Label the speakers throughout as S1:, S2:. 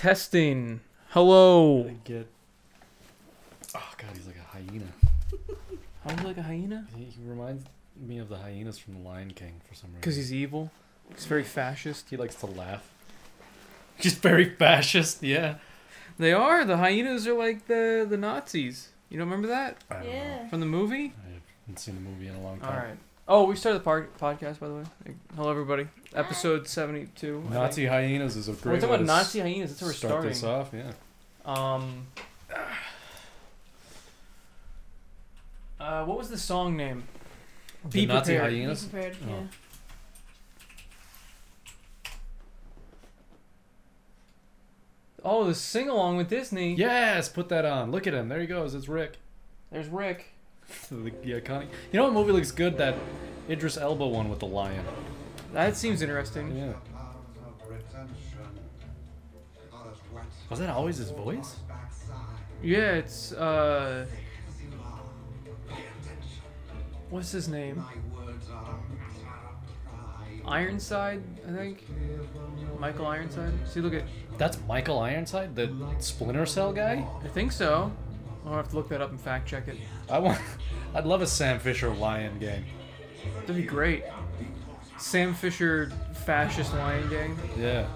S1: Testing. Hello.
S2: Get. Oh god, he's like a hyena.
S1: How was like a hyena?
S2: He, he reminds me of the hyenas from The Lion King for some reason.
S1: Because he's e- evil. He's very fascist.
S2: he likes to laugh. He's very fascist. Yeah.
S1: They are. The hyenas are like the the Nazis. You don't remember that
S2: I don't know.
S1: from the movie?
S2: I haven't seen the movie in a long
S1: All
S2: time.
S1: right. Oh, we started the par- podcast by the way. Hello, everybody. Episode seventy-two. I think.
S2: Nazi hyenas is a great.
S1: We're talking
S2: way
S1: about
S2: to
S1: Nazi hyenas. That's where we're
S2: start
S1: starting.
S2: this off. Yeah.
S1: Um. Uh, what was the song name? Be
S2: the Nazi
S1: prepared.
S2: hyenas.
S3: Be prepared,
S2: Oh.
S3: yeah.
S1: Oh, the sing along with Disney.
S2: Yes, put that on. Look at him. There he goes. It's Rick.
S1: There's Rick.
S2: The, the iconic. You know what movie looks good? That Idris Elba one with the lion.
S1: That seems interesting.
S2: Yeah. Was that always his voice?
S1: Yeah, it's uh. What's his name? Ironside, I think. Michael Ironside. See, look at.
S2: That's Michael Ironside, the Splinter Cell guy.
S1: I think so. I'll have to look that up and fact check it.
S2: I want. I'd love a Sam Fisher lion game.
S1: That'd be great. Sam Fisher, fascist lion gang.
S2: Yeah.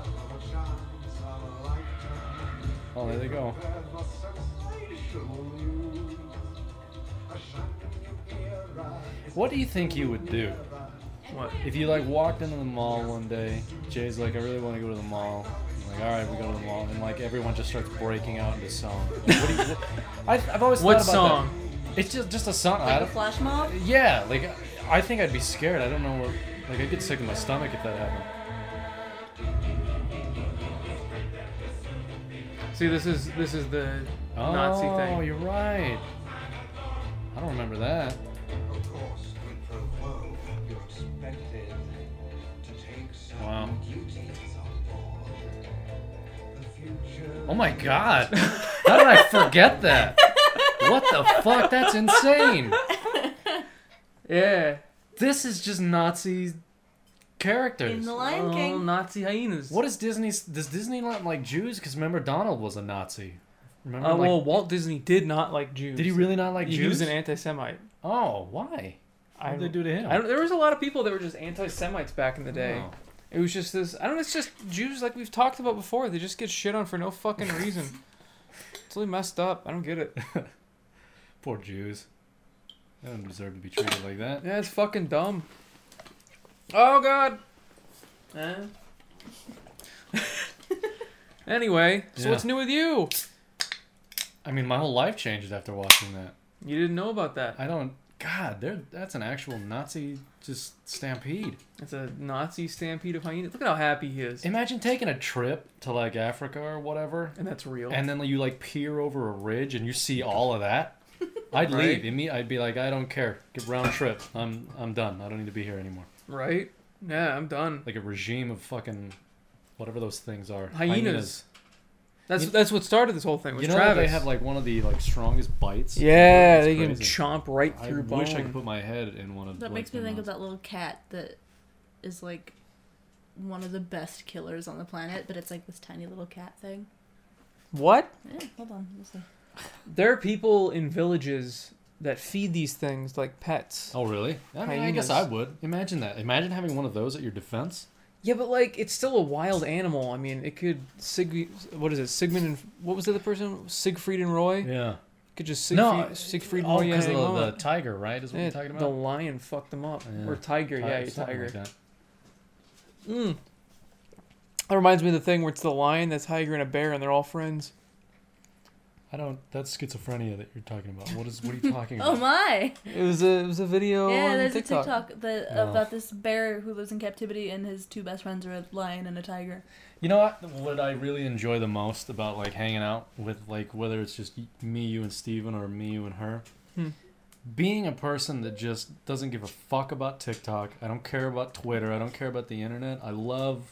S2: Oh, there they go. What do you think you would do
S1: What?
S2: if you like walked into the mall one day? Jay's like, I really want to go to the mall. I'm like, all right, we go to the mall, and like everyone just starts breaking out into song. What do you, what, I, I've always
S1: What
S2: thought about
S1: song?
S2: that. It's just just a song. I
S3: Like a
S2: don't,
S3: flash mob?
S2: yeah, like I think I'd be scared. I don't know what. Like I'd get sick in my stomach if that happened.
S1: See, this is this is the Nazi
S2: Oh,
S1: thing.
S2: you're right. I don't remember that. Wow. Oh my god. How did I forget that? What the fuck? That's insane.
S1: Yeah.
S2: This is just Nazi characters.
S3: In the Lion
S1: Oh,
S3: King.
S1: Nazi hyenas.
S2: what is Disney's? Does Disney not like Jews? Because remember, Donald was a Nazi. Remember,
S1: Uh,
S2: like,
S1: well, Walt Disney did not like Jews.
S2: did he really not like
S1: He
S2: Jews?
S1: was an anti-Semite.
S2: oh, why?
S1: I
S2: What did they
S1: don't-
S2: do to him?
S1: I don't, there was a lot of people that were just anti-Semites back in the day.
S2: Oh.
S1: It was just this. I don't. know, It's just Jews, like we've talked about before. They just get shit on for no fucking reason. it's really messed up. I don't get it.
S2: Poor Jews. They don't deserve to be treated like that.
S1: Yeah, it's fucking dumb. Oh god. Eh. anyway, so
S2: Yeah.
S1: what's new with you?
S2: I mean, my whole life changed after watching that.
S1: You didn't know about that.
S2: I don't. God, there. That's an actual Nazi just stampede.
S1: It's a Nazi stampede of hyenas. Look at how happy he is.
S2: Imagine taking a trip to like Africa or whatever,
S1: And that's real.
S2: and uh, then you like peer over a ridge and you see all of that. I'd
S1: Right.
S2: leave. Imme- I'd be like, I don't care. Get round trip. I'm I'm done. I don't need to be here anymore.
S1: right? Yeah, I'm done.
S2: Like a regime of fucking whatever those things are.
S1: Hyenas. That's that's what started this whole thing. Was
S2: You know that
S1: Travis?
S2: they have like one of the like strongest bites.
S1: yeah,
S2: It's
S1: they can
S2: crazy.
S1: chomp right
S2: I
S1: through
S2: wish
S1: bone.
S2: I could put my head in one of.
S3: That
S2: like,
S3: makes me
S2: their
S3: think of
S2: mouths.
S3: that little cat that is like one of the best killers on the planet, but it's like this tiny little cat thing.
S1: What?
S3: Yeah, hold on. We'll see.
S1: There are people in villages that feed these things like pets.
S2: Oh really? I, mean, I guess I
S1: Hyenas.
S2: would. Imagine that. Imagine having one of those at your defense.
S1: Yeah, but like it's still a wild animal. I mean, it could Sig. What is it? Sigmund and what was the other person? Siegfried and Roy.
S2: Yeah.
S1: Could just Siegfried,
S2: No,
S1: Siegfried and
S2: Oh,
S1: Roy. yeah,
S2: because
S1: hang
S2: the, the
S1: on.
S2: tiger, right? Is what
S1: Yeah,
S2: you're talking
S1: the
S2: about.
S1: lion fucked them up.
S2: Yeah.
S1: Or tiger.
S2: Ti-
S1: yeah, you
S2: something
S1: tiger.
S2: like that.
S1: Mm. That reminds me of the thing where it's the lion, the tiger, and a bear, and they're all friends.
S2: I don't. That's schizophrenia that you're talking about. What is? What are you talking
S3: Oh
S2: about?
S3: my!
S1: It was a it was a video
S3: yeah,
S1: on
S3: there's
S1: TikTok.
S3: a TikTok that
S2: No.
S3: about this bear who lives in captivity and his two best friends are a lion and a tiger.
S2: You know what? What I really enjoy the most about like hanging out with like whether it's just y- me, you, and Steven, or me, you, and her.
S1: Hmm.
S2: Being a person that just doesn't give a fuck about TikTok. I don't care about Twitter. I don't care about the internet. I love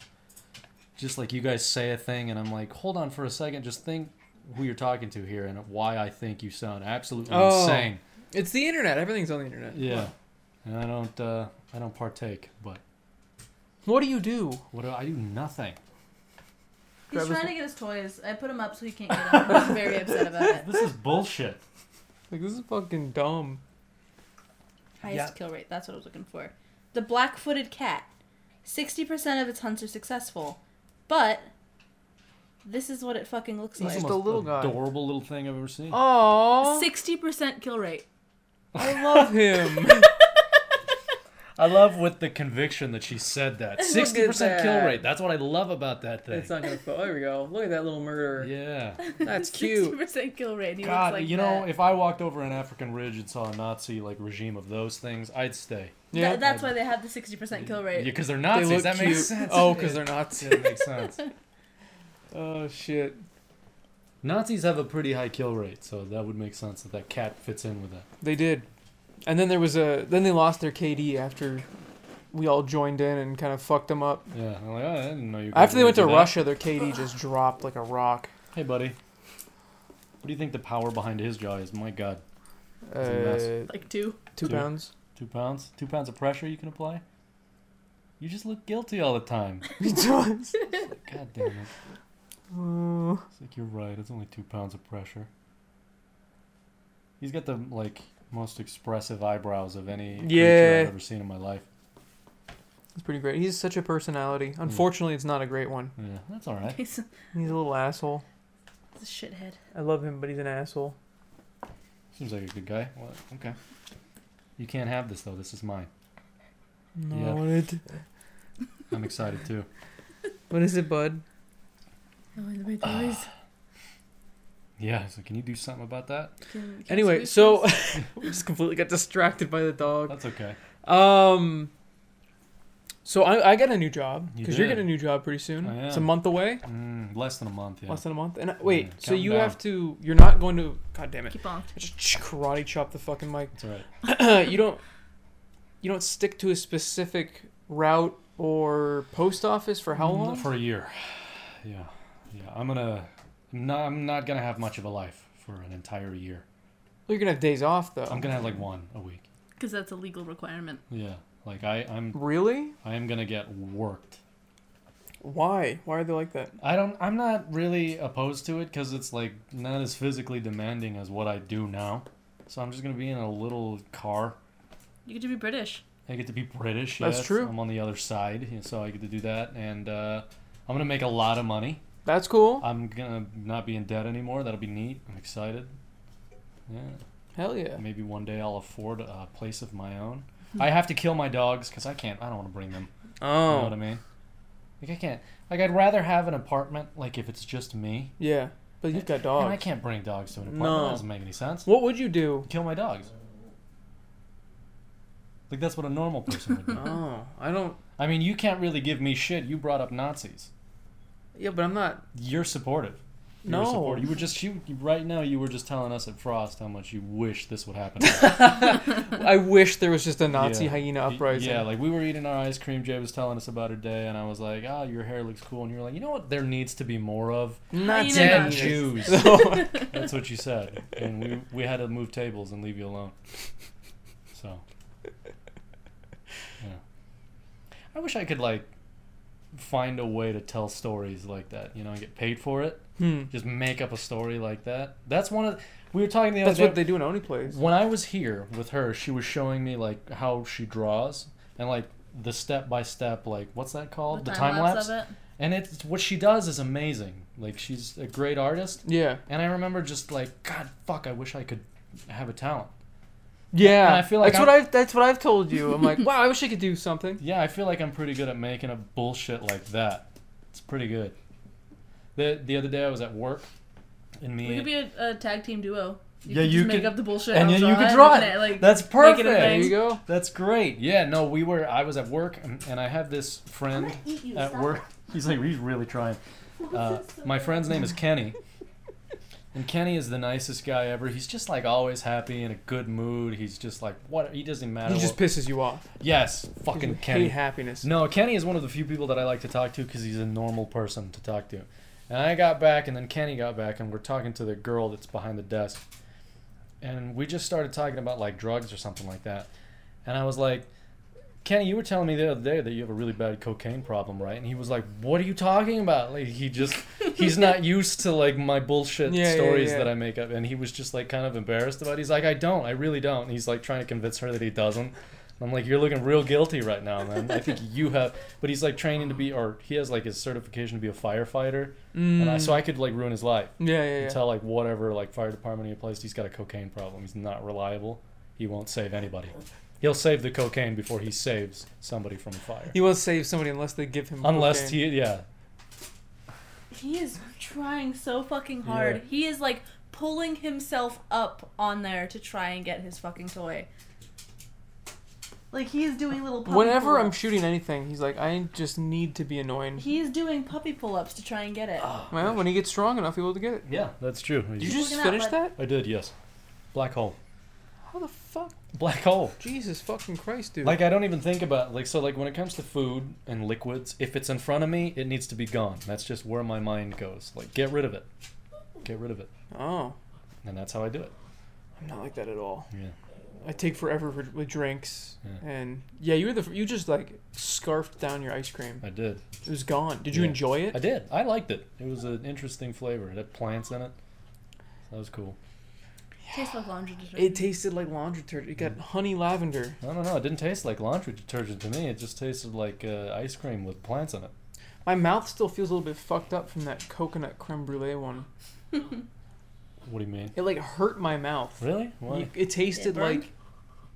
S2: just like you guys say a thing, and I'm like, hold on for a second. Just think who you're talking to here and why I think you sound absolutely
S1: Oh.
S2: insane.
S1: It's the internet. Everything's on the internet.
S2: Yeah, and I don't uh, I don't partake, but
S1: What do you do?
S2: what do I do? Nothing.
S3: He's
S4: Travis-
S3: trying to get his toys. I put him up so he can't get them. He's very upset about it.
S2: This is bullshit.
S1: Like this is fucking dumb.
S3: Highest kill rate. That's what I was looking for. The black-footed cat. Sixty percent of its hunts are successful, but this is what it fucking looks
S1: He's
S3: like.
S1: just
S2: the
S1: a little guy. Oh.
S2: adorable little thing I've ever seen.
S1: Aww,
S3: Sixty percent kill rate.
S1: I love him.
S2: I love with the conviction that she said that. Sixty percent kill
S1: that.
S2: rate. That's what I love about that thing.
S1: it's not gonna. Fall. There we go. Look at that little murderer.
S2: yeah.
S1: That's cute.
S3: percent kill rate. and He
S2: God,
S3: looks like
S2: you know,
S3: that.
S2: if I walked over an African ridge and saw a Nazi like regime of those things, I'd stay.
S1: Yeah.
S3: Th- that's why they have the sixty percent kill
S2: Yeah,
S3: rate.
S2: because they're
S1: they
S2: Nazis.
S1: look
S2: That
S1: cute.
S2: makes sense.
S1: Oh, because they're not.
S2: It makes sense.
S1: Oh shit.
S2: Nazis have a pretty high kill rate, so that would make sense that that cat fits in with that.
S1: They did. And then there was a then they lost their KD after we all joined in and kind of fucked them up.
S2: Yeah, I'm like, oh, I didn't know you. guys
S1: After they
S2: were
S1: went to
S2: gonna do that."
S1: Russia, their KD just dropped like a rock.
S2: Hey, buddy. What do you think the power behind his jaw is? My God,
S1: Uh,
S2: a mess.
S1: two
S3: Like two.
S2: Dude.
S1: pounds.
S2: two pounds, two pounds of pressure you can apply. You just look guilty all the time.
S1: He does.
S2: God damn it!
S1: Oh,
S2: It's like you're right. It's only two pounds of pressure. He's got the like most expressive eyebrows of any creature
S1: Yeah.
S2: I've ever seen in my life.
S1: it's pretty great. He's such a personality. Unfortunately, it's not a great one.
S2: Yeah, that's all right.
S3: He's a
S1: He's a little asshole.
S3: he's a shithead.
S1: I love him, but he's an asshole.
S2: Seems like a good guy. What? Okay. You can't have this though. This is mine.
S1: No,
S2: Yeah.
S1: what, it,
S2: I'm excited too.
S1: what is it, bud?
S3: Oh, and my toys.
S2: Yeah. So can you do something about that?
S3: Can- can
S1: Anyway,
S3: we
S1: so
S3: please-
S1: we just completely got distracted by the dog.
S2: That's okay.
S1: Um. So I, I got a new job
S2: You
S1: because you are
S2: did.
S1: getting a new job pretty soon.
S2: I
S1: It's a
S2: am.
S1: month away,
S2: Mm, less than a month. Yeah.
S1: less than a month. And I, wait,
S2: Yeah,
S1: so you
S2: countdown.
S1: have to? You're not going to? God damn it!
S3: Keep on.
S1: I just ch- karate chop the fucking mic.
S2: That's all right.
S1: you don't. You don't stick to a specific route or post office for how
S2: Mm,
S1: long?
S2: For a year. Yeah. Yeah. I'm gonna. No, I'm not gonna have much of a life for an entire year.
S1: Well, you're gonna have days off though.
S2: I'm gonna have like one a week.
S3: Because that's a legal requirement.
S2: Yeah. Like I, I'm,
S1: Really?
S2: I am gonna get worked.
S1: Why? Why are they like that?
S2: I don't. I'm not really opposed to it because it's like not as physically demanding as what I do now. So I'm just gonna be in a little car.
S3: You get to be British.
S2: I get to be British.
S1: That's
S2: yes.
S1: true.
S2: I'm on the other side, yeah, so I get to do that, and uh, I'm gonna make a lot of money.
S1: That's cool.
S2: I'm gonna not be in debt anymore. That'll be neat. I'm excited. Yeah.
S1: Hell yeah.
S2: Maybe one day I'll afford a place of my own. I have to kill my dogs because I can't. I don't want to bring them. You know what
S1: Oh.
S2: I mean? Like I can't. Like I'd rather have an apartment. Like if it's just me.
S1: Yeah, but you've got
S2: And I
S1: dogs.
S2: can't bring dogs to an apartment.
S1: No.
S2: That doesn't make any sense.
S1: What would you do?
S2: Kill my dogs. Like that's what a normal person would do.
S1: Oh, I don't.
S2: I mean, you can't really give me shit. You brought up Nazis.
S1: Yeah, but I'm not.
S2: You're supportive. You
S1: No.
S2: were supportive. You were just you, you- right now. You were just telling us at Frost how much you wish this would happen.
S1: I wish there was just a Nazi
S2: Yeah.
S1: hyena
S2: Y-
S1: uprising.
S2: Yeah, like we were eating our ice cream. Jay was telling us about her day, and I was like, "Ah, your hair loots cool." And you were like, "You know what? There needs to be more of
S1: not
S3: Hyena
S1: dead
S2: dead
S3: Nazis.
S2: Jews."
S1: So,
S2: That's what you said, and we we had to move tables and leave you alone. So, yeah. I wish I could like find a way to tell stories like that. You know, and get paid for it.
S1: hmm.
S2: Just make up a story like that. That's one of the, we were talking the other
S1: That's
S2: day.
S1: what they do in Oni plays.
S2: when I was here with her, she was showing me like how she draws and like the step by step, like what's that called? The, time, lapse.
S3: of it.
S2: And it's what she does is amazing. Like she's a great artist.
S1: Yeah.
S2: And I remember just like, God, fuck, I wish I could have a talent.
S1: Yeah.
S2: And I feel like
S1: that's
S2: I'm-
S1: what I've that's what I've told you. I'm like, wow, I wish I could do something.
S2: Yeah, I feel like I'm pretty good at making up bullshit like that. It's pretty good. The the other day I was at work, and me
S3: We could be a, a tag team duo.
S2: Yeah,
S3: could
S2: you
S3: just make
S2: could-
S3: up the bullshit.
S2: and
S3: I'll
S2: yeah, you could
S3: and
S2: draw
S3: we
S2: it.
S3: can, like,
S2: That's
S3: make it a
S2: perfect.
S1: There
S3: thing.
S1: you go.
S2: That's great. Yeah, no, we were. I was at work, and, and I have this friend at work. He's like, he's really trying. Uh, my friend's name is Kenny, and Kenny is the nicest guy ever. He's just like always happy in a good mood. He's just like what he doesn't matter.
S1: He just
S2: what,
S1: pisses you off.
S2: yes,
S1: You
S2: fucking
S1: hate
S2: Kenny.
S1: happiness.
S2: No, Kenny is one of the few people that I like to talk to because he's a normal person to talk to. And I got back, and then Kenny got back, and we're talking to the girl that's behind the desk. And we just started talking about like drugs or something like that. And I was like, Kenny, you were telling me the other day that you have a really bad cocaine problem, right? And he was like, "What are you talking about?" Like he just he's not used to like my bullshit
S1: Yeah, yeah,
S2: stories
S1: yeah.
S2: that I make up, and he was just like kind of embarrassed about. it. He's like, "I don't, I really don't." And he's like trying to convince her that he doesn't. And I'm like, "You're looking real guilty right now, man. I think you have." But he's like training to be, or he has like his certification to be a firefighter, and I,
S1: Hmm.
S2: so I could like ruin his life
S1: Mm. yeah, yeah, yeah.
S2: and tell like whatever like fire department he placed he's got a cocaine problem he's not reliable he won't save anybody he'll save the cocaine before he saves somebody from a fire
S1: He won't save somebody unless they give him.
S2: unless
S1: cocaine.
S2: he yeah
S3: He is trying so fucking hard.
S2: Yeah.
S3: He is like pulling himself up on there to try and get his fucking toy. Like he is doing little puppy
S1: Whenever I'm
S3: pull-ups.
S1: shooting anything, he's like, I just need to be annoying.
S3: He is doing puppy pull-ups to try and get it.
S1: Well, when he gets strong enough, he'll be able to get it.
S2: yeah that's true
S1: Did you
S3: He's
S1: just
S3: looking at
S1: finish
S3: what-
S1: that?
S2: i did yes black hole
S1: How the fuck?
S2: black hole
S1: Jesus fucking Christ, dude.
S2: like i don't even think about like so like when it comes to food and liquids if it's in front of me it needs to be gone that's just where my mind goes like get rid of it get rid of it
S1: oh,
S2: and that's how i do it
S1: I'm not like that at all.
S2: yeah
S1: I take forever for, with drinks,
S2: Yeah.
S1: and yeah, you were the fir- you just like scarfed down your ice cream.
S2: i did
S1: It was gone. Did you
S2: Yeah.
S1: enjoy
S2: I
S1: it?
S2: did. I liked it. It was an interesting flavor. It had plants in it. That was cool.
S3: Tastes like laundry detergent.
S1: It tasted like laundry detergent. It got honey lavender.
S2: I don't know. It didn't taste like laundry detergent to me. It just tasted like uh, ice cream with plants in it.
S1: My mouth still feels a little bit fucked up from that coconut creme brulee one.
S2: What do you mean?
S1: It like hurt my mouth.
S2: Really? Why?
S1: You- It tasted
S3: burned?
S1: like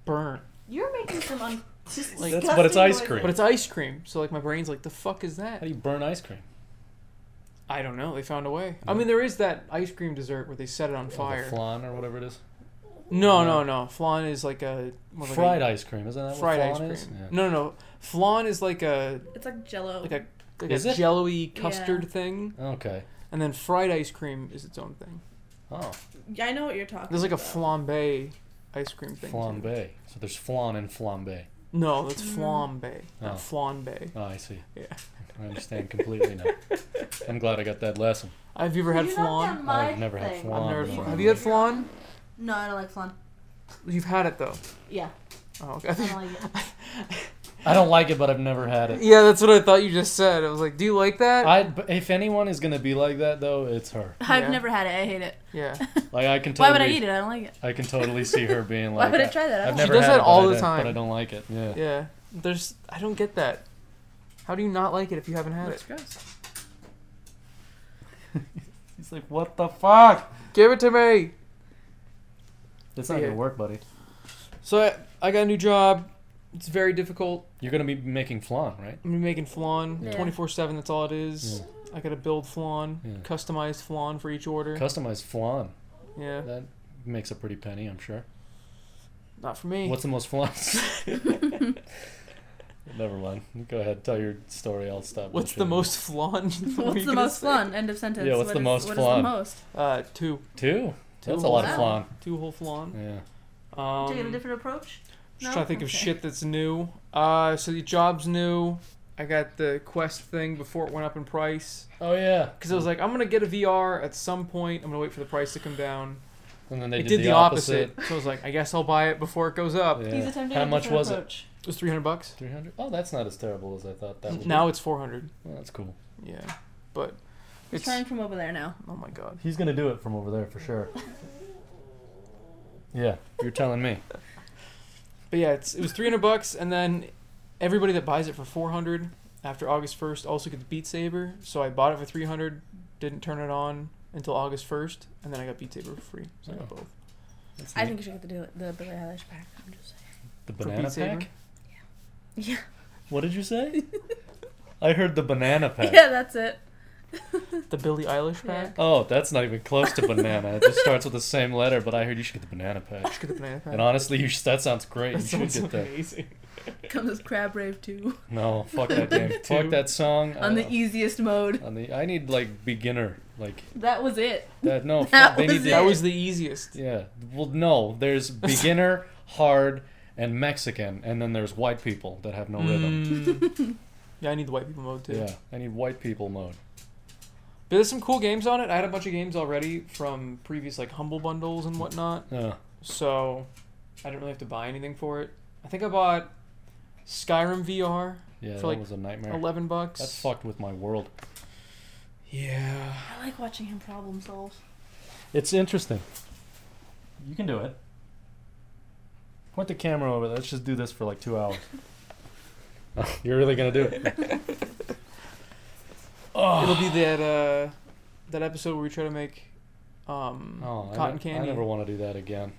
S1: burn,
S3: You're making some un- just
S1: Like-
S2: That's- but it's ice
S3: disgusting
S2: cream.
S1: but it's ice cream. So like my brain's like, the fuck is
S2: How
S1: that?
S2: do you burn ice cream?
S1: I don't know. They found a way. I mean, there is that ice cream dessert where they set it on
S2: With a
S1: fire.
S2: flan or whatever it is.
S1: No, no, no. Flan is like a more like a
S2: fried ice cream. Isn't that
S1: fried
S2: what
S1: ice
S2: flan
S1: cream.
S2: is? Yeah.
S1: No, no, no. Flan is like a
S3: noises. It's like Jello.
S1: like a like
S2: Is
S1: a
S2: it?
S1: jello-y custard thing,
S2: Okay.
S1: and then fried ice cream is its own thing.
S2: Oh,
S3: Yeah, I know what you're talking.
S1: There's like a
S3: about.
S1: flambe ice cream thing. too.
S2: flambe. So there's flan and flambe.
S1: No, that's
S3: Mm.
S1: flambe,
S2: Oh.
S1: not flambe.
S2: Oh, I see.
S1: Yeah.
S2: I understand completely now. I'm glad I got that lesson.
S1: Have you ever had
S3: You don't
S1: flan?
S3: have my
S2: I've never had
S3: thing.
S2: flan.
S1: I've never
S2: before.
S1: had flan. Have you had flan?
S3: No, I don't like flan.
S1: You've had it though.
S3: Yeah,
S1: Oh, okay.
S3: I don't like it.
S2: I don't like it, but I've never had it.
S1: yeah, that's what I thought you just said. I was like, do you like that?
S2: I, but if anyone is gonna be like that though, it's her.
S1: Yeah.
S3: I've never had it. I hate it.
S1: yeah.
S2: Like I can totally.
S3: Why would I eat it? I don't like it.
S2: I can totally see her being
S3: Why
S2: like.
S3: would I try that? I
S2: I've
S3: don't
S2: never
S1: She does
S2: had
S1: that
S2: it, but
S1: all
S2: I
S1: the
S2: don't-
S1: time.
S2: But I don't like it. Yeah.
S1: Yeah. There's I don't get that. How do you not like it if you haven't had it?
S3: gross.
S2: He's like, what the fuck?
S1: Give it to me.
S2: That's
S1: not gonna
S2: work, buddy.
S1: So I, I got a new job. It's very difficult.
S2: You're gonna be making flan, right?
S1: I'm making flan
S3: Yeah.
S1: twenty four seven. That's all it is. I gotta build flan,
S2: Yeah.
S1: customize flan for each order.
S2: Customized flan.
S1: yeah,
S2: That makes a pretty penny, I'm sure.
S1: not for me.
S2: What's the most flan? Never mind. Go ahead, tell your story. I'll stop.
S1: What's
S2: bullshitting
S1: the
S2: you.
S1: most flan? What were
S3: What's
S1: you
S3: the
S1: gonna
S3: most
S1: say?
S3: flan? End of sentence.
S2: Yeah, what's
S3: What
S2: the
S3: is-
S2: most
S3: what
S2: flan?
S3: Is the most?
S1: Uh, two,
S2: two? That's a
S1: Two.
S2: lot of
S3: Wow.
S2: flan.
S1: two whole flan.
S2: Yeah.
S1: Um,
S3: Taking a different approach.
S1: just
S3: No?
S1: trying to think of
S3: Okay.
S1: shit that's new. Uh, so the job's new. I got the Quest thing before it went up in price
S2: Oh yeah.
S1: because I was like, I'm gonna get a VR at some point. I'm gonna wait for the price to come down.
S2: And then they
S1: It
S2: did,
S1: did,
S2: the,
S1: the
S2: opposite.
S1: So I was like, I guess I'll buy it before it goes up.
S2: Yeah.
S3: He's attempting
S2: How
S3: a
S2: much
S3: different
S2: was it?
S3: approach.
S1: It was 300 bucks.
S2: Three hundred. Oh, that's not as terrible as I thought that would.
S1: Now it's 400.
S2: Be. Well, that's cool.
S1: Yeah, but
S3: He's
S1: it's
S3: trying from over there now.
S1: oh my god.
S2: He's gonna do it from over there for sure. Yeah, you're telling me.
S1: But yeah, it's, it was 300 bucks, and then everybody that buys it for 400 after August 1st also gets Beat Saber. So I bought it for 300, didn't turn it on until August 1st, and then I got Beat Saber for free. So I got
S2: Oh.
S1: both.
S2: That's
S3: I
S2: neat.
S3: think you should get the do the Billie Eilish pack. I'm just saying.
S2: the
S1: For
S2: banana
S1: Beat Saber?
S2: pack.
S3: Yeah.
S2: What did you say? I heard the banana pack.
S3: Yeah, that's it.
S1: The Billie Eilish pack.
S2: Oh, that's not even close to banana. It just starts with the same letter, but I heard you should get the banana pack.
S1: Just get the banana pack.
S2: And honestly, you should, that sounds great.
S1: That
S2: you should
S1: sounds
S2: get that.
S1: amazing.
S3: Comes with Crab Rave 2
S2: No, fuck that game.
S1: Two.
S2: fuck that song.
S3: on the E.
S2: Uh,
S3: easiest mode.
S2: on the. I need like beginner. Like
S3: That was it.
S2: that. No,
S3: That
S2: fuck, they need
S3: was
S2: to
S3: it.
S1: That was the easiest.
S2: Yeah. Well, no. There's beginner, hard, and Mexican, and then there's white people that have no rhythm.
S1: Mm. yeah, I need the white people mode too.
S2: Yeah. I need white people mode.
S1: But there's some cool games on it. I had a bunch of games already from previous like humble bundles and whatnot.
S2: Uh,
S1: So I didn't really have to buy anything for it. I think I bought Skyrim VR
S2: Yeah,
S1: For
S2: that
S1: like
S2: was a nightmare.
S1: eleven bucks.
S2: That's fucked with my world.
S1: Yeah.
S3: I like watching him problem solve.
S2: It's interesting. You can do it. Point the camera over there. Let's just do this for like two hours. You're really gonna do it.
S1: It'll be that uh, that episode where we try to make um,
S2: Oh, I
S1: cotton
S2: ne-
S1: candy.
S2: I never want to do that again.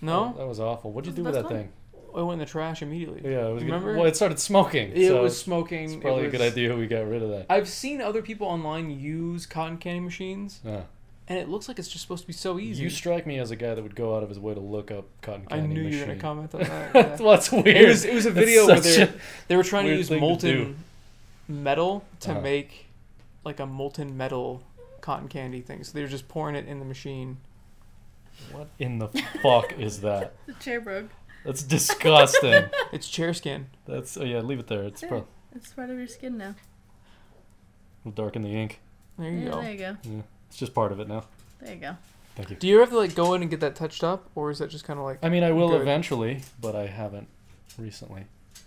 S1: no,
S2: that was awful. What'd you
S3: That
S2: do
S3: was
S2: with
S3: the
S2: that
S3: best
S2: thing?
S1: it went in the trash immediately.
S2: Yeah, it was. good-
S1: Remember?
S2: Well, it started smoking.
S1: It
S2: so
S1: was smoking.
S2: It's probably
S1: it was,
S2: a good idea we got rid of that.
S1: I've seen other people online use cotton candy machines,
S2: Yeah.
S1: and it looks like it's just supposed to be so easy.
S2: You strike me as a guy that would go out of his way to look up cotton
S1: I
S2: candy
S1: knew
S2: machine.
S1: you were gonna comment on that. yeah.
S2: well, that's weird.
S1: It was it was a
S2: That's
S1: video where
S2: such
S1: they
S2: a-
S1: were, they were trying to
S2: weird
S1: use
S2: thing to do.
S1: molten metal to
S2: Uh-huh.
S1: make like a molten metal cotton candy thing. So they were just pouring it in the machine.
S2: What in the fuck is that?
S3: The chair broke.
S2: That's disgusting.
S1: It's chair skin.
S2: That's oh yeah, leave it there. It's
S3: There.
S2: probably
S3: It's part of your skin now.
S2: will darken the ink.
S1: There you
S3: yeah,
S1: go.
S3: There you go.
S2: Yeah, it's just part of it now.
S3: There you go.
S2: Thank you.
S1: Do you ever have to like go in and get that touched up, or is that just kind of like
S2: I mean, I will
S1: Good.
S2: eventually, but I haven't recently.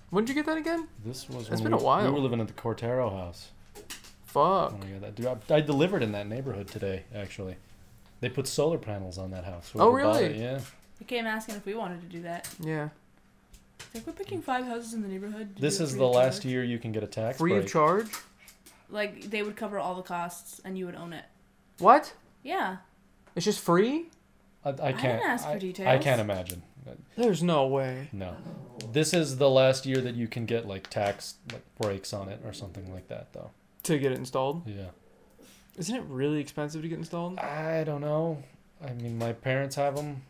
S1: when did you get that again?
S2: This
S1: It's
S2: was when
S1: been
S2: we,
S1: a while.
S2: we were living at the Cortero house.
S1: Fuck.
S2: When I got that, dude, I, I delivered in that neighborhood today. Actually, they put solar panels on that house.
S1: Oh,
S2: Whoever bought
S1: really?
S2: it, Yeah.
S3: They came asking if we wanted to do that.
S1: Yeah.
S3: It's like we're picking five houses in the neighborhood. to
S2: This
S3: do it
S2: is
S3: free
S2: the
S3: of
S2: last
S3: charge."
S2: year you can get a tax
S1: Free
S2: break.
S1: of charge.
S3: Like they would cover all the costs and you would own it.
S1: What?
S3: Yeah.
S1: It's just free?
S2: I, I
S3: I didn't
S2: can't.
S3: ask for
S2: I- I
S3: details.
S2: can't imagine.
S1: There's no way.
S2: No. This is the last year that you can get like tax like breaks on it or something like that though.
S1: To get it installed,
S2: Yeah.
S1: isn't it really expensive to get installed
S2: I don't know. I mean, my parents have them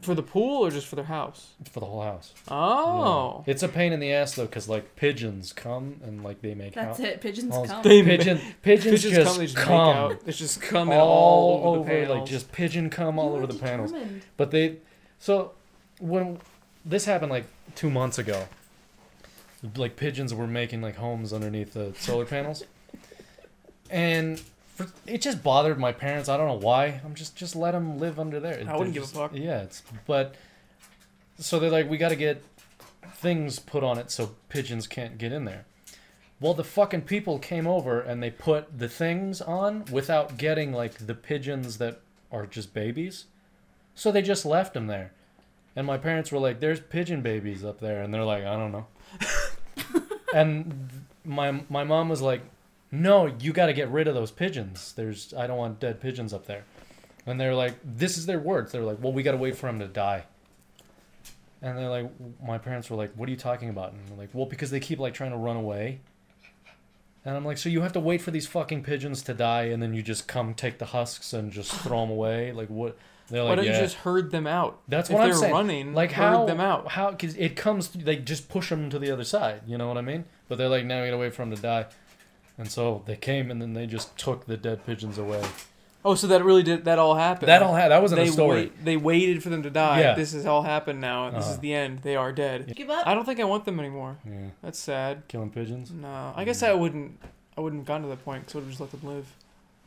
S1: for the pool or just for their house?
S2: for the whole house.
S1: Oh.
S2: Yeah. It's a pain in the ass though, cause like pigeons come and like they make
S3: That's
S2: out.
S3: it. Pigeons
S2: All-
S3: come.
S1: They-
S2: Pigeon,
S1: Pigeons
S2: pigeons, just
S1: come, they just make
S2: come,
S1: out. It's just coming
S2: all,
S1: all, over,
S2: over,
S1: the panels.
S2: like just pigeon come all
S3: You
S2: over
S3: are
S2: the panels.
S3: determined.
S2: But they, so when this happened like two months ago, like pigeons were making like homes underneath the solar panels, and for, it just bothered my parents. I don't know why. I'm just just let them live under there.
S1: I wouldn't
S2: They're
S1: give a
S2: just-
S1: fuck.
S2: Yeah, it's but so they're like, we got to get things put on it so pigeons can't get in there. Well, the fucking people came over and they put the things on without getting like the pigeons that are just babies. So they just left them there. And my parents were like, "There's pigeon babies up there," and they're like, "I don't know." and my my mom was like, "No, you got to get rid of those pigeons. There's I don't want dead pigeons up there." And they're like, "This is their words." They're like, "Well, we got to wait for them to die." And they're like, my parents were like, "What are you talking about?" And I'm like, "Well, because they keep like trying to run away." And I'm like, "So you have to wait for these fucking pigeons to die, and then you just come take the husks and just throw them away? Like what?" They're
S1: Why
S2: like,
S1: don't
S2: "Yeah."
S1: you just herd them out?
S2: That's
S1: if
S2: what I'm
S1: they're
S2: saying.
S1: running,
S2: like
S1: herd
S2: how
S1: Mm, them out.
S2: How because it comes, they just push them to the other side. You know what I mean? But they're like, now we gotta wait for them to die, and so they came and then they just took the dead pigeons away.
S1: Oh, so that really did that all happened.
S2: That all had that wasn't
S1: they
S2: a story.
S1: Wait, they waited for them to die.
S2: Yeah.
S1: This has all happened now, and this is
S2: Uh-huh.
S1: the end. They are dead.
S3: Give up.
S1: I don't think I want them anymore.
S2: Yeah,
S1: That's sad.
S2: killing pigeons.
S1: No, I guess I
S2: Mm.
S1: wouldn't. I wouldn't have gone to that point because I would have just let them live.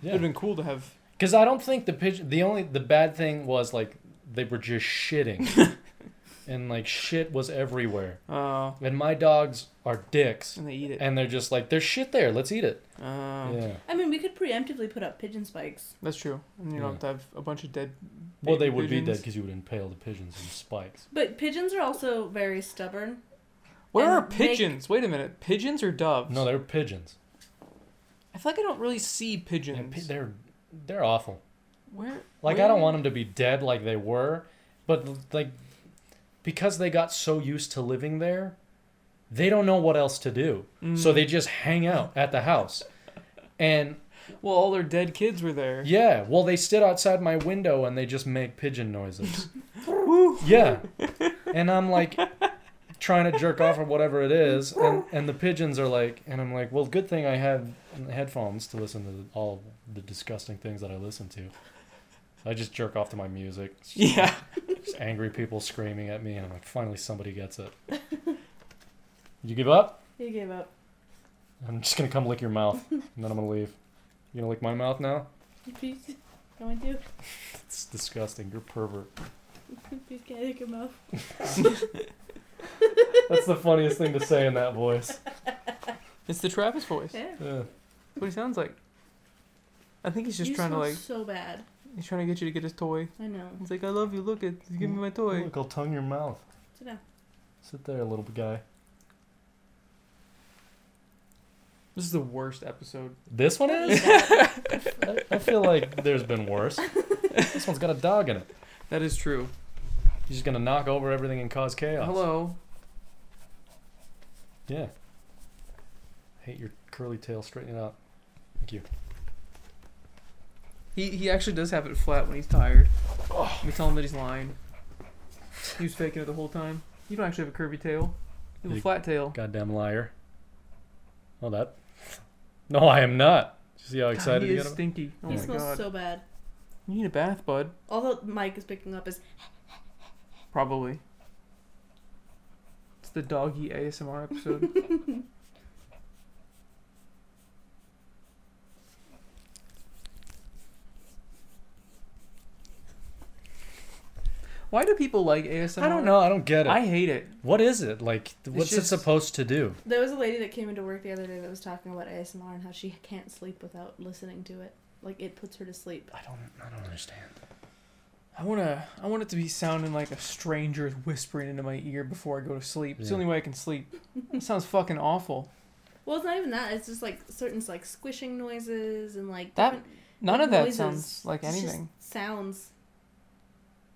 S2: Yeah,
S1: It'd have been cool to have.
S2: Because I don't think the pigeon. The only the bad thing was like they were just shitting, and like shit was everywhere.
S1: Uh,
S2: And my dogs are dicks,
S1: and they eat it.
S2: and they're just like there's shit there. Let's eat it.
S1: Uh,
S2: yeah.
S3: I mean, we could preemptively put up pigeon spikes.
S1: That's true. And you
S2: Yeah.
S1: don't have to have a bunch of dead.
S2: Well, they
S1: baby
S2: would be dead
S1: pigeons.
S2: because you would impale the pigeons with spikes.
S3: But pigeons are also very stubborn.
S1: Where
S3: and
S1: are
S3: make-
S1: pigeons? Wait a minute. Pigeons or doves?
S2: No, they're pigeons.
S1: I feel like I don't really see pigeons.
S2: Yeah, pi- they're they're awful.
S1: Where?
S2: Like
S1: where?
S2: I don't want them to be dead like they were, but like because they got so used to living there, they don't know what else to do. So they just hang out at the house. And
S1: Well, all their dead kids were there.
S2: yeah, well they sit outside my window and they just make pigeon noises.
S1: Woo.
S2: Yeah. And I'm like trying to jerk off or whatever it is and, and the pigeons are like and I'm like, "Well, good thing I have headphones to listen to all the disgusting things that I listen to." I just jerk off to my music. It's just-
S1: Yeah.
S2: just angry people screaming at me and I'm like, "Finally somebody gets it." You give up?
S3: You gave up.
S2: I'm just going to come lick your mouth and then I'm going to leave. You going to lick my mouth now?
S3: You please. Come and do.
S2: It's disgusting. You're a pervert.
S3: Please get out of your mouth.
S2: That's the funniest thing to say in that voice.
S1: It's the Travis voice.
S3: Yeah.
S2: Yeah.
S1: What he sounds like. I think he's just
S3: you
S1: trying to
S3: smell
S1: like
S3: so bad.
S1: he's trying to get you to get his toy.
S3: I know.
S1: He's like, I love you. Look at you give me my toy.
S2: Look, I'll tongue your mouth.
S3: Sit down.
S2: Sit there, little guy.
S1: This is the worst episode.
S2: This one
S3: Don't
S2: is?
S3: eat that.
S2: I, I feel like there's been worse. This one's got a dog in it.
S1: That is true.
S2: He's just gonna knock over everything and cause chaos.
S1: Hello.
S2: Yeah. Hate your curly tail. Straighten it out. Thank you.
S1: He he actually does have it flat when he's tired. We tell him that he's lying. He was faking it the whole time. You don't actually have a curvy tail. You have a
S2: You-
S1: flat tail.
S2: Goddamn liar. Oh, that. No, I am not. Did you see how
S1: God,
S2: excited
S1: he
S2: you
S1: is
S2: got?
S1: stinky. Oh
S3: he
S1: my
S3: smells
S1: god.
S3: so bad.
S1: you need a bath, bud.
S3: All that Mike is picking up is
S1: Probably. It's the doggy ASMR episode. Why do people like ASMR?
S2: I don't know. I don't get it.
S1: I hate it.
S2: what is it like? th-
S1: It's
S2: What's
S1: just-
S2: it supposed to do?
S3: There was a lady that came into work the other day that was talking about ASMR and how she can't sleep without listening to it. Like it puts her to sleep.
S2: I don't. I don't understand.
S1: I wanna. I want it to be sounding like a stranger is whispering into my ear before I go to sleep. It's the
S2: Yeah.
S1: only way I can sleep. That sounds fucking awful.
S3: Well, it's not even that. It's just like certain like squishing noises and like
S1: That-
S3: different
S1: None
S3: Like
S1: of that
S3: noises.
S1: sounds like
S3: it's just
S1: anything.
S3: sounds.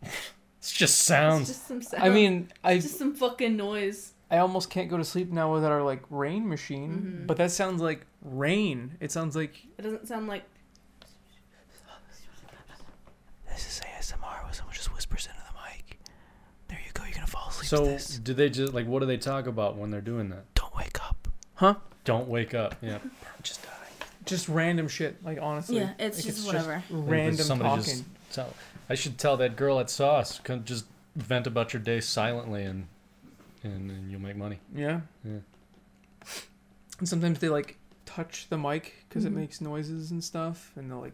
S2: It's just
S3: It's
S2: sounds.
S3: just some sounds.
S1: I mean, I
S3: just some fucking noise.
S1: I almost can't go to sleep now without our like rain machine.
S3: Mhm.
S1: But that sounds like rain. It sounds like
S3: It doesn't sound like
S1: This is ASMR where someone just whispers into the mic. There you go, you're gonna fall asleep
S2: so, do they just like? What do they talk about when they're doing that?
S1: Don't wake up.
S2: Don't wake up. Yeah. just die.
S1: Just random shit, like honestly.
S3: yeah. It's
S1: Like,
S3: just whatever.
S2: Maybe
S1: Random
S2: somebody
S1: talking.
S2: just tell- I should tell that girl at Sauce. Come just vent about your day silently, and and, and you'll make money.
S1: Yeah.
S2: Yeah.
S1: And sometimes they like touch the mic because
S3: Mhm.
S1: it makes noises and stuff, and they'll like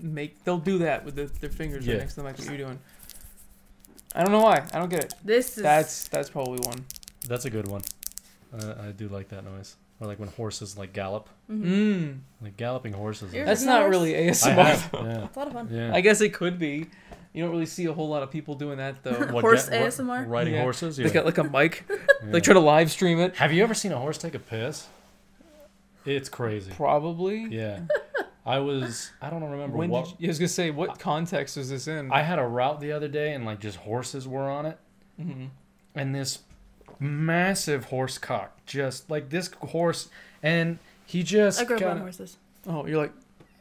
S1: make they'll do that with the, their fingers
S2: Yeah.
S1: right next to the mic. What you're doing? I don't know why. I don't get it.
S3: This is
S1: That's that's probably one.
S2: That's a good one. Uh, I do like that noise, or like when horses like gallop,
S3: Mhm.
S1: Mm.
S2: like galloping horses.
S3: You're-
S1: That's not really
S2: I
S1: ASMR.
S2: have. Yeah.
S3: It's a lot of fun.
S2: Yeah.
S1: I guess it could be. You don't really see a whole lot of people doing that though.
S2: What,
S3: Horse
S2: ga- what-
S3: ASMR?
S2: riding
S1: Yeah.
S2: horses.
S1: They
S2: Yeah.
S1: got like a mic.
S2: yeah.
S1: Like try to live stream it.
S2: Have you ever seen a horse take a piss? It's crazy.
S1: Probably.
S2: Yeah. I was. I don't remember
S1: When
S2: what.
S1: did you, I was gonna say what context was this in?
S2: I had a route the other day, and like just horses were on it.
S1: Mhm.
S2: and this massive horse cock just like this horse and he just
S3: I grew up
S2: kinda-
S3: on horses.
S1: Oh, you're like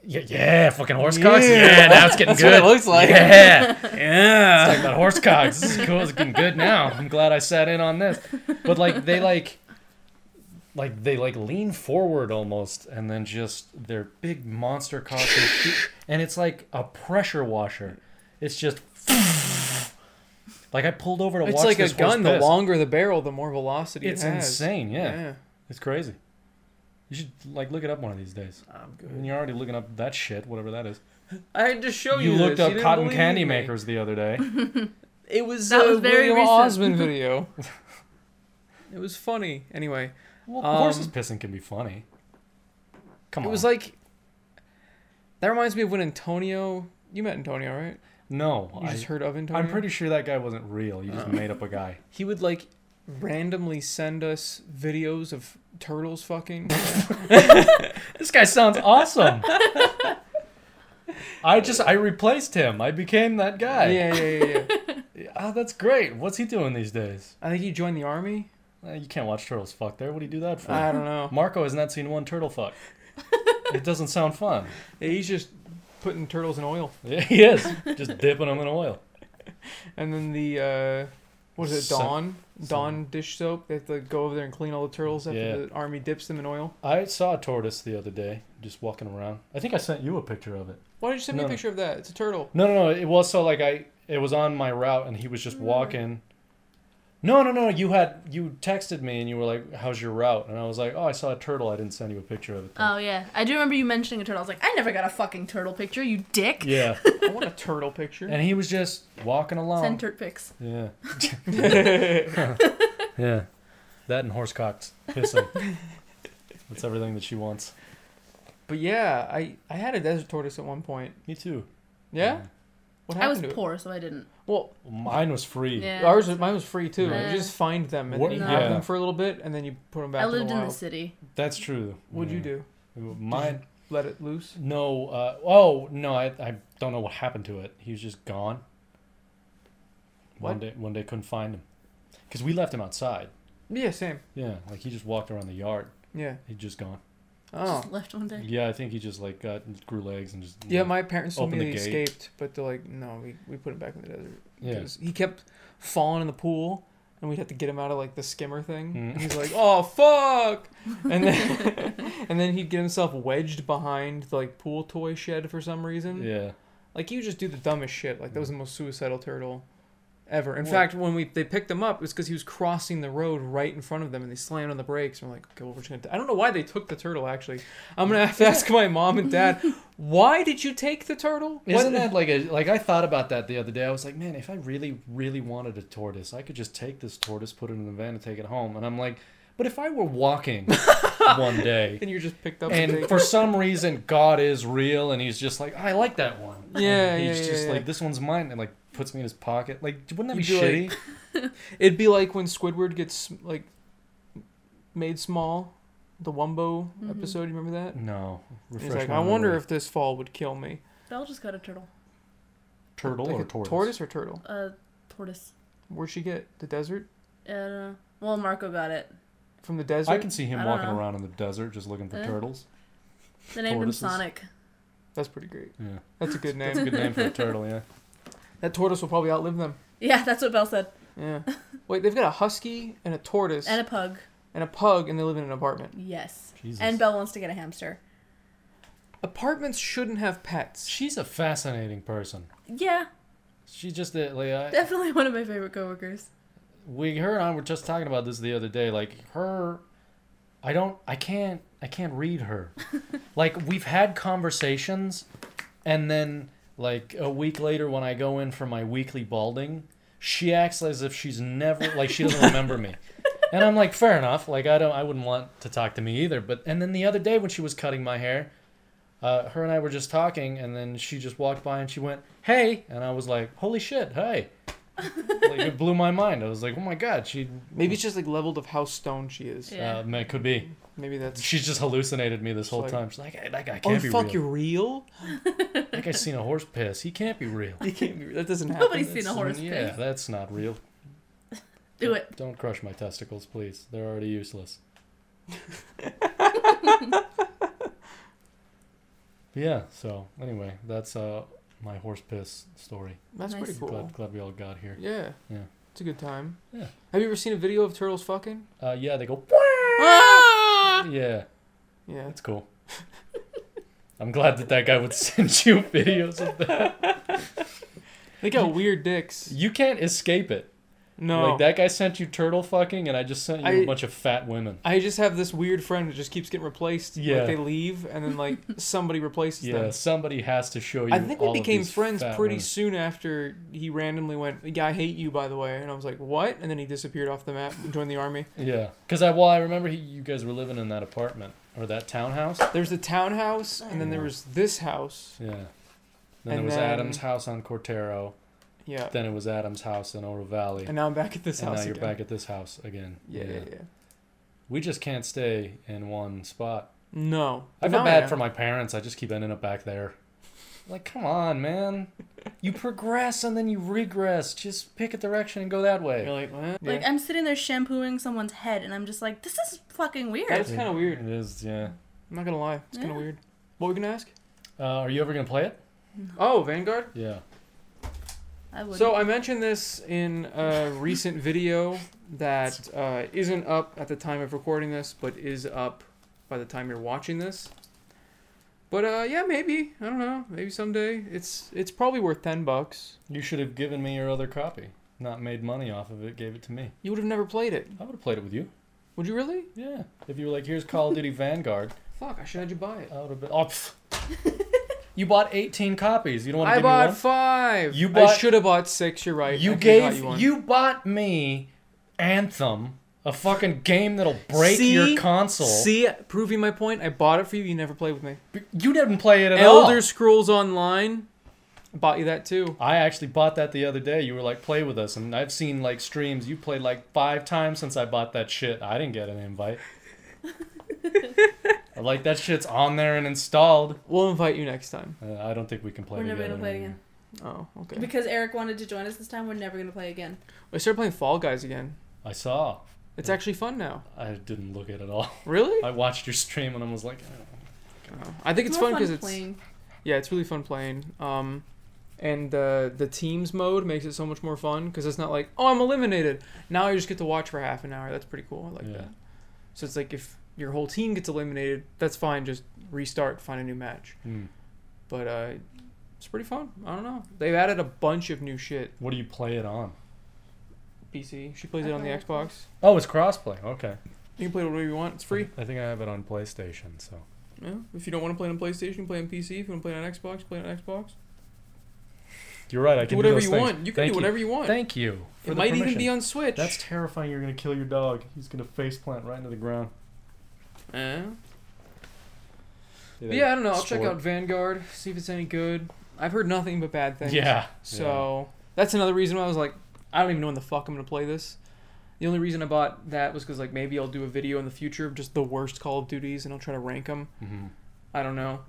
S2: yeah, yeah fucking horse cocks
S1: Yeah.
S2: yeah, now it's getting
S1: That's what
S2: good
S1: it looks like.
S2: yeah
S1: yeah.
S2: talking about horse cocks this is cool it's getting good now i'm glad i sat in on this but like they like like they like lean forward almost and then just their big monster cock is hu- and it's like a pressure washer it's just like i pulled over to
S1: It's
S2: watch
S1: like a
S2: this horse
S1: gun. The
S2: piss.
S1: longer the barrel, the more velocity
S2: it's
S1: it has.
S2: insane yeah. It's crazy. You should like look it up one of these days.
S1: I'm
S2: I mean,
S1: good.
S2: you're already looking up that shit, whatever that is.
S1: I had to show
S2: You
S1: Oh, you.
S2: looked
S1: this.
S2: up
S1: didn't
S2: cotton
S1: believe
S2: candy
S1: me.
S2: makers the other day.
S1: It was
S3: That
S1: a
S3: was very
S1: William
S3: recent.
S1: Osmond video. it was funny. Anyway,
S2: Well,
S1: Um,
S2: horses pissing can be funny. Come
S1: it
S2: on.
S1: was like. That reminds me of when Antonio. You met Antonio, right?
S2: no.
S1: You just
S2: I,
S1: heard of Antonio.
S2: I'm pretty sure that guy wasn't real. You just
S1: Oh.
S2: made up a guy.
S1: He would like randomly send us videos of turtles fucking.
S2: This guy sounds awesome. I just I replaced him. I became that
S1: yeah,
S2: guy.
S1: yeah, yeah, yeah.
S2: Ah, that's great. What's he doing these days?
S1: I think he joined the army.
S2: Uh, you can't watch turtles fuck there. What do you do that for?
S1: I don't know.
S2: Marco has not seen one turtle fuck. it doesn't sound fun.
S1: He's just putting turtles in oil,
S2: Yeah, he is. Just dipping them in oil.
S1: and then the uh, what is it?
S2: Sun-
S1: Dawn,
S2: sun-
S1: Dawn dish soap. They have to go over there and clean all the turtles after
S2: Yeah.
S1: the army dips them in oil.
S2: I saw a tortoise the other day, just walking around. I think I sent you a picture of it.
S1: Why did you send me
S2: No,
S1: a
S2: no.
S1: picture of that? It's a turtle.
S2: No, no, no. It was so like I, it was on my route, and he was just
S3: Mm.
S2: walking, No, no, no. You had you texted me and you were like, "How's your route?" And I was like, "Oh, I saw a turtle. I didn't send you a picture of it." though."
S3: Oh yeah, I do remember you mentioning a turtle. I was like, I never got a fucking turtle picture, you dick.
S2: Yeah.
S1: I want a turtle picture.
S2: and he was just walking
S1: Oh.
S2: along.
S3: Send turt pics.
S2: yeah.
S1: That's
S2: Yeah. That and horse cocks pissing. That's everything that she wants.
S1: But yeah, I I had a desert tortoise at one point.
S2: Me too.
S1: Yeah, what
S3: I
S1: happened
S3: was
S1: to it?
S3: poor, so I didn't.
S1: Well,
S2: Mine was free.
S3: Yeah.
S1: ours was, mine was free too.
S3: Yeah.
S1: You just find them and
S2: What-
S1: then you have
S2: yeah.
S1: them for a little bit, and then you put them back.
S3: I lived
S1: in,
S3: in
S1: the
S3: the
S1: wild.
S3: city.
S2: That's true.
S1: What'd you
S2: Yeah.
S1: do?
S2: Mm. Mine.
S1: Let it loose.
S2: No. Uh, oh no. I, I don't know what happened to it. He was just gone. One
S1: What?
S2: day. One day couldn't find him. Because we left him outside.
S1: Yeah, same.
S2: Yeah. Like he just walked around the yard.
S1: Yeah.
S2: He'd just gone.
S1: Oh.
S3: Just left one day.
S2: Yeah. I think he just like got grew legs and just.
S1: Yeah, my parents told
S2: Open
S1: me they
S2: the gate.
S1: escaped, but they're like, no, we, we put him back in the desert.
S2: Yeah.
S1: 'Cause He kept falling in the pool, and we'd have to get him out of like the skimmer thing.
S2: Mm.
S1: He's like, oh fuck, and then and then he'd get himself wedged behind the like pool toy shed for some reason.
S2: Yeah.
S1: Like you just do the dumbest shit. Like that was the most suicidal turtle ever. In
S2: Well-
S1: fact, when we they picked him up, it was because he was crossing the road right in front of them, and they slammed on the brakes. And we're like, okay, well, we're just gonna. T-. I don't know why they took the turtle. Actually, I'm gonna have to ask my mom and dad, why did you take the turtle?
S2: Isn't that like a like I thought about that the other day. I was like, man, if I really, really wanted a tortoise, I could just take this tortoise, put it in the van, and take it home. And I'm like, but if I were walking one day,
S1: And you're just picked up.
S2: and
S1: taken.
S2: for some reason God is real, and he's just like, I like that one.
S1: Yeah,
S2: And he's
S1: yeah, yeah,
S2: just
S1: yeah.
S2: like, this one's mine, and like puts me in his pocket. Like, wouldn't that
S1: You'd
S2: be
S1: be
S2: shitty?
S1: It'd be like when Squidward gets like made small, the Wumbo
S3: Mhm.
S1: episode. You remember that?
S2: no.
S1: He's
S2: Refresh
S1: like,
S2: my
S1: I wonder
S2: memory.
S1: if this fall would kill me.
S3: Belle just got a turtle.
S2: turtle
S1: Like
S2: or
S1: a
S2: tortoise.
S1: Tortoise or turtle?
S3: A tortoise.
S1: Where'd she get the desert?
S3: I don't know. Well, Marco got it.
S1: From the desert.
S2: I can see
S3: I
S2: him
S3: don't
S2: walking
S3: know.
S2: around in the desert just looking for
S3: Eh?
S2: turtles.
S3: They named
S2: Tortoises.
S3: him Sonic.
S1: That's pretty great.
S2: Yeah,
S1: That's a good name.
S2: that's a good name for a turtle. Yeah.
S1: That tortoise will probably outlive them.
S3: Yeah, that's what Belle said.
S1: Yeah. Wait, they've got a husky and a tortoise
S3: And a pug.
S1: and a pug, and they live in an apartment.
S3: Yes.
S2: Jesus.
S3: And Belle wants to get a hamster.
S1: Apartments shouldn't have pets.
S2: She's a fascinating person.
S3: Yeah,
S2: She's just a, like I,
S3: definitely one of my favorite coworkers.
S2: we her and I were just talking about this the other day. Like her, I don't, I can't, I can't read her. like we've had conversations, and then like a week later when I go in for my weekly balding, she acts as if she's never like she doesn't remember me. And I'm like, fair enough. Like I don't, I wouldn't want to talk to me either. But and then the other day when she was cutting my hair. Uh, her and I were just talking, and then she just walked by and she went, "Hey," and I was like, "Holy shit, hey!" like it blew my mind. I was like, oh my god, she
S1: Maybe it's just like leveled of how stoned she is.
S3: Yeah.
S2: uh, man could be.
S1: Maybe that's.
S2: She's just hallucinated me this whole
S1: like-
S2: time. She's like, I, that guy
S1: Oh
S2: can't be
S1: fuck,
S2: real.
S1: you're real.
S2: That Like I seen a horse piss. He can't be real.
S1: You can't be. That doesn't happen.
S3: Nobody's seen a horse
S2: yeah,
S3: piss.
S2: that's not real.
S3: Do it.
S2: Don't crush my testicles, please. They're already useless. yeah. So anyway, that's uh my horse piss story.
S1: That's
S3: Nice.
S1: pretty cool.
S2: Glad, glad we all got here.
S1: Yeah.
S2: Yeah.
S1: It's a good time.
S2: Yeah.
S1: Have you ever seen a video of turtles fucking?
S2: Uh, yeah, they go.
S3: Ah!
S2: Yeah,
S1: Yeah.
S2: that's cool. I'm glad that that guy would send you videos of that.
S1: They got weird dicks.
S2: You can't escape it.
S1: No.
S2: Like that guy sent you turtle fucking, and I just sent you a
S1: I-
S2: bunch of fat women.
S1: I just have this weird friend that just keeps getting replaced.
S2: Yeah.
S1: Like they leave and then like somebody replaces
S2: Yeah,
S1: them.
S2: somebody has to show you.
S1: I think we
S2: all of
S1: became
S2: these
S1: friends
S2: fat
S1: pretty
S2: women.
S1: soon after he randomly went, "Yeah, I hate you, by the way," and I was like, "What?" And then he disappeared off the map and joined the army.
S2: Yeah, because I well, I remember he, you guys were living in that apartment or that townhouse.
S1: There's the townhouse, and then there was this house.
S2: Yeah. Then there
S1: And
S2: was
S1: then-
S2: Adam's house on Cortero.
S1: Yeah.
S2: Then it was Adam's house in Oro Valley.
S1: And now I'm back at this
S2: and now
S1: house
S2: you're
S1: again.
S2: back at this house again.
S1: yeah, yeah, yeah,
S2: We just can't stay in one spot.
S1: No.
S2: I
S1: Now
S2: feel bad
S1: am.
S2: for my parents. I just keep ending up back there. Like, come on, man. You progress and then you regress. Just pick a direction and go that way.
S1: You're like, what?
S3: Like
S1: Yeah.
S3: I'm sitting there shampooing someone's head, and I'm just like, this is fucking weird.
S1: That's kind of weird.
S2: It is, yeah.
S1: I'm not gonna lie, it's kind
S3: Yeah.
S1: of weird. What were we gonna ask?
S2: Uh, are you ever gonna play it?
S1: Oh, Vanguard.
S2: Yeah.
S3: I would.
S1: So I mentioned this in a recent video that uh, isn't up at the time of recording this, but is up by the time you're watching this. But uh, yeah, maybe I don't know. Maybe someday it's it's probably worth ten bucks.
S2: You should have given me your other copy. not made money off of it, gave it to me.
S1: You would have never played it.
S2: I would have played it with you.
S1: Would you really?
S2: Yeah. If you were like, here's Call of Duty Vanguard,
S1: Fuck, I should have you buy it.
S2: I would have been. Oh, pff. you bought 18 copies. You don't want to
S1: I
S2: give me
S1: bought
S2: one?
S1: five.
S2: You
S1: I
S2: bought-
S1: should have bought six. You're right.
S2: You
S1: I could've got
S2: gave
S1: one.
S2: you bought me Anthem, a fucking game that'll break
S1: See?
S2: your console.
S1: See, proving my point. I bought it for you. You never played with me.
S2: You didn't play it at
S1: Elder Scrolls Online. I bought you that too.
S2: all. I actually bought that the other day. You were like, "Play with us," and I've seen like streams. You played like five times since I bought that shit. I didn't get an invite. I'm like that shit's on there and installed.
S1: We'll invite you next time.
S2: Uh, I don't think we can play
S3: We're never
S2: together.
S3: gonna play it
S2: anymore.
S3: again
S1: Oh, okay.
S3: because Eric wanted to join us this time. We're never gonna play again.
S1: I started playing Fall Guys again.
S2: I saw.
S1: It's actually fun now.
S2: I didn't look at it at all.
S1: Really?
S2: I watched your stream and I was like, oh.
S1: Oh. I think it's
S3: more
S1: fun because it's
S3: playing.
S1: yeah, it's really fun playing. Um, and uh, the teams mode makes it so much more fun because it's not like oh I'm eliminated. Now I just get to watch for half an hour. That's pretty cool. I like
S2: Yeah.
S1: that. So it's like if your whole team gets eliminated, that's fine. Just restart, find a new match.
S2: Hmm.
S1: But uh, it's pretty fun. I don't know. They've added a bunch of new shit.
S2: "What do you play it on?"
S1: PC. She plays
S3: I
S1: it on the
S3: don't know.
S1: Xbox.
S2: Oh, it's crossplay. Okay.
S1: You can play it whatever you want. It's free.
S2: I think I have it on PlayStation. So
S1: Yeah. If you don't want to play it on PlayStation, play it on PC. If you want to play it on Xbox, play it on Xbox.
S2: you're right. I
S1: Do
S2: can
S1: whatever
S2: do those
S1: you
S2: things.
S1: want. You can
S2: Thank
S1: do whatever you want.
S2: Thank you. for
S1: it
S2: the
S1: might even
S2: permission.
S1: be on Switch.
S2: That's terrifying. You're gonna kill your dog. He's gonna face plant right into the ground.
S1: Eh. But yeah, I don't know. I'll check out Vanguard, see if it's any good. I've heard nothing but bad things.
S2: Yeah.
S1: So that's another reason why I was like, I don't even know when the fuck I'm gonna play this. The only reason I bought that was because like maybe I'll do a video in the future of just the worst Call of Duties and I'll try to rank them.
S2: hmm
S1: I don't know.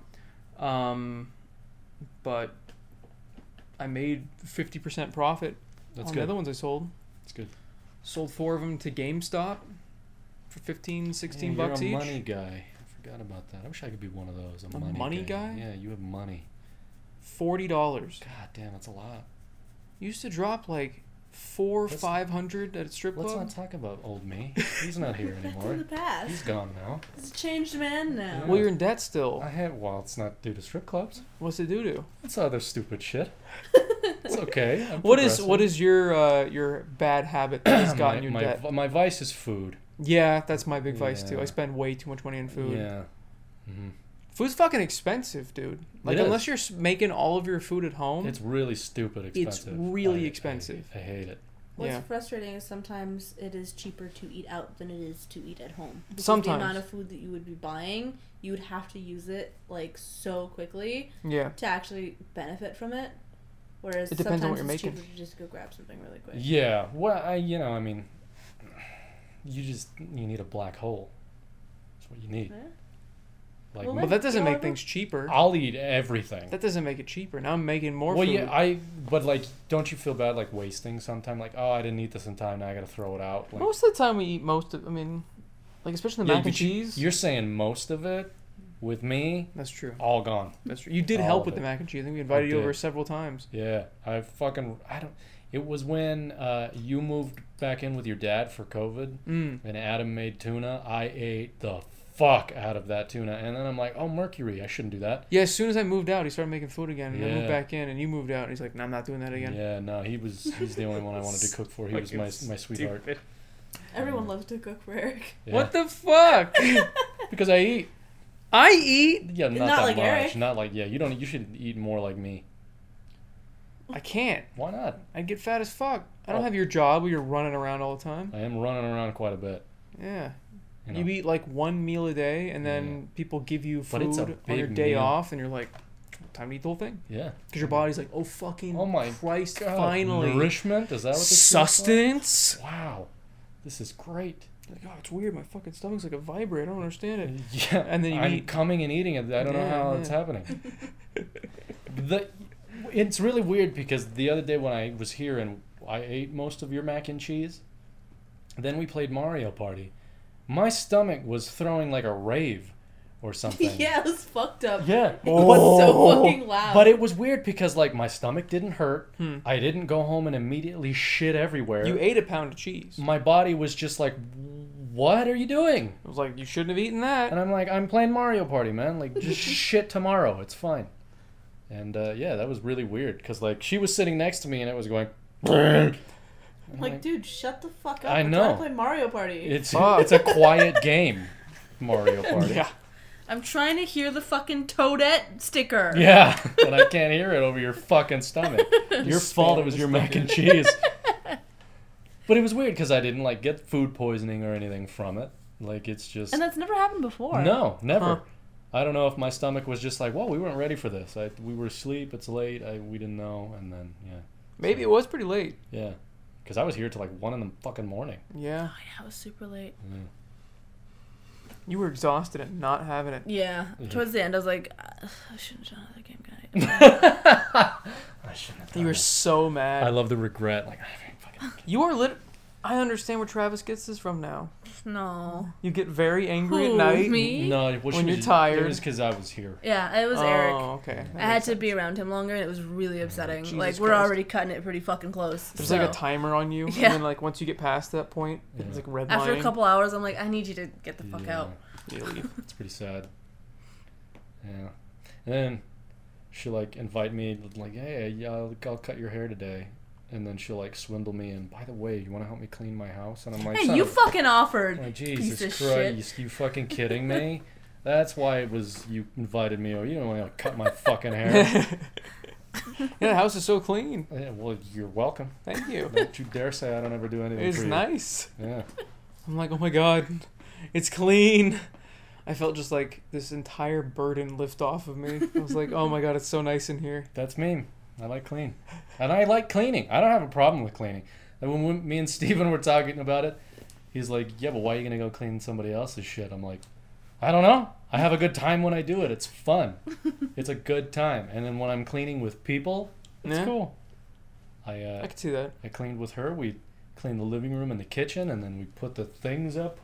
S1: Um, but I made 50% profit
S2: That's
S1: on the
S2: good.
S1: other ones I sold.
S2: That's good.
S1: Sold four of them to GameStop for 15, 16
S2: Yeah,
S1: bucks
S2: you're a
S1: each.
S2: Money guy. I forgot about that. I wish I could be one of those. A,
S1: A
S2: money,
S1: money guy?
S2: Yeah, you have money.
S1: $40.
S2: God damn, that's a lot.
S1: Used to drop like four,
S2: Let's-
S1: 500 at a strip
S2: Let's
S1: club.
S2: not talk about old me. He's not here
S3: That's in
S2: anymore.
S3: the past.
S2: He's gone now.
S3: He's a changed man now.
S1: Well, you're in debt still.
S2: I had. Well, it's not due to strip clubs.
S1: What's it due to?
S2: That's other stupid shit. It's okay. I'm
S1: What is
S2: progressive.
S1: what is your uh, your bad habit that has gotten
S2: my,
S1: you in
S2: my,
S1: debt?
S2: vi- My vice is food.
S1: Yeah, that's my big vice too. I
S2: Yeah.
S1: spend way too much money on food.
S2: Yeah. Mm-hmm.
S1: Food's fucking expensive, dude. Like
S2: It is.
S1: unless you're s- making all of your food at home,
S2: It's really stupid
S1: Um, It's
S2: expensive.
S1: really
S2: I- I-
S1: expensive.
S2: I, hate it.
S3: What's
S1: Yeah.
S3: frustrating is sometimes it is cheaper to eat out than it is to eat at home. Because
S1: Sometimes.
S3: the amount of food that you would be buying, you would have to use it like so quickly
S1: yeah.
S3: to actually benefit from it. Whereas
S1: It depends on what
S3: sometimes
S1: you're
S3: it's
S1: making.
S3: cheaper to just go grab something really quick.
S2: Yeah. Well, I, you know, I mean, you just you need a black hole. That's what you need.
S3: Yeah.
S2: Like,
S3: Well,
S1: But
S3: Like,
S1: that doesn't
S3: you know,
S1: make
S3: I
S1: things cheaper.
S2: I'll eat everything.
S1: That doesn't make it cheaper. Now I'm making more
S2: well,
S1: food.
S2: yeah, I. But like, don't you feel bad like wasting sometime? Like, oh, I didn't eat this in time. Now I gotta throw it out. Like,
S1: most of the time we eat most of. I mean, like especially the
S2: Yeah,
S1: mac and
S2: but you-
S1: cheese.
S2: You're Oh. saying most of it. With me,
S1: that's true.
S2: all gone.
S1: That's true. You did
S2: All
S1: help
S2: of
S1: with the
S2: it.
S1: mac and cheese. I think we invited you over
S2: Oh, did.
S1: several times.
S2: Yeah, I fucking I don't. It was when uh, you moved back in with your dad for COVID,
S1: Mm.
S2: and Adam made tuna. I ate the fuck out of that tuna, and then I'm like, oh mercury, I shouldn't do that.
S1: Yeah, as soon as I moved out, he started making food again, and I moved
S2: Yeah.
S1: back in, and you moved out, and he's like, "No, I'm not doing that again."
S2: Yeah, no, he was he's the only one I wanted to cook for. He was my my sweetheart.
S3: Everyone loves to cook for Eric.
S2: Yeah.
S1: What the fuck?
S2: Because I eat.
S1: I eat.
S2: Yeah, not,
S3: Not
S2: that
S3: like
S2: much.
S3: Eric.
S2: Not like yeah. You don't. You should eat more like me.
S1: I can't.
S2: Why not?
S1: I'd get fat as fuck. I don't
S2: Oh.
S1: have your job where you're running around all the time.
S2: I am running around quite a bit.
S1: Yeah.
S2: You
S1: You,
S2: know.
S1: eat like one meal a day, and then people give you
S2: But it's a
S1: food on your
S2: big
S1: day
S2: meal.
S1: off, and you're like, "Time to eat the whole thing,"
S2: yeah.
S1: because your body's like, "Oh fucking
S2: Oh my
S1: Christ!
S2: God,
S1: finally,
S2: nourishment is that what this is called?
S1: sustenance."
S2: Wow, this is great.
S1: Like, oh, it's weird. My fucking stomach's like a vibrator. I don't understand it.
S2: Yeah,
S1: And then you
S2: I'm
S1: eat-
S2: coming and eating it. I don't know
S1: Yeah,
S2: how
S1: yeah.
S2: it's happening. the, it's really weird because the other day when I was here and I ate most of your mac and cheese, then we played Mario Party. My stomach was throwing like a rave or something.
S3: yeah, it was fucked up.
S2: Yeah.
S3: It was
S1: Oh.
S3: so fucking loud.
S2: But it was weird because like my stomach didn't hurt.
S1: Hmm.
S2: I didn't go home and immediately shit everywhere.
S1: You ate a pound of cheese.
S2: my body was just like, "What are you doing?"
S1: I was like, "You shouldn't have eaten that."
S2: And I'm like, I'm playing Mario Party, man. Like, just shit tomorrow. It's fine. And uh, yeah, that was really weird because like she was sitting next to me and it was going, And I'm
S3: Like, dude, shut the fuck up.
S2: I
S3: We're
S2: know.
S3: trying to play Mario Party.
S2: It's
S1: Ah.
S2: it's a quiet game, Mario Party.
S1: Yeah.
S3: I'm trying to hear the fucking Toadette sticker.
S2: Yeah, but I can't hear it over your fucking stomach. Your
S1: Just
S2: fault it
S1: spam
S2: was
S1: the
S2: your mac and cheese. but it was weird because I didn't like get food poisoning or anything from it. Like it's just
S3: And that's never happened before.
S2: no, never.
S1: Huh.
S2: I don't know if my stomach was just like, well, we weren't ready for this. I, we were asleep. It's late. I, we didn't know. And then yeah,
S1: Maybe it was pretty late.
S2: yeah, because I was here till like one in the fucking morning.
S1: Yeah.
S3: Oh, yeah, it was super late.
S1: You were exhausted at not having it.
S3: Yeah.
S2: Mhm.
S3: Towards the end, I was like, "Ugh, I shouldn't have done another game, guy.
S2: I shouldn't have
S1: You
S2: done
S1: were
S2: that.
S1: so
S2: I
S1: mad.
S2: love the regret. Like I fucking.
S1: You are lit. I understand where Travis gets this from now.
S3: no.
S1: You get very angry
S3: Who,
S1: at night.
S3: Me?
S2: No, it was-
S1: When you're
S2: it was-
S1: tired.
S2: It was because I was here.
S3: Yeah, it was
S1: oh,
S3: Eric.
S1: okay.
S3: I had to be around him longer, and it was really upsetting.
S1: Oh, Jesus
S3: like, we're
S1: Christ.
S3: already cutting it pretty fucking close.
S1: There's
S3: so-
S1: like a timer on you,
S3: Yeah.
S1: and then like once you get past that point, it's
S2: Yeah.
S1: like red
S3: After a
S1: lining.
S3: couple hours, I'm like, I need you to get the fuck
S2: Yeah,
S3: out.
S1: You leave.
S2: It's pretty sad. Yeah, and then she like invite me like, hey, yeah, I'll, I'll cut your hair today, and then she'll like swindle me and by the way, you want to help me clean my house? And I'm like,
S3: Hey,
S2: "Son
S3: you
S2: of a
S3: fucking offered.
S2: Like
S3: piece
S2: Jesus
S3: of
S2: Christ, you fucking kidding me? That's why it was you invited me. over. you don't want to cut my fucking hair.
S1: yeah, the house is so clean.
S2: yeah, well, you're welcome.
S1: Thank you.
S2: Don't you dare say I don't ever do anything
S1: It's
S2: for you.
S1: nice.
S2: Yeah,
S1: I'm like, oh my god, it's clean. I felt just like this entire burden lift off of me. I was like, oh my god, it's so nice in here.
S2: that's me. I like clean, and I like cleaning. I don't have a problem with cleaning. And when we, me and Steven were talking about it, he's like, "Yeah, but why are you gonna go clean somebody else's shit?" I'm like, "I don't know. I have a good time when I do it. It's fun. it's a good time. And then when I'm cleaning with people, it's
S1: Yeah.
S2: cool. I uh,
S1: I could see that.
S2: I cleaned with her. We cleaned the living room and the kitchen, and then we put the things up.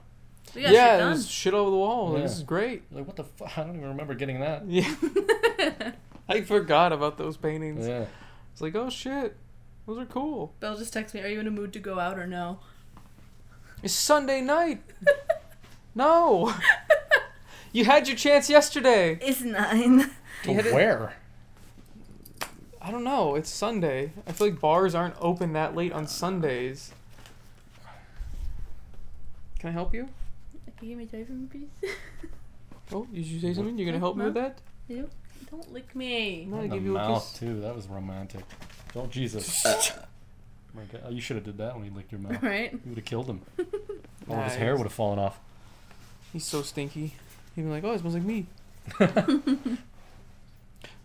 S3: We got
S1: Yeah,
S3: shit done.
S1: there's shit over the wall. Like,
S2: Yeah.
S1: This is great.
S2: Like, what the fuck? I don't even remember getting that.
S1: Yeah. I forgot about those paintings.
S2: Yeah.
S1: It's like, oh shit, those are cool.
S3: Belle just texted me, Are you in a mood to go out or no?
S1: It's Sunday night. no. you had your chance yesterday.
S3: It's nine.
S1: You had
S2: To
S1: it-
S2: where?
S1: I don't know. It's Sunday. I feel like bars aren't open that late on Sundays. Can I help you?
S3: Can you give me diamond piece?
S1: Oh, did you say something? You're gonna help me with that?
S3: Don't lick me.
S1: No, I
S2: In the
S1: give you a
S2: mouth
S1: kiss.
S2: too. That was romantic. Oh Jesus! My God, Oh, you should have did that when he licked
S1: Oh.
S2: your mouth.
S3: Right?
S2: You would have killed him. All of
S1: Nice.
S2: Oh, his hair would have fallen off.
S1: He's so stinky. He'd be like, "Oh, it smells like me." but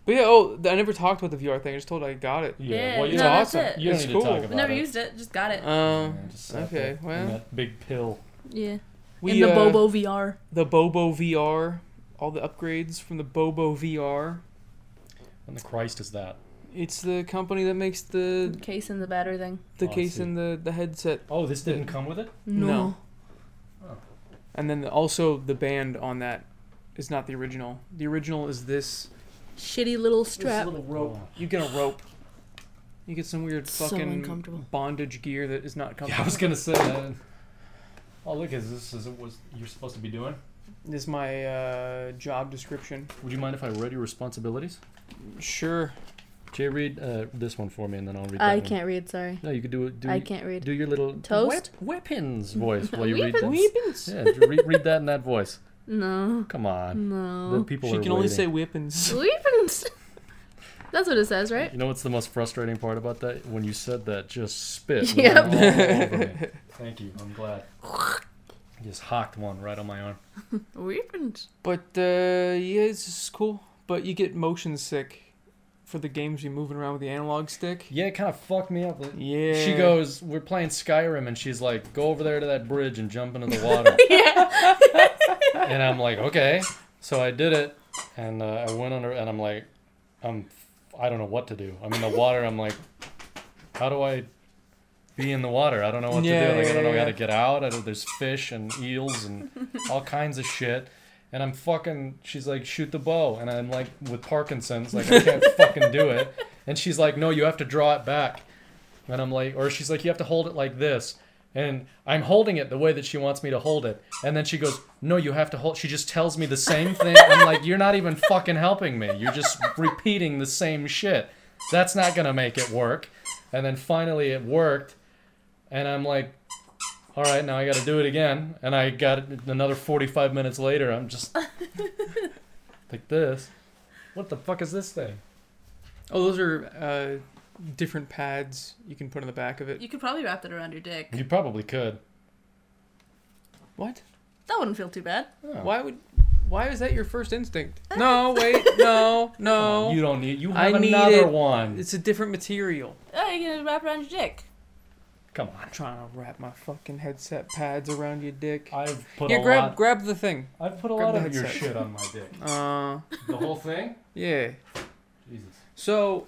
S1: yeah. Oh, th- I never talked about the VR thing. I just told her I got it.
S3: Yeah,
S2: well, you
S1: It's
S3: no,
S2: don't,
S3: that's
S1: awesome.
S3: it.
S2: you don't
S1: It's
S2: need
S1: cool.
S2: to talk
S3: I've
S2: about
S3: never
S2: it.
S3: used it, just got it.
S1: Um,
S2: Yeah, just sat
S1: okay,
S2: there in
S1: well.
S2: that big pill.
S3: yeah.
S1: we
S3: in the
S1: uh,
S3: Bobo VR.
S1: the Bobo VR, all the upgrades from the Bobo VR.
S2: When the Christ is that?
S1: It's the company that makes the
S3: case and the battery thing.
S1: the
S2: Oh, I
S1: case
S2: see.
S1: and the the headset,
S2: Oh, this didn't come with it.
S1: No. No. and then also the band on that is not the original. The original is this.
S3: Shitty little
S1: This
S3: strap.
S1: little rope. You get a rope. You get some weird
S3: So
S1: fucking
S3: uncomfortable.
S1: bondage gear that is not
S2: Yeah, I
S1: comfortable.
S2: was gonna say that. Oh, look, is this is it was you're supposed to be doing?
S1: This is my uh, job description.
S2: Would you mind if I read your responsibilities?
S1: Sure.
S2: Jay, read uh, this one for me, and then I'll read. That
S3: I
S2: one.
S3: can't read, sorry.
S2: No, you could do it. Do
S3: I
S2: you-
S3: can't read.
S2: Do your little
S3: Toast?
S2: wep- weapons voice while you read that.
S1: Weepins.
S2: Yeah, ju- read, read that in that voice.
S3: No.
S2: Come on, the
S3: No.
S2: people
S1: She
S2: are
S1: can only
S2: waiting.
S1: say weapons.
S3: Weepins. That's what it says, right?
S2: You know what's the most frustrating part about that? When you said that, just spit.
S3: Yep.
S2: went all over me. Thank you. I'm glad. Just hocked one right on my arm.
S3: Weepins.
S1: But uh, yeah, it's just cool. But you get motion sick for the games you're moving around with the analog stick.
S2: Yeah, it kind of fucked me up. like-
S1: Yeah.
S2: She goes, we're playing Skyrim, and she's like, go over there to that bridge and jump into the water.
S3: yeah.
S2: and I'm like, okay. So I did it, and uh, I went under, and I'm like, I'm, I don't know what to do. I'm in the water. I'm like, how do I be in the water? I don't know what
S1: Yeah,
S2: to do. Like,
S1: yeah,
S2: I don't know
S1: yeah,
S2: how to
S1: yeah.
S2: get out. I don't, there's fish and eels and all kinds of shit. And I'm fucking. She's like, shoot the bow, and I'm like, with Parkinson's, like I can't fucking do it. And she's like, no, you have to draw it back. And I'm like, or she's like, you have to hold it like this. And I'm holding it the way that she wants me to hold it. And then she goes, no, you have to hold. She just tells me the same thing. I'm like, you're not even fucking helping me. You're just repeating the same shit. That's not going to make it work. And then finally it worked. and I'm like, all right, now I got to do it again. And I got it another 45 minutes later. I'm just like this. What the fuck is this thing?
S1: Oh, those are uh, different pads you can put on the back of it.
S3: You could probably wrap that around your dick.
S2: You probably could.
S1: What?
S3: That wouldn't feel too bad.
S2: Oh.
S1: Why would? Why is that your first instinct? No, wait, no, no.
S2: You don't need. You
S1: I
S2: have
S1: need
S2: another
S1: it.
S2: one.
S1: It's a different material.
S3: Oh, you can wrap around your dick.
S2: Come on.
S1: I'm trying to wrap my fucking headset pads around your dick.
S2: I've put
S1: yeah,
S2: a
S1: grab
S2: lot.
S1: grab the thing.
S2: I've put a
S1: grab
S2: lot
S1: the
S2: of your
S1: headset.
S2: shit on my dick.
S1: Uh,
S2: The whole thing.
S1: yeah.
S2: Jesus.
S1: So,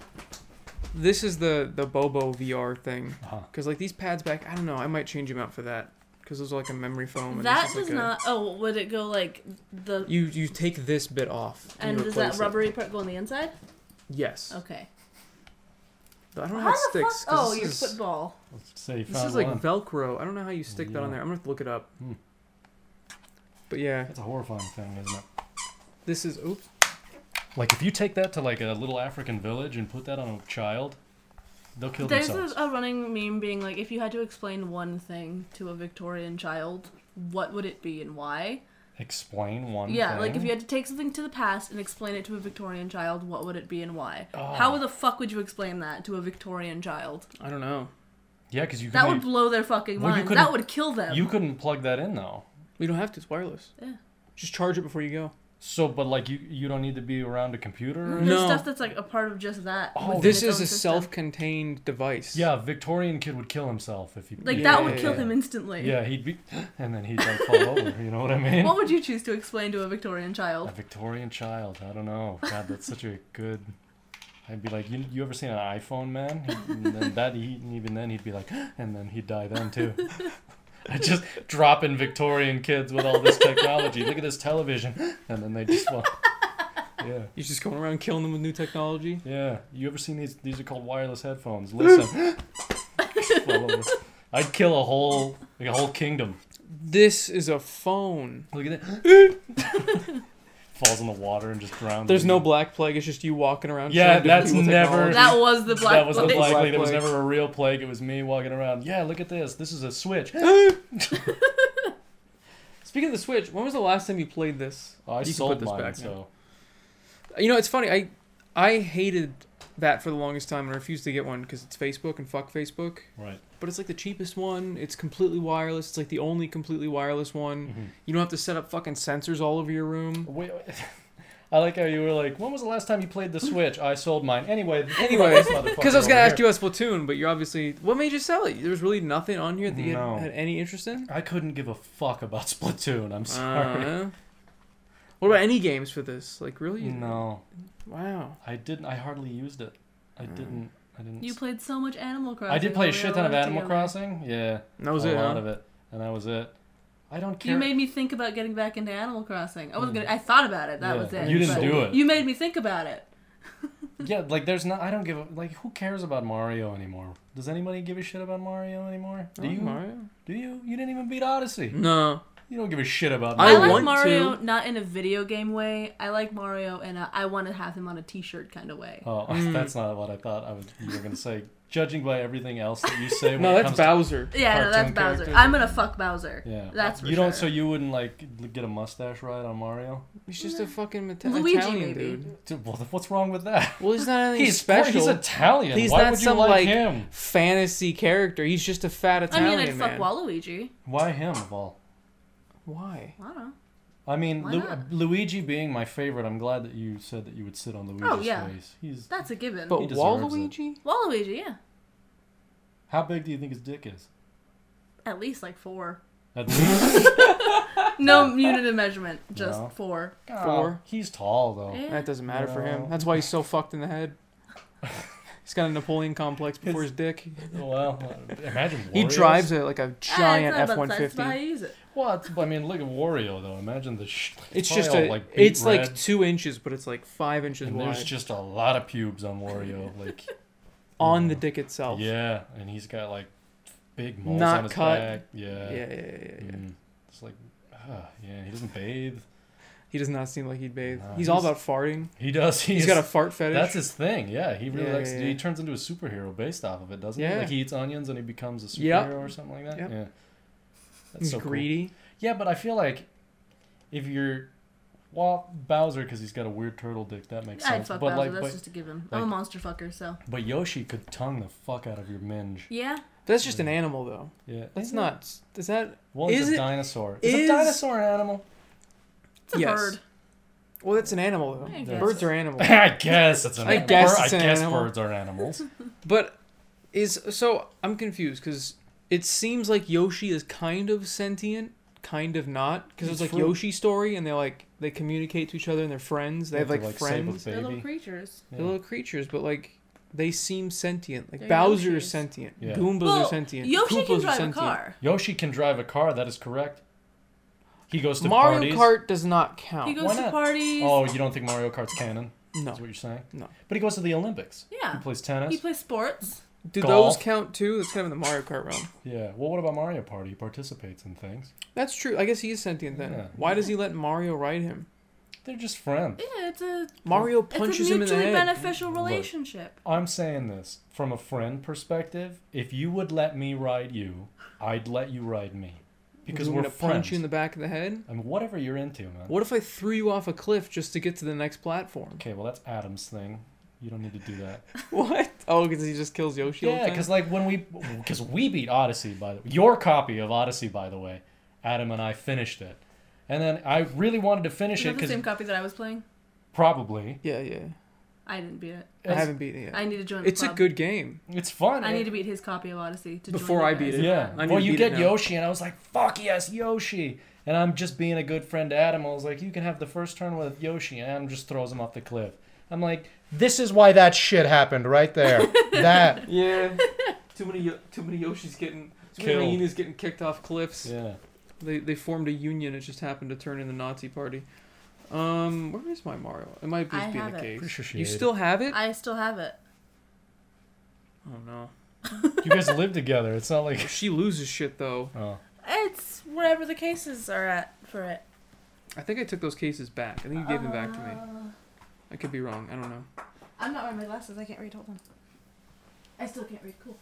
S1: this is the the Bobo VR thing.
S2: Uh-huh.
S1: Cause like these pads back, I don't know. I might change them out for that. Cause those are like a memory foam. and
S3: that
S1: this is
S3: does
S1: like a-
S3: not. Oh, would it go like the?
S1: You you take this bit off.
S3: and does that
S1: replace it.
S3: rubbery part go on the inside?
S1: Yes.
S3: Okay.
S1: But I don't know
S3: How
S1: how it
S3: the
S1: sticks.
S3: fuck? Oh,
S1: this
S3: your
S1: is,
S3: football.
S2: Let's say you
S1: This
S2: found
S1: is like
S2: one.
S1: Velcro. I don't know how you stick that on
S2: Yeah.
S1: there. I'm gonna have to look it up.
S2: Hmm.
S1: But yeah,
S2: That's a horrifying thing, isn't it?
S1: this is. Oops.
S2: Like if you take that to like a little African village and put that on a child, they'll kill
S3: There's
S2: themselves.
S3: a, a running meme being like, if you had to explain one thing to a Victorian child, what would it be and why?
S2: Explain one.
S3: yeah,
S2: thing.
S3: like if you had to take something to the past and explain it to a Victorian child, what would it be and why?
S2: Oh.
S3: How the fuck would you explain that to a Victorian child?
S1: I don't know.
S2: Yeah, because you
S3: That
S2: couldn't.
S3: would blow their fucking
S2: Well, you
S3: mind.
S2: couldn't-
S3: That would kill them.
S2: you couldn't plug that in though.
S1: We don't have to. It's wireless.
S3: Yeah.
S1: Just charge it before you go.
S2: So, but like you, you don't need to be around a computer.
S3: There's
S1: No.
S3: stuff that's like a part of just that.
S2: Oh,
S3: within
S1: this is
S3: its own
S1: a
S3: system.
S1: self-contained device.
S2: Yeah, a Victorian kid would kill himself if he.
S3: Like
S1: Yeah,
S3: that would
S1: yeah,
S3: kill
S1: yeah.
S3: him instantly.
S2: Yeah, he'd be, and then he'd like fall over. You know what I mean?
S3: What would you choose to explain to a Victorian
S2: A
S3: child?
S2: Victorian child. I don't know. God, that's such a good. I'd be like, you, you ever seen an iPhone man? He- And then that, he, and even then, he'd be like, and then he'd die then too. I just drop in Victorian kids with all this technology. Look at this television, and then they just fall. Yeah,
S1: You're just going around killing them with new technology.
S2: yeah. You ever seen these? These are called wireless headphones. Listen. Fall over. I'd kill a whole, like a whole kingdom.
S1: This is a phone.
S2: Look at that. Falls in the water and just drowns.
S1: There's
S2: in
S1: no
S2: it.
S1: black plague. It's just you walking around.
S2: Yeah,
S1: showing different
S2: that's
S1: people
S2: never-
S1: technology.
S3: That was the black.
S2: that was the
S3: Plague.
S2: blague.
S1: Black
S2: There was
S1: plague.
S2: never a real plague. It was me walking around. Yeah, look at this. This is a switch.
S1: Speaking of the Switch, when was the last time you played this?
S2: Oh, I
S1: you can
S2: sold
S1: put this
S2: mine.
S1: back now.
S2: so
S1: You know, it's funny. I I hated that for the longest time and refused to get one because it's Facebook and fuck Facebook.
S2: right.
S1: But it's like the cheapest one. It's completely wireless. It's like the only completely wireless one.
S2: Mhm.
S1: You don't have to set up fucking sensors all over your room.
S2: Wait, wait. I like how you were like, when was the last time you played the Switch? I sold mine. Anyway, the thing
S1: Anyway,
S2: about this motherfucker
S1: Because I was gonna
S2: over
S1: ask
S2: here-
S1: you about Splatoon, but you're obviously what made you sell it? There was really nothing on here that you had-
S2: No.
S1: had any interest in.
S2: I couldn't give a fuck about Splatoon. I'm sorry.
S1: Uh, what about any games for this? Like really?
S2: no,
S1: Wow.
S2: I didn't. I hardly used it. I
S1: Uh.
S2: didn't. I didn't.
S3: You played so much Animal Crossing.
S2: I did play a
S3: when we
S2: shit
S3: all
S2: ton of
S3: went
S2: Animal
S3: together.
S2: Crossing. Yeah,
S1: And That was
S2: a
S1: it.
S2: lot
S1: huh?
S2: of it, and that was it. I don't care.
S3: You made me think about getting back into Animal Crossing. I was
S2: Mm.
S3: gonna. I thought about it. That
S2: Yeah.
S3: was it.
S2: You
S3: but
S2: didn't do it.
S3: You made me think about it.
S2: Yeah, like there's not. I don't give a like. Who cares about Mario anymore? Does anybody give a shit about Mario anymore? Do
S1: Oh,
S2: you?
S1: Mario?
S2: Do you? You didn't even beat Odyssey.
S1: No.
S2: You don't give a shit about
S1: I
S2: Mario.
S3: like
S1: want
S3: Mario
S1: to.
S3: not in a video game way. I like Mario in a I want to have him on a T-shirt kind of way.
S2: Oh,
S1: Mm.
S2: that's not what I thought I was. You were gonna say. Judging by everything else that you say. When
S1: No,
S2: it
S1: that's
S2: comes
S1: Bowser.
S3: yeah, no, that's
S2: cartoon
S3: Bowser.
S2: characters.
S3: I'm gonna fuck Bowser.
S2: To, yeah.
S3: That's for
S2: you don't.
S3: sure.
S2: So you wouldn't like get a mustache ride on Mario.
S1: He's just a fucking Ita-
S3: Luigi,
S1: Italian
S3: maybe.
S1: dude.
S2: Dude, well, what's wrong with that?
S1: Well, he's not anything
S2: He's
S1: special.
S2: He's Italian.
S1: He's
S2: Why
S1: not
S2: would you
S1: some,
S2: like,
S1: like-
S2: him?
S1: fantasy character. He's just a fat
S3: I
S1: Italian
S3: mean, I'd fuck
S1: man.
S3: Waluigi.
S2: Why him of all?
S1: Why?
S3: I don't know.
S2: I mean,
S3: Why
S2: Lu-
S3: not?
S2: Luigi being my favorite, I'm glad that you said that you would sit on Luigi's
S3: Oh, yeah.
S2: face. He's
S3: That's a given.
S1: But
S2: He deserves
S1: Waluigi?
S3: Waluigi, yeah,
S2: how big do you think his dick is?
S3: at least like four.
S2: At least
S3: No unit of measurement, just
S2: No.
S3: four.
S1: Four.
S2: He's tall though.
S3: Yeah.
S1: That doesn't matter for
S2: No.
S1: him. That's why he's so fucked in the head. he's got a Napoleon complex before his dick.
S2: Well, uh, imagine Wario.
S1: He drives it like a giant
S3: Ah, it's not
S1: F
S3: about
S1: one
S3: size, it's about how
S1: fifty.
S3: you use it.
S2: Well, it's- I mean, look at Wario though. Imagine the. Sh-
S1: It's
S2: probably
S1: just
S2: all,
S1: a.
S2: like, beet
S1: it's
S2: red,
S1: like two inches, but it's like five inches
S2: and
S1: wide
S2: there's just a lot of pubes on Wario. Like,
S1: on the dick itself.
S2: Mm. yeah, and he's got like big moles
S1: Not
S2: on his
S1: cut.
S2: back.
S1: Yeah.
S2: Yeah.
S1: Yeah. Yeah. yeah, yeah.
S2: Mm. It's like, ah, yeah. He doesn't bathe.
S1: He He does not seem like he'd bathe.
S2: No,
S1: he's, all
S2: he's-
S1: about farting.
S2: He does.
S1: He's
S2: He's
S1: got a fart fetish.
S2: That's his thing. Yeah, he really
S1: Yeah,
S2: likes.
S1: yeah,
S2: He
S1: yeah.
S2: turns into a superhero based off of it, doesn't
S1: Yeah.
S2: he? Like he eats onions and he becomes a superhero
S1: Yep.
S2: or something like that.
S1: Yep.
S2: Yeah,
S1: he's
S2: cool.
S1: greedy.
S2: Yeah, but I feel like if you're well Bowser because he's got a weird turtle dick, that makes
S3: I'd
S2: sense.
S3: fuck
S2: But
S3: Bowser.
S2: like,
S3: That's
S2: but,
S3: just to give him. I'm
S2: like-
S3: a monster fucker, so
S2: but Yoshi could tongue the fuck out of your minge.
S3: yeah.
S1: That's just an animal though.
S2: Mm. Yeah,
S1: That's not. Is that?
S2: Well, he's
S1: is
S2: a
S1: it-
S2: dinosaur.
S1: is-
S2: Is a dinosaur an animal?
S3: It's a
S1: Yes.
S3: bird.
S1: Well, that's an animal though.
S3: I
S2: guess.
S1: Birds are animals.
S2: I guess it's an
S1: I
S2: animal.
S1: guess
S2: Or
S1: it's
S2: I
S1: an
S2: guess
S1: animal.
S2: birds are animals.
S1: But is so I'm confused because it seems like Yoshi is kind of sentient, kind of not. Because it's
S2: It's
S1: like
S2: fruit.
S1: Yoshi story, and they like they communicate to each other and they're friends. They have like, friends.
S2: Save a
S3: They're little
S2: baby.
S3: creatures.
S1: They're
S2: Yeah.
S1: little creatures, but like they seem sentient. Like
S3: They're
S1: Bowser
S3: Yoshis.
S1: is sentient.
S2: Yeah.
S1: Goombas
S3: well,
S1: are sentient.
S3: Yoshi
S1: Koopas
S3: can
S1: are
S3: drive a
S1: sentient.
S3: car.
S2: Yoshi can drive a car. That is correct. He goes to
S1: Mario
S2: parties.
S1: Kart does not count.
S3: He
S2: Why
S3: goes to
S2: not?
S3: parties.
S2: Oh, you don't think Mario Kart's canon?
S1: no.
S2: Is what you're saying?
S1: No.
S2: But he goes to the Olympics. He
S3: yeah.
S2: plays tennis.
S3: He plays sports.
S1: Do
S2: Golf.
S1: those count too? That's kind of in the Mario Kart realm.
S2: yeah. Well, what about Mario Party? He participates in things.
S1: That's true. I guess he is sentient then.
S2: Yeah.
S1: Why does he let Mario ride him?
S2: They're just friends.
S3: Yeah, it's a
S1: Mario
S3: it's a
S1: punches him in the head.
S3: mutually beneficial
S2: Look.
S3: relationship.
S2: I'm saying this from a friend perspective. If you would let me ride you, I'd let you ride me, because
S1: You
S2: we're
S1: want me to
S2: friends.
S1: punch you in the back of the head.
S2: I mean, whatever you're into, man.
S1: What if I threw you off a cliff just to get to the next platform?
S2: Okay, well that's Adam's thing. You don't need to do that.
S1: What? Oh, because he just kills Yoshi. all the
S2: yeah,
S1: time?
S2: because like when we, because we beat Odyssey by the your copy of Odyssey by the way, Adam and I finished it, and then I really wanted to
S3: Is
S2: finish it
S3: that the
S2: because
S3: same copy that I was playing?
S2: probably
S1: yeah, yeah.
S3: I didn't beat it.
S1: I
S2: It's-
S1: haven't beaten it yet.
S3: I need to join the
S1: it's a
S3: club.
S1: good game.
S2: it's fun.
S3: I need to beat his copy of Odyssey to
S1: Before
S3: join
S1: I
S3: you guys.
S1: beat it.
S2: Yeah.
S1: I need
S2: Well,
S1: to
S2: you
S1: beat it
S2: get
S1: now.
S2: Yoshi, and I was like, fuck yes, Yoshi. And I'm just being a good friend to Adam. I was like, you can have the first turn with Yoshi. And Adam just throws him off the cliff. I'm like, this is why that shit happened right there. that.
S1: Yeah. too many Yo- too many Yoshis getting too
S2: Killed.
S1: many hyenas getting kicked off cliffs.
S2: Yeah.
S1: They they formed a union. It just happened to turn in the Nazi party. Um, where is my Mario? It might
S3: I
S1: just be in
S3: have
S1: the
S3: it.
S1: case.
S2: Pretty sure she
S1: you
S2: ate
S1: still have it?
S3: I still have it.
S1: oh no.
S2: You guys live together. It's not like.
S1: She loses shit though.
S2: Oh.
S3: It's wherever the cases are at for it.
S1: I think I took those cases back. I think you gave them back to me.
S3: Uh,
S1: I could be wrong. I don't know.
S3: I'm not wearing my glasses. I can't read. Hold on. I still can't read. Cool.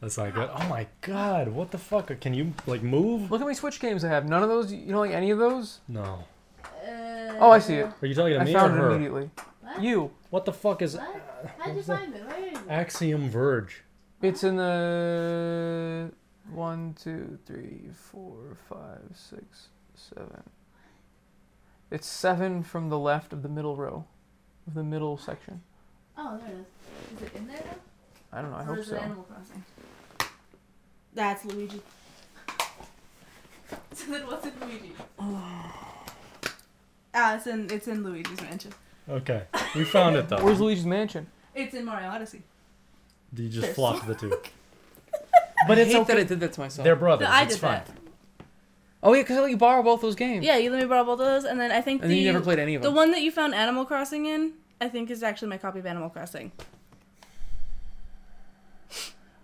S2: That's not good. Oh my god. What the fuck? Can you, like, move?
S1: Look how many Switch games I have. None of those. You don't like any of those?
S2: No.
S3: Uh,
S1: Oh, I see it.
S2: Are you talking to
S1: I
S2: me
S1: found
S2: or
S1: it
S2: her?
S1: immediately.
S3: What?
S1: You.
S2: What the fuck is
S3: What? How'd you
S2: What's that?
S3: find it? Where is it?
S2: Axiom Verge?
S1: It's in the one, two, three, four, five, six, seven. It's seven from the left of the middle row, of the middle section.
S3: Oh, there it is. Is it in there? Though?
S1: I don't know. I
S3: or
S1: hope
S3: is it
S1: so.
S3: Animal Crossing? That's Luigi. so then, what's in Luigi? ah, it's in it's in Luigi's Mansion.
S2: Okay. We found it, though.
S1: Where's Luigi's Mansion?
S3: It's in Mario Odyssey.
S2: you just
S3: This.
S2: flopped the two. But it's
S1: I hate
S2: okay.
S1: that I did that to myself.
S2: They're brothers.
S3: I
S2: it's
S3: did
S2: fine.
S3: that.
S1: Oh yeah, because I let you borrow both those games.
S3: Yeah, you let me borrow both of those, and then I think
S1: And
S3: the
S1: then you never played any of
S3: the
S1: them.
S3: one that you found Animal Crossing in, I think is actually my copy of Animal Crossing.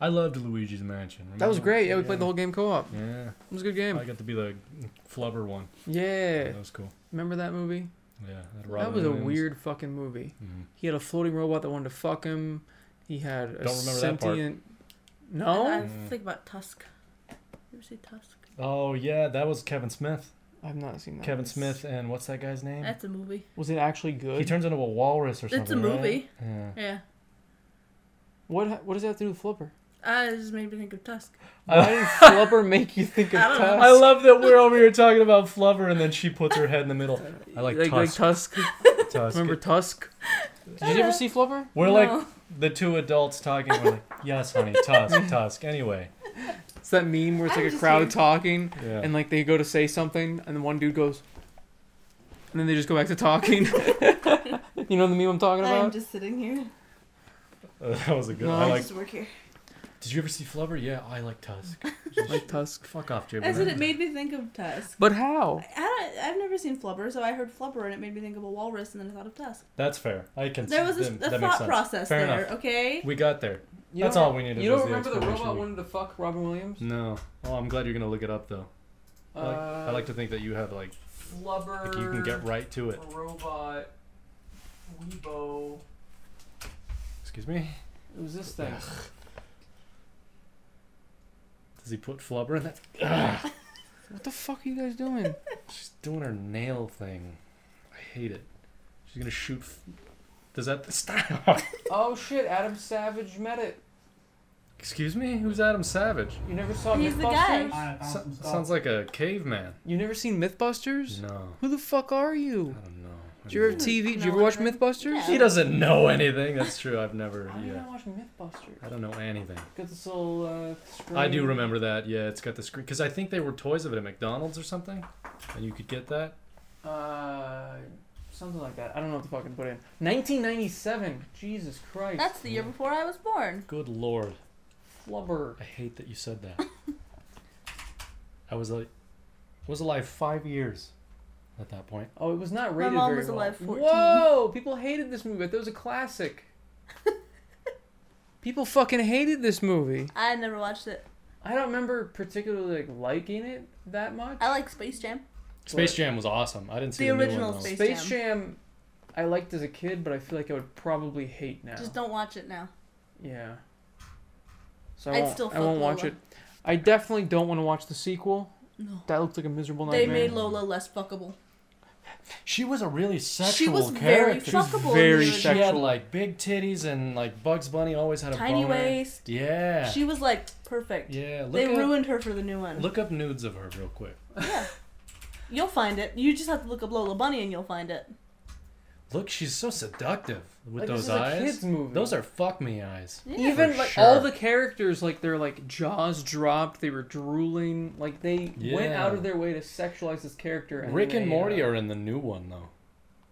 S2: I loved Luigi's Mansion.
S1: that was
S2: remember?
S1: great. Yeah, we played the whole game co-op.
S2: Yeah,
S1: It was a good
S2: I
S1: game.
S2: got to be the flubber one.
S1: Yeah.
S2: That was cool.
S1: Remember that movie?
S2: Yeah,
S1: That
S2: Robin
S1: was a
S2: Williams.
S1: weird fucking movie.
S2: Mhm.
S1: He had a floating robot that wanted to fuck him. He had a
S2: Don't remember that part.
S1: sentient.
S3: I,
S1: No, Hmm.
S3: I
S2: Mm.
S3: think about Tusk. You ever see Tusk?
S2: Oh yeah, that was Kevin Smith.
S1: I've not seen that.
S2: Kevin Smith and what's that guy's name?
S3: That's a movie.
S1: Was it actually good?
S2: He turns into a walrus or
S3: It's a
S2: something.
S3: movie.
S2: Right? Yeah.
S3: Yeah.
S1: What ha- what does that have to do with Flubber?
S3: Ah, it just made me think of Tusk.
S1: Why did Flubber make you think of
S3: I don't know.
S1: Tusk?
S2: I love that we're over here talking about flubber, and then she puts her head in the middle. I like,
S1: like
S2: Tusk.
S1: Tusk.
S2: Tusk.
S1: Remember Tusk? Did you ever see Flubber?
S2: We're
S3: No.
S2: like the two adults talking. We're like, yes, honey, Tusk, Tusk. Anyway,
S1: It's that meme where it's
S3: I'm
S1: like a
S3: just
S1: crowd
S3: here.
S1: talking,
S2: yeah.
S1: and like they go to say something, and then one dude goes, and then they just go back to talking. you know the meme I'm talking
S3: I am
S1: about?
S3: just sitting here.
S2: Uh, that was a good.
S1: No.
S2: one. I
S1: I
S3: I
S2: like.
S3: just work here.
S2: Did you ever see Flubber? Yeah, I like Tusk.
S1: Like Tusk.
S2: Fuck off, Jay.
S3: I said
S2: Burnett.
S3: it made me think of Tusk.
S1: But how?
S3: I don't, I've never seen Flubber, so I heard Flubber and it made me think of a walrus, and then I thought of Tusk.
S2: That's fair. I can.
S3: There was a,
S2: then-
S3: a
S2: that makes
S3: thought
S2: sense.
S3: process
S2: Fair
S3: there,
S2: enough.
S3: okay?
S2: We got there.
S1: You
S2: That's
S1: don't-
S2: all we needed.
S1: You
S2: was
S1: don't remember the
S2: explanation
S1: robot
S2: we-
S1: wanted to fuck Robin Williams?
S2: No. Oh, I'm glad you're gonna look it up though. I like, I like to think that you have like,
S1: Flubber.
S2: like you can get right to it.
S1: Uh, Robot. Weibo.
S2: Excuse me.
S1: It was this thing.
S2: Does he put flubber in that?
S1: What the fuck are you guys doing?
S2: She's doing her nail thing. I hate it. She's gonna shoot. F- Does that stop?
S1: oh shit! Adam Savage met it.
S2: Excuse me. Who's Adam Savage?
S1: You never saw
S3: He's the
S1: Mythbusters?
S3: guy.
S2: So- sounds like a caveman.
S1: You never seen Mythbusters?
S2: No,
S1: Who the fuck are
S2: I
S1: you?
S2: don't know.
S1: Did you ever TV? Did you ever
S3: Hmm. No,
S1: watch
S3: I never-
S1: Mythbusters?
S3: Yeah.
S2: He doesn't know anything. That's true. I've never.
S1: How did
S2: Yeah.
S1: I watch Mythbusters?
S2: I don't know anything.
S1: Got this little uh, screen.
S2: I do remember that. Yeah, it's got the screen because I think they were toys of it at McDonald's or something, and you could get that.
S1: Uh, something like that. I don't know what the fuck I put in. 1997. Jesus Christ.
S3: That's the year before I was born.
S2: Good lord,
S1: flubber.
S2: I hate that you said that. I was like, was alive five years at that point.
S1: Oh, it was not rated
S3: mom
S1: very
S3: was
S1: well.
S3: alive 14.
S1: Whoa! People hated this movie. It was a classic. people fucking hated this movie.
S3: I never watched it.
S1: I don't remember particularly like, liking it that much.
S3: I like Space Jam.
S2: Space
S1: What?
S2: Jam was awesome. I didn't see
S3: The
S2: the, new
S3: original
S2: one, though.
S3: Space
S1: Space Jam. I liked as a kid, but I feel like I would probably hate now.
S3: Just don't watch it now.
S1: Yeah. So I
S3: I'd
S1: won't,
S3: still
S1: I won't
S3: fuck
S1: watch
S3: Lola.
S1: it. I definitely don't want to watch the sequel.
S3: No.
S1: That looked like a miserable
S3: They
S1: nightmare.
S3: made Lola less fuckable.
S2: She was a really sexual
S3: was very
S2: character.
S1: She was
S3: fuckable in the
S1: very
S3: original.
S2: She had
S1: sexual.
S2: like big titties and like Bugs Bunny always had a
S3: Tiny
S2: boner.
S3: waist.
S2: Yeah.
S3: She was like perfect.
S2: yeah. Look
S3: they
S2: up,
S3: ruined her for the new one.
S2: Look up nudes of her real quick.
S3: Yeah. You'll find it. You just have to look up Lola Bunny and you'll find it.
S2: Look, she's so seductive with
S1: Like, this
S2: those
S1: is
S2: eyes.
S1: a kids movie.
S2: Those are fuck me eyes.
S3: Yeah.
S1: even
S2: For
S1: like
S2: sure.
S1: all the characters like their like jaws dropped. They were drooling. Like they went
S2: Yeah.
S1: out of their way to sexualize this character. And
S2: Rick and
S1: they, uh,
S2: Morty are in the new one though.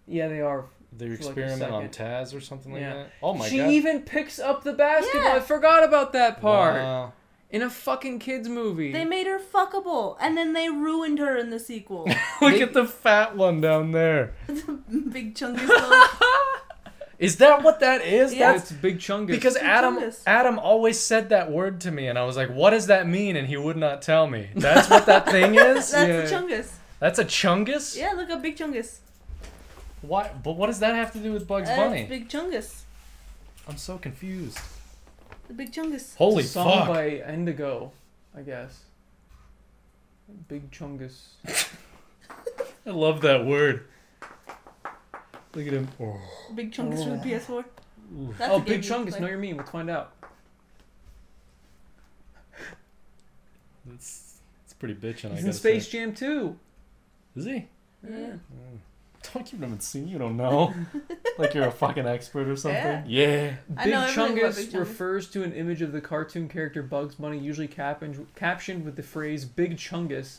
S1: Yeah, they are.
S2: Their
S1: For, like, a
S2: experiment on
S1: second.
S2: Taz or something like
S1: Yeah.
S2: that. Oh my
S1: she
S2: god.
S1: even picks up the basketball.
S3: Yeah.
S1: I forgot about that part
S2: Wow.
S1: in a fucking kids movie.
S3: They made her fuckable and then they ruined her in the sequel.
S2: Look
S1: They-
S2: at the fat one down there.
S3: Big chunky skull.
S2: Is that what that is?
S3: Yeah.
S2: That's
S1: That's Big Chungus.
S2: Because
S3: It's
S2: Adam
S3: humongous.
S2: Adam always said that word to me, and I was like, "What does that mean?" And he would not tell me. That's what that thing is.
S3: That's a chungus.
S2: That's a chungus.
S3: Yeah, look up Big Chungus.
S2: Why? But what does that have to do with Bugs
S3: That's
S2: Bunny?
S3: Big Chungus.
S2: I'm so confused.
S3: The Big Chungus.
S2: Holy
S1: It's a song
S2: fuck!
S1: by Indigo, I guess. Big Chungus.
S2: I love that word. Look at him. Oh.
S3: Big Chungus from the PS4.
S2: Oof.
S3: That's
S1: oh,
S3: a game
S1: Big
S3: you can
S1: Chungus,
S3: play.
S1: know your meme. Let's find out.
S2: That's it's pretty bitching. I
S1: He's in
S2: guess.
S1: Space Jam 2.
S2: Is he?
S3: Yeah.
S2: Don't you haven't seen? You don't know. like you're a fucking expert or something. Yeah.
S3: I
S1: Big
S3: know everything about
S1: Chungus,
S3: Big Chungus.
S1: refers to an image of the cartoon character Bugs Bunny, usually cap- captioned with the phrase "Big Chungus,"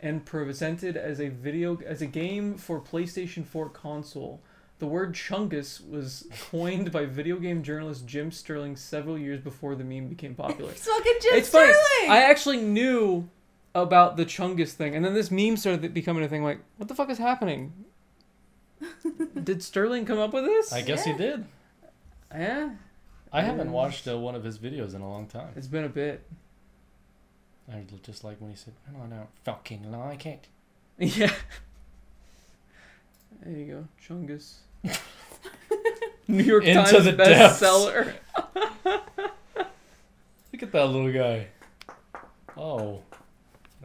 S1: and presented as a video as a game for PlayStation 4 console. The word "chungus" was coined by video game journalist Jim Sterling several years before the meme became popular.
S3: It's fucking Jim
S1: it's
S3: Sterling.
S1: funny. I actually knew about the Chungus thing, and then this meme started becoming a thing. Like, what the fuck is happening? Did Sterling come up with this?
S2: I guess
S3: Yeah.
S2: he did.
S1: yeah,
S2: I haven't
S1: Yeah.
S2: watched uh, one of his videos in a long time.
S1: it's been a bit.
S2: I l- just like when he said, "I don't fucking like it."
S1: Yeah. There you go, Chungus. New York
S2: Into
S1: Times
S2: the depths.
S1: bestseller.
S2: Look at that little guy. Oh,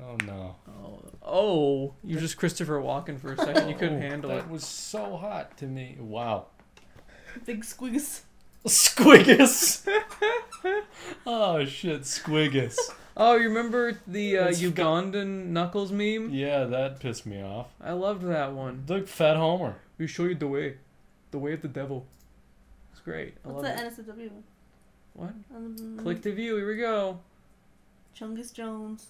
S2: oh no!
S1: Oh, oh, you're just Christopher Walken for a second. You couldn't
S2: Oh,
S1: handle it.
S2: that was so hot to me. Wow,
S3: Big Squigus.
S2: Squiggus. oh shit, Squiggus.
S1: Oh, you remember the uh,
S2: It's fu-
S1: Ugandan Knuckles meme?
S2: Yeah, that pissed me off.
S1: I loved that one.
S2: Look, Fat Homer.
S1: We show you the way, the way of the devil. It's great. I
S3: What's
S1: love
S3: that
S1: it.
S3: NSFW one?
S1: What?
S3: Um,
S1: Click to view. Here we go.
S3: Chungus Jones.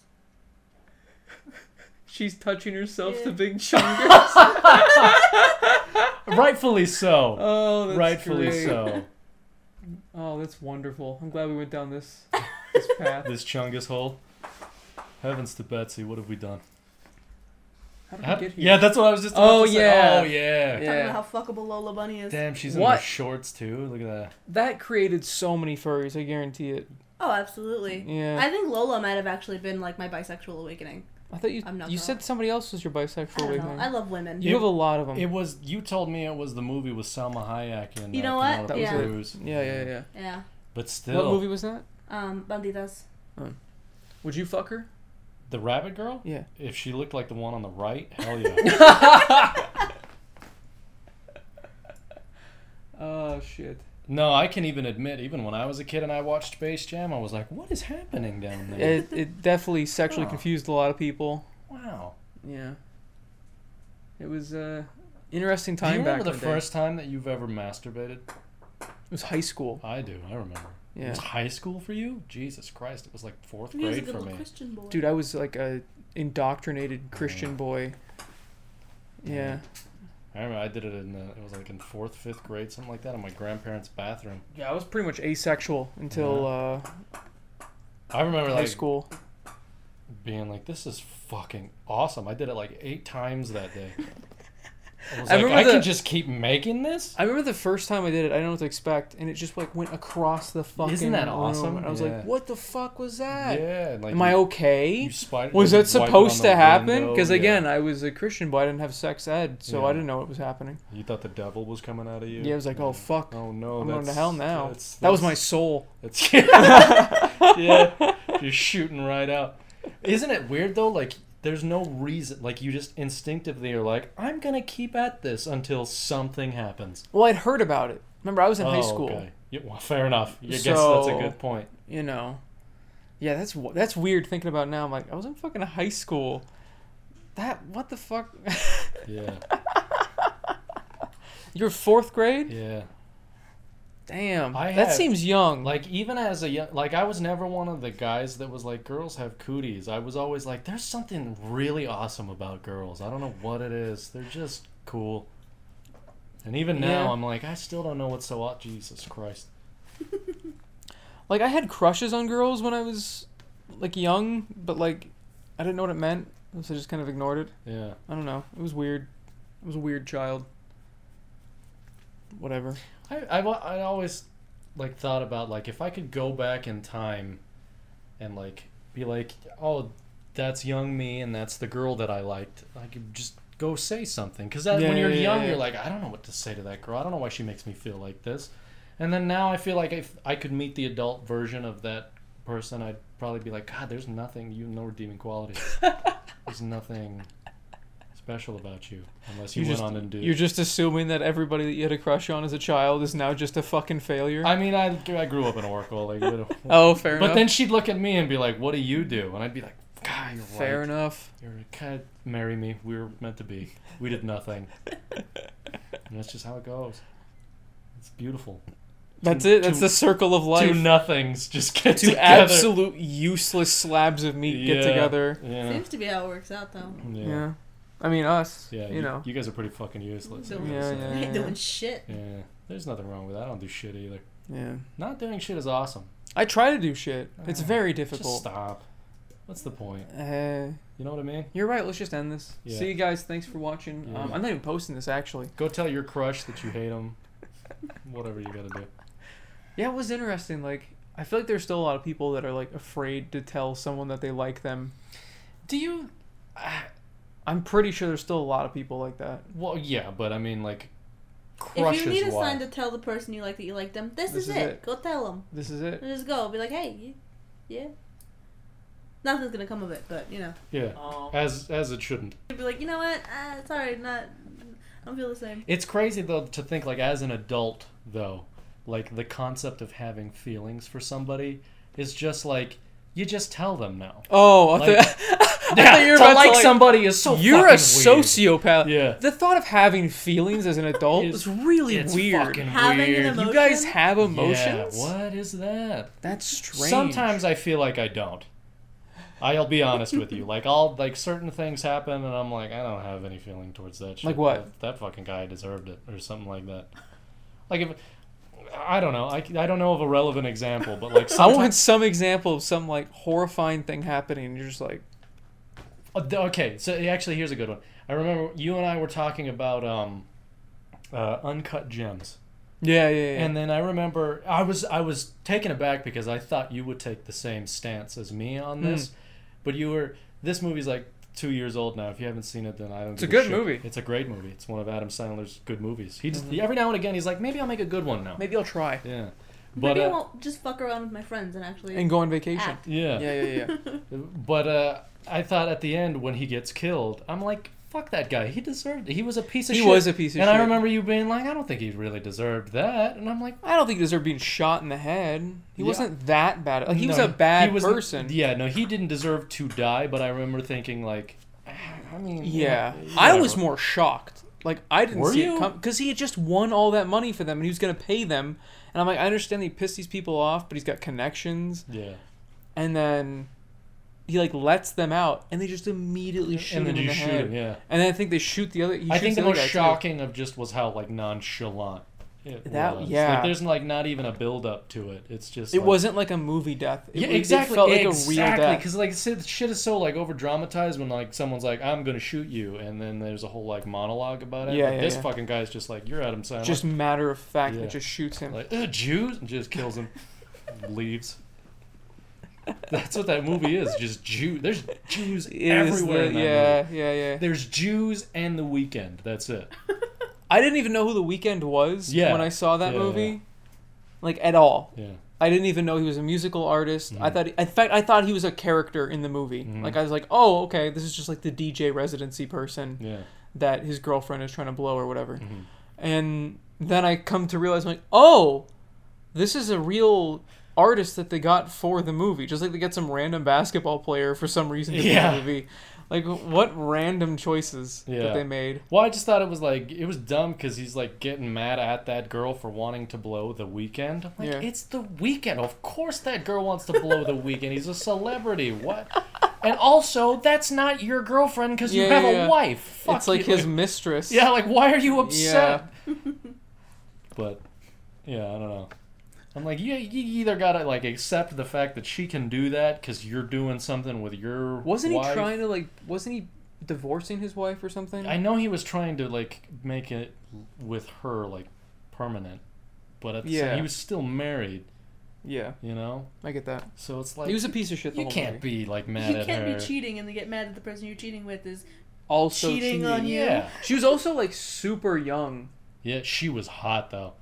S1: She's touching herself
S3: Yeah.
S1: to Big Chungus.
S2: Rightfully so.
S1: oh, that's
S2: Rightfully
S1: great.
S2: so.
S1: Oh, that's wonderful. I'm glad we went down this this path.
S2: This Chungus hole. Heavens to Betsy, what have we done?
S1: How did
S2: How-
S1: we get here?
S2: yeah, that's what I was just. About
S1: Oh,
S2: to say.
S1: yeah.
S2: Oh yeah.
S1: Yeah.
S3: Talking about how fuckable Lola Bunny is.
S2: Damn, she's in
S1: What?
S2: her shorts too. Look at that.
S1: That created so many furries. I guarantee it.
S3: Oh, absolutely.
S1: Yeah.
S3: I think Lola might have actually been like my bisexual awakening.
S1: I thought you
S3: I'm not
S1: you
S3: gonna-
S1: said somebody else was your
S3: I
S1: bisexual
S3: don't
S1: awakening.
S3: know. I love women.
S2: Yeah.
S1: you have a lot of them.
S2: It was you told me it was the movie with Selma Hayek and
S3: You know
S2: uh,
S3: what?
S2: Penelope
S1: That was it.
S2: Cruz.
S1: yeah, yeah, yeah.
S3: Yeah.
S2: But still,
S1: What movie was that?
S3: Um, banditas.
S1: Would you fuck her?
S2: the Rabbit Girl.
S1: Yeah.
S2: If she looked like the one on the right, hell yeah.
S1: Oh shit.
S2: no, I can even admit, even when I was a kid and I watched Space Jam, I was like, "What is happening down there?"
S1: It, it definitely sexually
S3: Oh.
S2: Huh.
S1: confused a lot of people.
S2: wow.
S1: Yeah. It was uh interesting
S2: Do you
S1: time back
S2: remember the
S1: in day.
S2: first time that you've ever masturbated?
S1: It was high school.
S2: I do. I remember. It
S1: Yeah.
S2: was high school for you? Jesus Christ! It was like fourth
S3: He was a
S2: grade
S3: good
S2: for
S3: little
S2: me.
S3: Christian boy.
S1: Dude, I was like a indoctrinated Christian boy. Yeah.
S2: I remember I did it in the, it was like in fourth, fifth grade, something like that, in my grandparents' bathroom.
S1: Yeah, I was pretty much asexual until uh,
S2: I remember
S1: high
S2: like
S1: school.
S2: being like, "This is fucking awesome." I did it like eight times that day. I was
S1: I
S2: like,
S1: remember
S2: I
S1: the-
S2: can just keep making this.
S1: I remember the first time I did it, I didn't know what to expect, and it just like went across the fucking.
S2: that
S1: room,
S2: awesome?
S1: and I was
S2: Yeah.
S1: like, "What the fuck was that?
S2: Yeah, and like
S1: Am I
S2: you-
S1: okay?
S2: you spider-
S1: was
S2: you
S1: that
S2: wipe it on
S1: supposed
S2: the
S1: to happen?
S2: window,
S1: Because
S2: yeah.
S1: again, I was a Christian boy. I didn't have sex ed, so
S2: Yeah.
S1: I didn't know what was happening.
S2: you thought the devil was coming out of you.
S1: Yeah, I was like, "Oh fuck,
S2: Oh no,
S1: I'm going to
S2: that's-
S1: hell now."
S2: that's-
S1: that was my
S2: that's-
S1: soul.
S2: That's yeah. You're shooting right out. Isn't it weird though? Like there's no reason like you just instinctively are like, I'm gonna keep at this until something happens.
S1: Well, I'd heard about it. Remember, I was
S2: Oh,
S1: in high school.
S2: Yeah, well, fair enough. I guess that's a
S1: So-
S2: good point.
S1: You know, yeah, that's w- that's weird thinking about now. I'm like, I was in fucking high school. That what the fuck?
S2: Yeah.
S1: You're fourth grade.
S2: Yeah.
S1: Damn,
S2: I
S1: that
S2: had-
S1: seems young.
S2: Like even as a young like I was never one of the guys that was like girls have cooties. I was always like, there's something really awesome about girls. I don't know what it is. They're just cool. And even now
S1: Yeah.
S2: I'm like, I still don't know what's so aw- Jesus Christ.
S1: like I had crushes on girls when I was like young, but like I didn't know what it meant, so I just kind of ignored it.
S2: Yeah.
S1: I don't know. It was weird. I was a weird child. Whatever.
S2: I, I, wa- I always like thought about like if I could go back in time and like be like oh that's young me and that's the girl that I liked I could just go say something because
S1: Yeah,
S2: when you're
S1: yeah,
S2: young
S1: yeah.
S2: you're like I don't know what to say to that girl I don't know why she makes me feel like this and then now I feel like if I could meet the adult version of that person I'd probably be like God there's nothing you have no redeeming qualities there's nothing special about you unless you,
S1: You
S2: went
S1: just-
S2: on and did
S1: You're just assuming that everybody that you had a crush on as a child is now just a fucking failure.
S2: I mean I, I grew up in Oracle like what a-
S1: oh, fair
S2: But
S1: enough.
S2: then she'd look at me and be like, "What do you do?" And I'd be like, "God, you're
S1: fair
S2: right.
S1: enough.
S2: You're kind of marry me. We were meant to be. We did nothing." and that's just how it goes. It's beautiful.
S1: That's
S2: Two-
S1: it. That's
S2: two-
S1: the circle of life.
S2: Two nothings just get
S1: Two
S2: together.
S1: absolute useless slabs of meat
S2: Yeah,
S1: get together.
S2: Yeah.
S3: Seems to be how it works out though.
S1: Yeah.
S2: Yeah. Yeah.
S1: I mean us. you
S2: you-
S1: know.
S2: you guys are pretty fucking useless. I
S3: Doing-
S2: gotta
S1: Yeah,
S2: say.
S1: yeah,
S3: Ain't
S1: yeah.
S3: doing shit.
S2: uh, Yeah. There's nothing wrong with that. I don't do shit either.
S1: yeah.
S2: Not doing shit is awesome.
S1: I try to do shit. It's
S2: Ah,
S1: very
S2: Just
S1: difficult.
S2: stop. What's the point?
S1: Uh,
S2: You know what I mean?
S1: you're right. Let's just end this.
S2: Yeah.
S1: See you guys. Thanks for watching. Um,
S2: Yeah.
S1: I'm not even posting this actually.
S2: Go tell your crush that you hate him. Whatever you gotta do.
S1: Yeah, it was interesting. Like, I feel like there's still a lot of people that are like afraid to tell someone that they like them.
S2: Do you uh,
S1: I'm pretty sure there's still a lot of people like that.
S2: Well, yeah, but I mean, like, crushes
S3: If you need a
S2: wise.
S3: sign to tell the person you like that you like them, this, is, it. Go tell them.
S1: This is it.
S3: Just go. Be like, hey, you- yeah. Nothing's gonna come of it, but you know.
S2: yeah, as as it shouldn't.
S3: You'd be like, you know what? Uh, it's alright. Not. I don't feel the same.
S2: It's crazy though to think like as an adult though, like the concept of having feelings for somebody is just like you just tell them now.
S1: Oh, I,
S2: Like-
S1: thought- I thought you were
S2: to
S1: about
S2: like
S1: to like
S2: somebody is so
S1: You're a
S2: fucking weird.
S1: sociopath.
S2: Yeah.
S1: The thought of having feelings as an adult is
S2: It's-
S1: really
S2: It's
S1: weird.
S2: fucking
S3: Having an
S2: weird.
S3: emo-
S1: You guys
S3: Emotion?
S1: have
S2: Yeah,
S1: emotions?
S2: what is that?
S1: That's strange.
S2: Sometimes I feel like I don't. I'll be honest with you. Like I'll like certain things happen, and I'm like, I don't have any feeling towards that shit.
S1: Like what?
S2: That, that fucking guy deserved it, or something like that. Like if I don't know, I, I don't know of a relevant example, but like
S1: I
S2: sometimes,
S1: want some example of some like horrifying thing happening. And you're just like,
S2: Uh, th- okay. So actually, here's a good one. I remember you and I were talking about um, uh, uncut gems.
S1: yeah, yeah, yeah.
S2: And then I remember I was I was taken aback
S1: Hmm.
S2: because I thought you would take the same stance as me on this, but you were this movie's like two years old now. If you haven't seen it, then I don't.
S1: It's a
S2: give
S1: good
S2: shit.
S1: movie.
S2: It's a great movie. It's one of Adam Sandler's good movies. He just
S1: Mhm.
S2: every now and again he's like, maybe I'll make a good one now.
S1: Maybe I'll try
S2: Yeah, but
S3: Maybe I
S2: uh,
S3: won't just fuck around with my friends and actually
S1: and go on vacation.
S3: act.
S2: yeah,
S1: Yeah, yeah, yeah.
S2: But uh, I thought at the end when he gets killed, I'm like, fuck that guy. He deserved. It. He was a piece of
S1: He
S2: shit.
S1: was a piece of
S2: and
S1: shit.
S2: I remember you being like, I don't think he really deserved that. And I'm like,
S1: I don't think he deserved being shot in the head. He
S2: Yeah.
S1: wasn't that bad. Like he was
S2: no,
S1: a bad
S2: he was-
S1: person.
S2: Yeah, no, he didn't deserve to die. But I remember thinking like, "Ah, I mean,
S1: Yeah,
S2: whatever."
S1: I was more shocked. Like I didn't
S2: Were
S1: see
S2: you?
S1: it come because he had just won all that money for them, and he was gonna pay them. And I'm like, I understand he pissed these people off, but he's got connections.
S2: Yeah,
S1: And then he like lets them out, and they just immediately shoot
S2: and then
S1: him in
S2: you
S1: the
S2: shoot
S1: head.
S2: him. Yeah,
S1: And then I think they shoot the other. He
S2: I
S1: shoots
S2: think the
S1: other
S2: most
S1: guy, too.
S2: shocking of just was how like nonchalant. It
S1: That-
S2: was.
S1: yeah.
S2: like, there's like not even a build up to it. It's just
S1: It
S2: like,
S1: wasn't like a movie death. It,
S2: yeah,
S1: was- it
S2: exactly.
S1: felt like
S2: exactly,
S1: a real death.
S2: Because like si- shit is so like over dramatized when like someone's like, "I'm gonna shoot you," and then there's a whole like monologue about it.
S1: Yeah,
S2: but
S1: yeah,
S2: this
S1: yeah.
S2: fucking guy's just like, "You're Adam Sandler."
S1: Just matter of fact,
S2: Yeah.
S1: it just shoots him.
S2: like Ugh, Jews and just kills him, leaves. That's what that movie is. Just Jew. There's Jews
S1: It is
S2: everywhere.
S1: the-
S2: in that
S1: yeah,
S2: movie.
S1: yeah, yeah.
S2: There's Jews and The Weekend. That's it.
S1: I didn't even know who the weekend was
S2: Yeah.
S1: when I saw that
S2: Yeah,
S1: movie,
S2: yeah.
S1: like at all.
S2: Yeah.
S1: I didn't even know he was a musical artist. I
S2: Mhm.
S1: thought, in fact, I thought he was a character in the movie.
S2: Mhm.
S1: Like I was like, oh, okay, this is just like the DJ residency person
S2: Yeah.
S1: that his girlfriend is trying to blow or whatever.
S2: Mhm.
S1: And then I come to realize, like, oh, this is a real artist that they got for the movie. Just like they get some random basketball player for some reason to yeah.
S2: Yeah.
S1: the movie. Like what random choices
S2: Yeah.
S1: that they made.
S2: Well, I just thought it was like it was dumb because he's like getting mad at that girl for wanting to blow the weekend. I'm like,
S1: Yeah.
S2: it's the weekend. Of course, that girl wants to blow the weekend. He's a celebrity. What? And also, that's not your girlfriend because you
S1: Yeah,
S2: have
S1: yeah,
S2: a
S1: yeah.
S2: wife. Fuck
S1: it's like
S2: you.
S1: his mistress.
S2: Yeah, like why are you upset? But yeah, I don't know. I'm like, you, you either gotta like accept the fact that she can do that because you're doing something with your
S1: Wasn't he
S2: wife.
S1: trying to like? Wasn't he divorcing his wife or something?
S2: I know he was trying to like make it with her like permanent, but at the
S1: Yeah.
S2: same, he was still married.
S1: yeah,
S2: You know,
S1: I get that.
S2: so it's like
S1: he was a piece of shit. The
S2: you
S1: whole
S2: can't
S1: movie.
S2: be like mad
S3: you
S2: at
S3: can't
S2: her.
S3: be cheating and then get mad at the person you're cheating with is
S1: also
S3: cheating on you.
S2: Yeah,
S1: She was also like super young.
S2: yeah, she was hot though.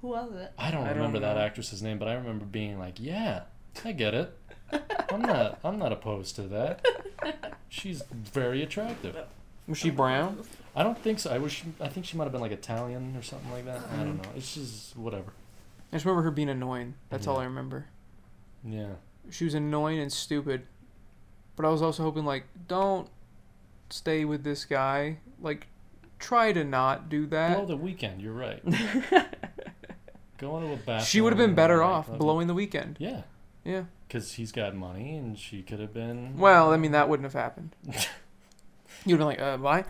S3: who was it?
S2: I don't
S1: I don't
S2: remember that
S1: know.
S2: actress's name, but I remember being like, "Yeah, I get it. I'm not. I'm not opposed to that. She's very attractive.
S1: Was she brown?
S2: I don't think so. I wish. I think she might have been like Italian or something like that. I
S1: Uh-huh.
S2: don't know. It's just whatever.
S1: I just remember her being annoying. That's all
S2: Yeah.
S1: I remember.
S2: Yeah.
S1: She was annoying and stupid. But I was also hoping like, don't stay with this guy. Like, try to not do
S2: Blow
S1: that.
S2: the weekend. You're right. Go into a bathroom.
S1: she would have been
S2: and,
S1: better
S2: like,
S1: off
S2: fucking-
S1: blowing the weekend.
S2: Yeah.
S1: Yeah.
S2: Because he's got money, and she could have been.
S1: Well, I mean that wouldn't have happened. You'd have been like, uh, why?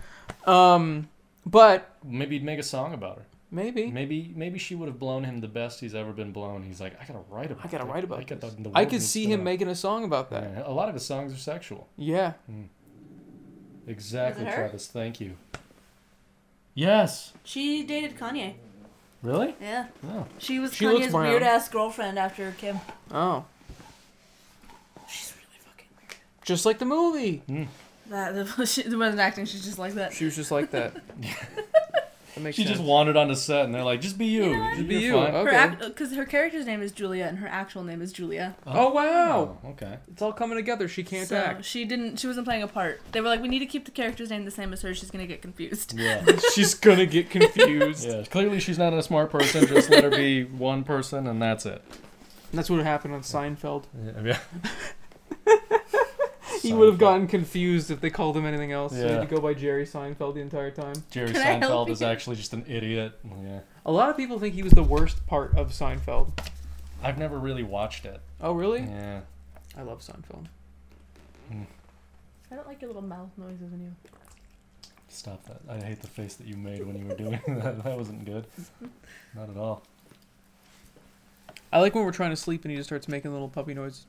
S1: Um, but
S2: maybe he'd make a song about her.
S1: maybe.
S2: Maybe, maybe she would have blown him the best he's ever been blown. He's like, I gotta write about.
S1: I gotta
S2: it.
S1: write about
S2: I got
S1: this.
S2: the- the
S1: I
S2: world
S1: could
S2: needs
S1: see
S2: to
S1: him
S2: know."
S1: making a song about that.
S2: Yeah, a lot of his songs are sexual.
S1: Yeah.
S2: Exactly,
S3: Was it her?
S2: Travis. Thank you. Yes.
S3: She dated Kanye.
S2: Really?
S3: Yeah.
S2: Oh.
S3: She was
S1: She looks
S3: Kanye's
S1: brown.
S3: weird ass girlfriend after Kim.
S1: Oh,
S3: She's really fucking weird.
S1: just like the movie.
S3: That the, she the wasn't acting, she's just like that.
S1: She was just like that. that makes
S2: She
S1: sense.
S2: just wandered onto set, and they're like, "Just be you.
S3: know what?
S2: Just
S1: Be
S2: you're
S1: you.
S2: fine."
S1: Oh,
S3: Her
S1: Okay.
S3: act because her character's name is Julia and her actual name is Julia.
S1: oh wow,
S2: Oh, okay.
S1: it's all coming together. She can't
S3: so
S1: act.
S3: she didn't she wasn't playing a part. They were like, We need to keep the character's name the same as her, she's gonna get confused.
S2: Yeah.
S1: She's gonna get confused.
S2: yeah. Clearly, she's not a smart person. Just let her be one person, and that's it.
S1: That's what happened on Seinfeld.
S2: Yeah.
S1: He would have gotten confused if they called him anything else. So he
S2: Yeah.
S1: had to go by Jerry Seinfeld the entire time.
S2: Jerry
S3: Can I help
S2: Seinfeld is
S3: you?
S2: actually just an idiot. Yeah.
S1: A lot of people think he was the worst part of Seinfeld.
S2: I've never really watched it.
S1: Oh really?
S2: Yeah. Mm,
S1: I love Seinfeld.
S3: I don't like your little mouth noises when you
S2: Stop that. I hate the face that you made when you were doing that. That wasn't good. Not at all.
S1: I like when we're trying to sleep and he just starts making little puppy noises.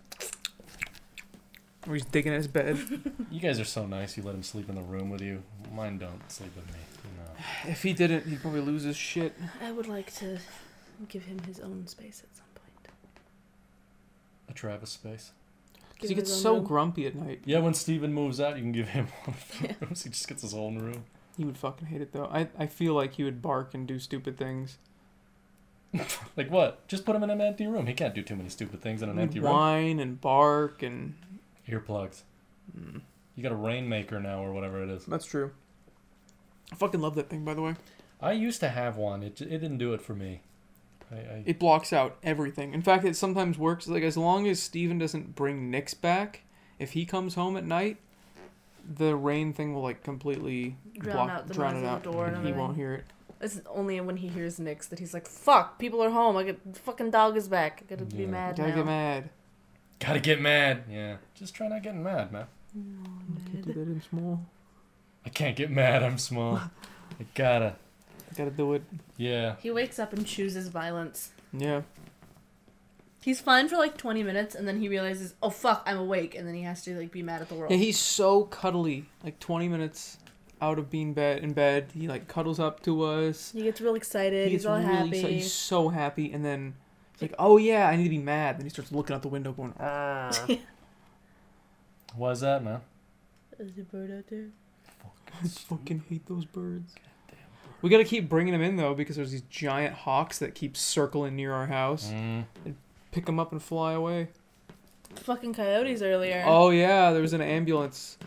S1: Or he's digging at his bed.
S2: You guys are so nice. You let him sleep in the room with you. Mine don't sleep with me. No.
S1: If he didn't, he'd probably lose his shit.
S3: I would like to give him his own space at some point.
S2: A Travis space.
S1: Because he gets so grumpy at night.
S2: Yeah, when Steven moves out, you can give him one of the rooms. He just gets his own room.
S1: He would fucking hate it though. I, I feel like he would bark and do stupid things.
S2: Like what? Just put him in an empty room. He can't do too many stupid things in an
S1: He'd
S2: empty room.
S1: whine and bark and mm.
S2: Earplugs. You got a rainmaker now or whatever it is.
S1: that's true. I fucking love that thing by the way.
S2: I used to have one. It, it didn't do it for me. I, I,
S1: It blocks out everything. In fact, it sometimes works. Like as long as Steven doesn't bring Nix back, if he comes home at night, the rain thing will like completely
S4: Drown
S1: block
S4: out the
S1: drown
S4: noise
S1: it
S4: of
S1: out.
S4: the door and
S1: he
S4: everything.
S1: won't hear it.
S4: It's only when he hears Nick's that he's like, "Fuck, people are home. I get the fucking dog is back. I gotta be
S2: Yeah.
S4: mad
S1: Gotta
S4: now."
S1: get mad.
S2: Gotta get mad. Yeah. Just try not getting mad, man.
S4: Oh,
S1: Can't do that in small.
S2: I can't get mad. I'm small. I gotta.
S1: Gotta do it.
S2: Yeah.
S3: He wakes up and chooses violence.
S1: Yeah.
S3: He's fine for like 20 minutes and then he realizes, "Oh fuck, I'm awake." And then he has to like be mad at the world.
S1: Yeah, he's so cuddly. Like twenty minutes out of being bed in bed, he like cuddles up to us.
S4: He gets real excited.
S1: He gets
S4: he's all
S1: really
S4: happy.
S1: excited. He's so happy, and then he's like, "Oh yeah, I need to be mad." Then he starts looking out the window, going,
S4: Uh,
S1: "Arr."
S2: Why's that, man?
S3: There's a bird out there.
S1: "I fucking hate those birds." We gotta keep bringing them in though, because there's these giant hawks that keep circling near our house.
S2: Mm.
S1: Pick them up and fly away.
S4: Fucking coyotes earlier.
S1: Oh yeah, there was an ambulance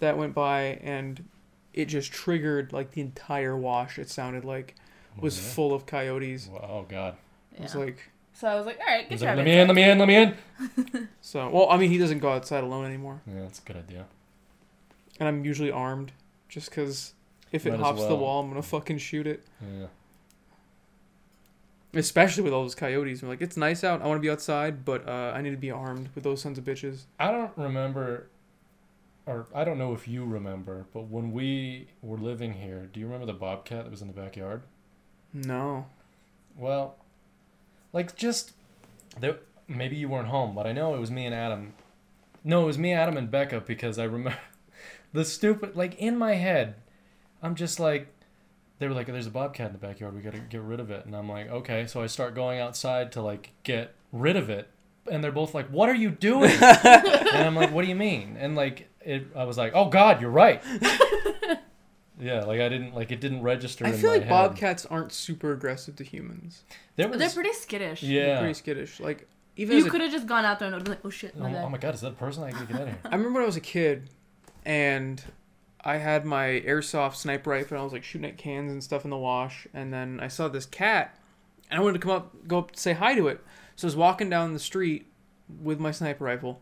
S1: that went by, and it just triggered like the entire wash. It sounded like was
S2: Yeah.
S1: full of coyotes.
S2: Well, Oh God.
S1: It was like
S4: So I was like, "All right, good
S2: He's
S4: job."
S2: like, let me in. Let me in. Let me in.
S1: So, well, I mean, he doesn't go outside alone anymore,
S2: Yeah, that's a good idea.
S1: and I'm usually armed, just 'cause if it
S2: Might as
S1: hops the
S2: well.
S1: wall, I'm gonna fucking shoot it.
S2: Yeah.
S1: Especially with all those coyotes. I'm like, it's nice out. I want to be outside, but uh, I need to be armed with those sons of bitches.
S2: I don't remember, or I don't know if you remember, but when we were living here, do you remember the bobcat that was in the backyard?
S1: No.
S2: Well, like just there. Maybe you weren't home, but I know it was me and Adam. No, it was me, Adam, and Becca because I remember the stupid. Like in my head, I'm just like, they were like, "There's a bobcat in the backyard. We gotta get rid of it." And I'm like, "Okay." So I start going outside to like get rid of it, and they're both like, "What are you doing?" and I'm like, "What do you mean?" And like, it, I was like, "Oh God, you're right." yeah, like I didn't like it didn't register.
S1: I
S2: in
S1: feel
S2: my
S1: like
S2: head.
S1: bobcats aren't super aggressive to humans.
S2: There
S4: They're
S2: was,
S4: pretty skittish.
S1: They're
S2: yeah.
S1: pretty skittish. Like, even as
S3: You
S1: a-
S3: could have just gone out there and would been like, "Oh shit,
S2: Oh,
S3: my bad."
S2: oh my god, is that a person? I gotta get out of here.
S1: I remember when I was a kid, and I had my airsoft sniper rifle. and I was like shooting at cans and stuff in the wash, and then I saw this cat, and I wanted to come up, go up, say hi to it. So I was walking down the street with my sniper rifle,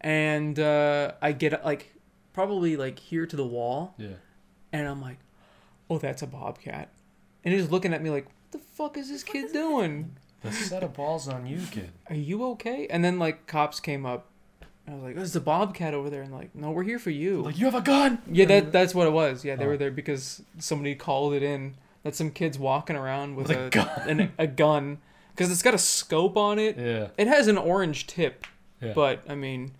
S1: and uh, I get like probably like here to the wall,
S2: Yeah.
S1: and I'm like, oh, that's a bobcat, and he's looking at me like, what the fuck is this kid doing?
S2: The set of balls on you, kid.
S1: are you okay? And then like cops came up. And I was like, oh, there's a bobcat over there. And like, no, we're here for you.
S2: Like, you have a gun!
S1: Yeah, that that's what it was. Yeah, they
S2: Oh.
S1: were there because somebody called it in that some kids walking around with,
S2: With a
S1: a,
S2: gun.
S1: an, a gun because it's got a scope on it.
S2: Yeah.
S1: It has an orange tip,
S2: yeah.
S1: but I mean,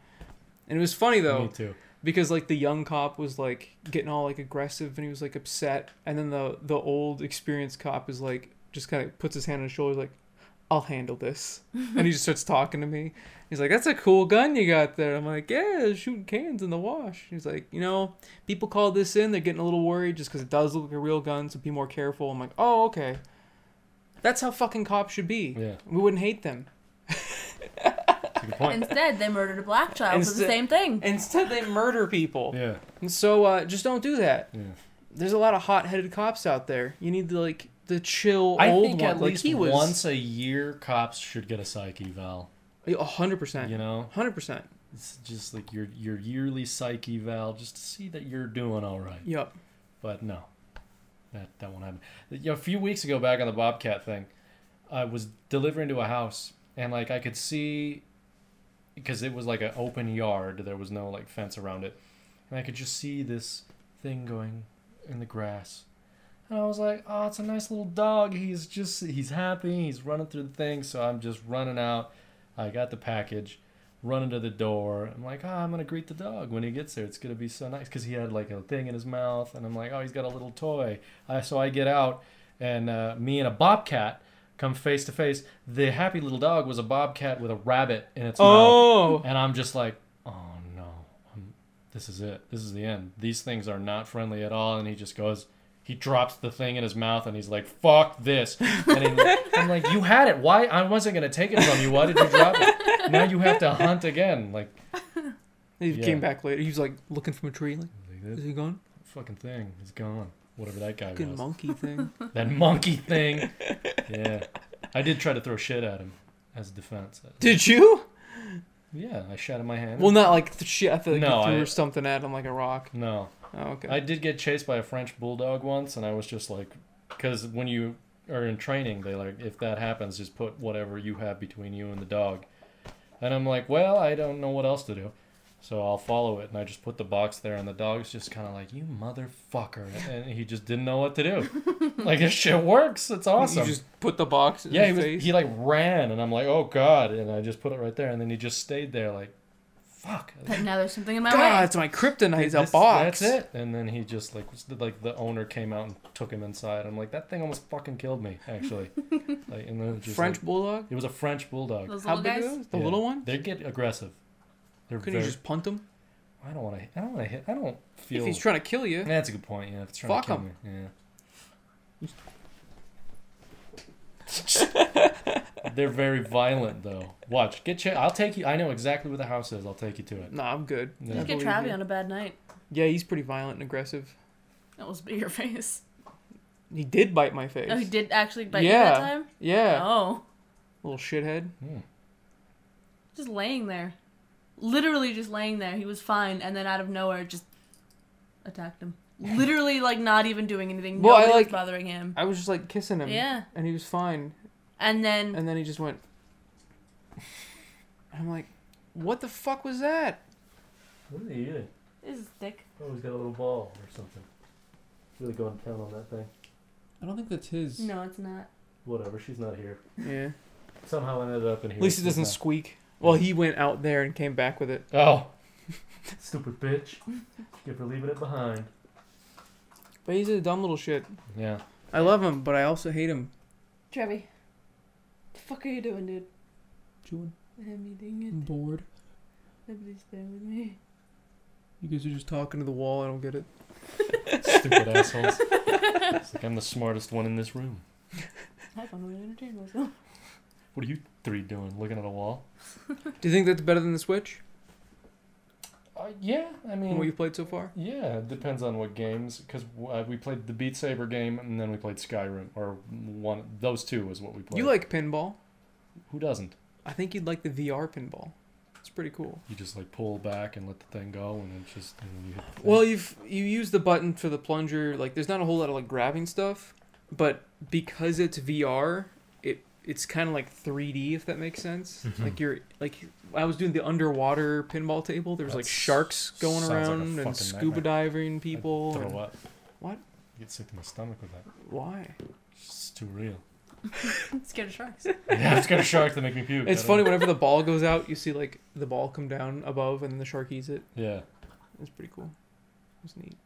S1: and it was funny
S2: Me
S1: though
S2: too.
S1: because like the young cop was like getting all like aggressive and he was like upset, and then the the old experienced cop is like just kind of puts his hand on his shoulder like. I'll handle this, and he just starts talking to me. He's like, "That's a cool gun you got there." I'm like, "Yeah, shooting cans in the wash." He's like, "You know, people call this in. They're getting a little worried just because it does look like a real gun. So be more careful." I'm like, "Oh, okay." That's how fucking cops should be.
S2: Yeah.
S1: We wouldn't hate them.
S2: It's a good point.
S3: Instead, they murdered a black child for the
S1: Instead-
S3: same thing.
S1: Instead, they murder people.
S2: Yeah.
S1: And so, uh, just don't do that.
S2: Yeah.
S1: There's a lot of hot-headed cops out there. You need the like the chill
S2: I
S1: old
S2: think
S1: one.
S2: at
S1: like
S2: least
S1: he was
S2: once a year, cops should get a psych eval.
S1: hundred percent.
S2: You know,
S1: hundred percent.
S2: it's just like your your yearly psych eval, just to see that you're doing all right.
S1: Yep.
S2: But no, that that won't happen. You know, a few weeks ago, back on the Bobcat thing, I was delivering to a house, and like I could see, because it was like an open yard. There was no like fence around it, and I could just see this thing going in the grass. And I was like, "Oh, it's a nice little dog. He's just he's happy. He's running through the thing." So I'm just running out. I got the package, running to the door. I'm like, "Oh, I'm gonna greet the dog when he gets there. It's gonna be so nice." Because he had like a thing in his mouth, and I'm like, "Oh, he's got a little toy." I, so I get out, and uh, me and a bobcat come face to face. The happy little dog was a bobcat with a rabbit in its mouth,
S1: Oh,
S2: and I'm just like, "Oh this is it. This is the end. These things are not friendly at all. And he just goes, he drops the thing in his mouth and he's like, fuck this. And he, I'm like, you had it. Why? I wasn't going to take it from you. Why did you drop it? Now you have to hunt again. Like,
S1: He
S2: Yeah.
S1: came back later. He was like looking from a tree. Like,
S2: this
S1: is he gone?
S2: fucking thing is gone. Whatever that guy
S1: Good
S2: was.
S1: monkey thing.
S2: that monkey thing. Yeah. I did try to throw shit at him as defense.
S1: Did you?
S2: Yeah, I shot in my hand.
S1: Well, not like th- shit. I feel like
S2: No,
S1: you threw
S2: I-
S1: something at him like a rock.
S2: no.
S1: Oh, okay.
S2: I did get chased by a French bulldog once, and I was just like, because when you are in training, they like, if that happens, just put whatever you have between you and the dog. And I'm like, well, I don't know what else to do. So I'll follow it, and I just put the box there, and the dog's just kind of like, you motherfucker. And he just didn't know what to do. like, this shit works. It's
S1: You-
S2: awesome.
S1: You just put the box in
S2: yeah, he,
S1: his
S2: was,
S1: face.
S2: he like ran, and I'm like, oh god, and I just put it right there, and then he just stayed there, like, fuck.
S3: But now there's something in my
S1: God,
S3: way.
S1: it's my kryptonite. It's a
S2: This-
S1: box.
S2: That's it. And then he just like was- like the owner came out and took him inside. I'm like, that thing almost fucking killed me, actually. like, and then it just,
S1: French
S2: like-
S1: bulldog.
S2: it was a French bulldog.
S3: Those
S1: How
S3: little
S1: big
S3: guys.
S1: is it? The
S2: Yeah.
S1: little one?
S2: They get aggressive. They're
S1: Couldn't
S2: very.
S1: you just punt him?
S2: I don't want to. I don't want to hit. I don't feel.
S1: If he's trying to kill you,
S2: that's a good point. Yeah, if it's trying
S1: Fuck
S2: to kill
S1: 'em.
S2: me. Yeah. They're very violent though. Watch, get you. I'll take you. I know exactly where the house is. I'll take you to it.
S1: nah, I'm good.
S2: Yeah.
S4: Look at
S1: Believe
S4: Travi
S1: you.
S4: on a bad night.
S1: Yeah, he's pretty violent and aggressive.
S4: That was your face.
S1: He did bite my face.
S3: Oh, he did actually bite you
S1: Yeah.
S3: that time?
S1: Yeah,
S4: Oh.
S1: little shithead.
S2: Hmm.
S4: Just laying there.
S3: Literally just laying there. He was fine, and then out of nowhere, just attacked him. Literally, like, not even doing anything.
S1: Well, I
S3: Nobody
S1: like-
S3: was bothering him.
S1: I was just like kissing him.
S3: Yeah. Mm.
S1: And he was fine.
S3: And then,
S1: And then he just went. And I'm like, what the fuck was that?
S2: What are they eating?
S3: this is thick.
S2: Oh, he's got a little ball or something. Really going down on that thing.
S1: I don't think that's his.
S3: No, it's not.
S2: Whatever, she's not here.
S1: Yeah.
S2: Somehow I ended up in here.
S1: At least it doesn't squeak. Well, he went out there and came back with it.
S2: Oh. Stupid bitch. Good for leaving it behind.
S1: But he's a dumb little shit.
S2: Yeah.
S1: I love him, but I also hate him.
S4: Trevi. The fuck are you doing, dude?
S1: Julian,
S4: I'm eating
S1: I'm bored.
S4: Nobody's there with me.
S1: You guys are just talking to the wall. I don't get it.
S2: Stupid assholes. It's like I'm the smartest one in this room.
S4: I found a way to entertain myself.
S2: What are you three doing? Looking at a wall?
S1: Do you think that's better than the Switch?
S2: Uh, yeah, I mean.
S1: From what you've played so far?
S2: yeah, it depends on what games. Because uh, we played the Beat Saber game and then we played Skyrim. Or one. Those two is what we played.
S1: You like pinball.
S2: Who doesn't?
S1: I think you'd like the VR pinball. It's pretty cool.
S2: You just like pull back and let the thing go and it just. And then you hit the thing.
S1: Well, you've you use the button for the plunger. Like, there's not a whole lot of like grabbing stuff, but because it's VR, it it's kind of like 3D if that makes sense.
S2: Mhm.
S1: Like you're like I was doing the underwater pinball table. There was like
S2: That's-
S1: sharks going
S2: sounds like a
S1: around
S2: fucking
S1: and scuba diving people.
S2: Throw
S1: and-
S2: up.
S1: What?
S2: Get sick to my stomach with that.
S1: Why?
S2: It's too real.
S3: Scared of sharks.
S2: Yeah, it's got a shark that make me puke.
S1: It's
S2: I
S1: funny
S2: don't-
S1: whenever the ball goes out, you see like the ball come down above and the shark eats it.
S2: Yeah.
S1: It's pretty cool. It was neat.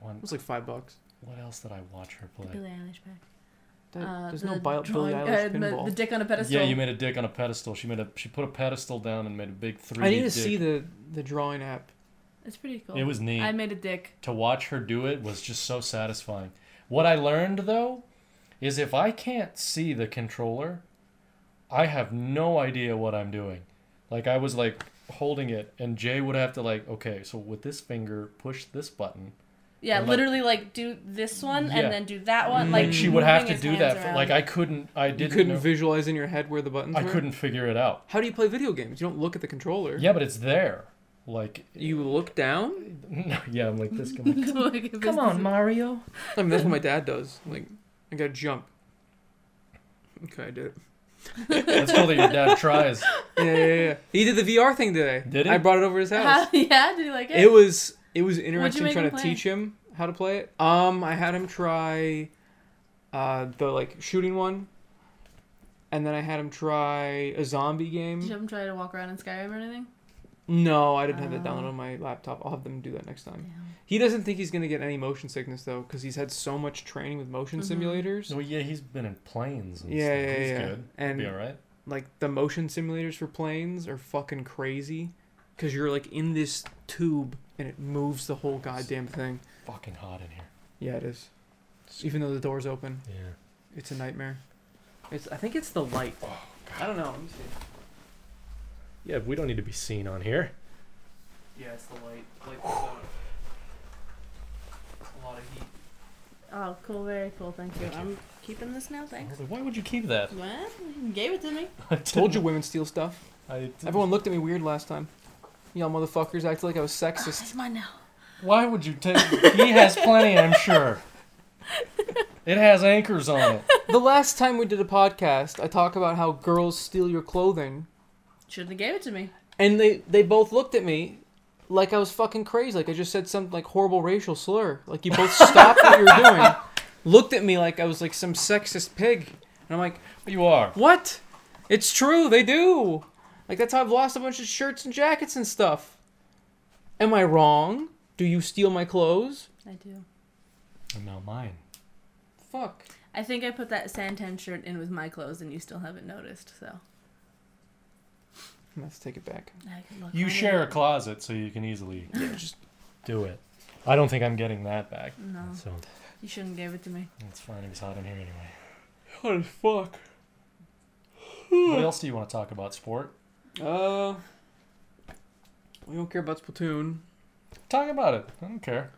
S2: One,
S1: It was like five bucks.
S2: what else did I watch her
S3: The
S2: play?
S3: Billie Eilish pack.
S1: That-
S3: Uh,
S1: there's
S3: the
S1: no Bi- Billie
S3: drawing-
S1: Eilish
S3: uh,
S1: pinball.
S3: The, the dick on a pedestal.
S2: Yeah, you made a dick on a pedestal. She made a she put a pedestal down and made a big three.
S1: I need to see the the drawing app.
S3: It's pretty cool.
S2: It was neat.
S3: Oh. I made a dick.
S2: To watch her do it was just so satisfying. What I learned though is if I can't see the controller, I have no idea what I'm doing. Like I was like holding it and Jay would have to like, okay, so with this finger push this button
S3: Yeah,
S2: And, like-
S3: literally like do this one
S2: Yeah.
S3: and then do that one.
S1: Mm.
S3: Like
S2: and she would have to
S3: moving his
S2: do
S3: hands
S2: that. For,
S3: around.
S2: like I couldn't I
S1: You
S2: didn't
S1: couldn't
S2: know-
S1: visualize in your head where the buttons
S2: I
S1: were.
S2: couldn't figure it out.
S1: How do you play video games? You don't look at the controller.
S2: Yeah, but it's there. Like
S1: You look down.
S2: No, yeah, I'm like this.
S3: Oh
S2: I'm like,
S3: Like, if
S2: Come
S3: this
S2: on,
S3: is-
S2: Mario.
S1: I mean, that's what my dad does. Like, I gotta jump. Okay, I did it.
S2: That's cool that your dad tries.
S1: Yeah, yeah, yeah, yeah. He did the VR thing today.
S2: Did he?
S1: I brought it over to his house.
S3: How- yeah, did you like it?
S1: It was it was interesting
S3: make
S1: trying
S3: him
S1: to
S3: play?
S1: teach him how to play it. Um, I had him try, uh, the like shooting one, and then I had him try a zombie game.
S3: Did you have him try to walk around in Skyrim or anything?
S1: No, I didn't have that
S3: Oh.
S1: downloaded on my laptop. I'll have them do that next time.
S2: Um,
S3: Damn.
S1: He doesn't think he's gonna get any motion sickness though, because he's had so much training with motion
S3: Mhm.
S1: simulators.
S2: So yeah, he's been in planes. And
S1: Yeah,
S2: stuff.
S1: yeah,
S2: he's
S1: yeah.
S2: good.
S1: And-
S2: He'll be all right.
S1: Like the motion simulators for planes are fucking crazy, because you're like in this tube and it moves the whole goddamn thing.
S2: Fucking hot in here.
S1: Yeah, it is. Even though the door's open,
S2: Yeah.
S1: it's a nightmare. It's I think it's the light. I don't know. Let me see.
S2: Yeah, we don't need to be seen on here.
S1: Yeah, it's the light. Light puts out a lot of heat.
S3: Oh, cool. Very cool. Thank you.
S2: Thank you.
S3: I'm keeping this now. Thanks.
S2: Why would you keep that?
S3: Well, you gave it to me.
S2: I
S1: Told you women steal stuff.
S2: I didn't-
S1: Everyone looked at me weird last time. Y'all motherfuckers acted like I was
S3: Oh,
S1: sexist.
S3: it's mine now.
S2: Why would you take? he has plenty, I'm sure. It has anchors on it.
S1: the last time we did a podcast, I talk about how girls steal your clothing,
S3: Shouldn't have gave it to me.
S1: and they they both looked at me like I was fucking crazy, like I just said some like horrible racial slur. Like you both stopped what you were doing, looked at me like I was like some sexist pig, and I'm like,
S2: You are.
S1: what? It's true, they do. Like that's how I've lost a bunch of shirts and jackets and stuff. Am I wrong? Do you steal my clothes?
S3: I do.
S2: No, mine.
S1: Fuck.
S3: I think I put that Santan shirt in with my clothes, and you still haven't noticed. So
S1: Let's take it back.
S3: I could look
S2: You
S3: right
S2: share a
S3: at it.
S2: closet, so you can easily
S1: Yeah, just
S2: do it. I don't think I'm getting that back.
S3: No,
S2: So
S3: you shouldn't give it to me.
S2: it's fine. It was hot in here anyway.
S1: oh fuck.
S2: What else do you want to talk about? Sport.
S1: Uh, we don't care about Splatoon.
S2: Talk about it. I don't care.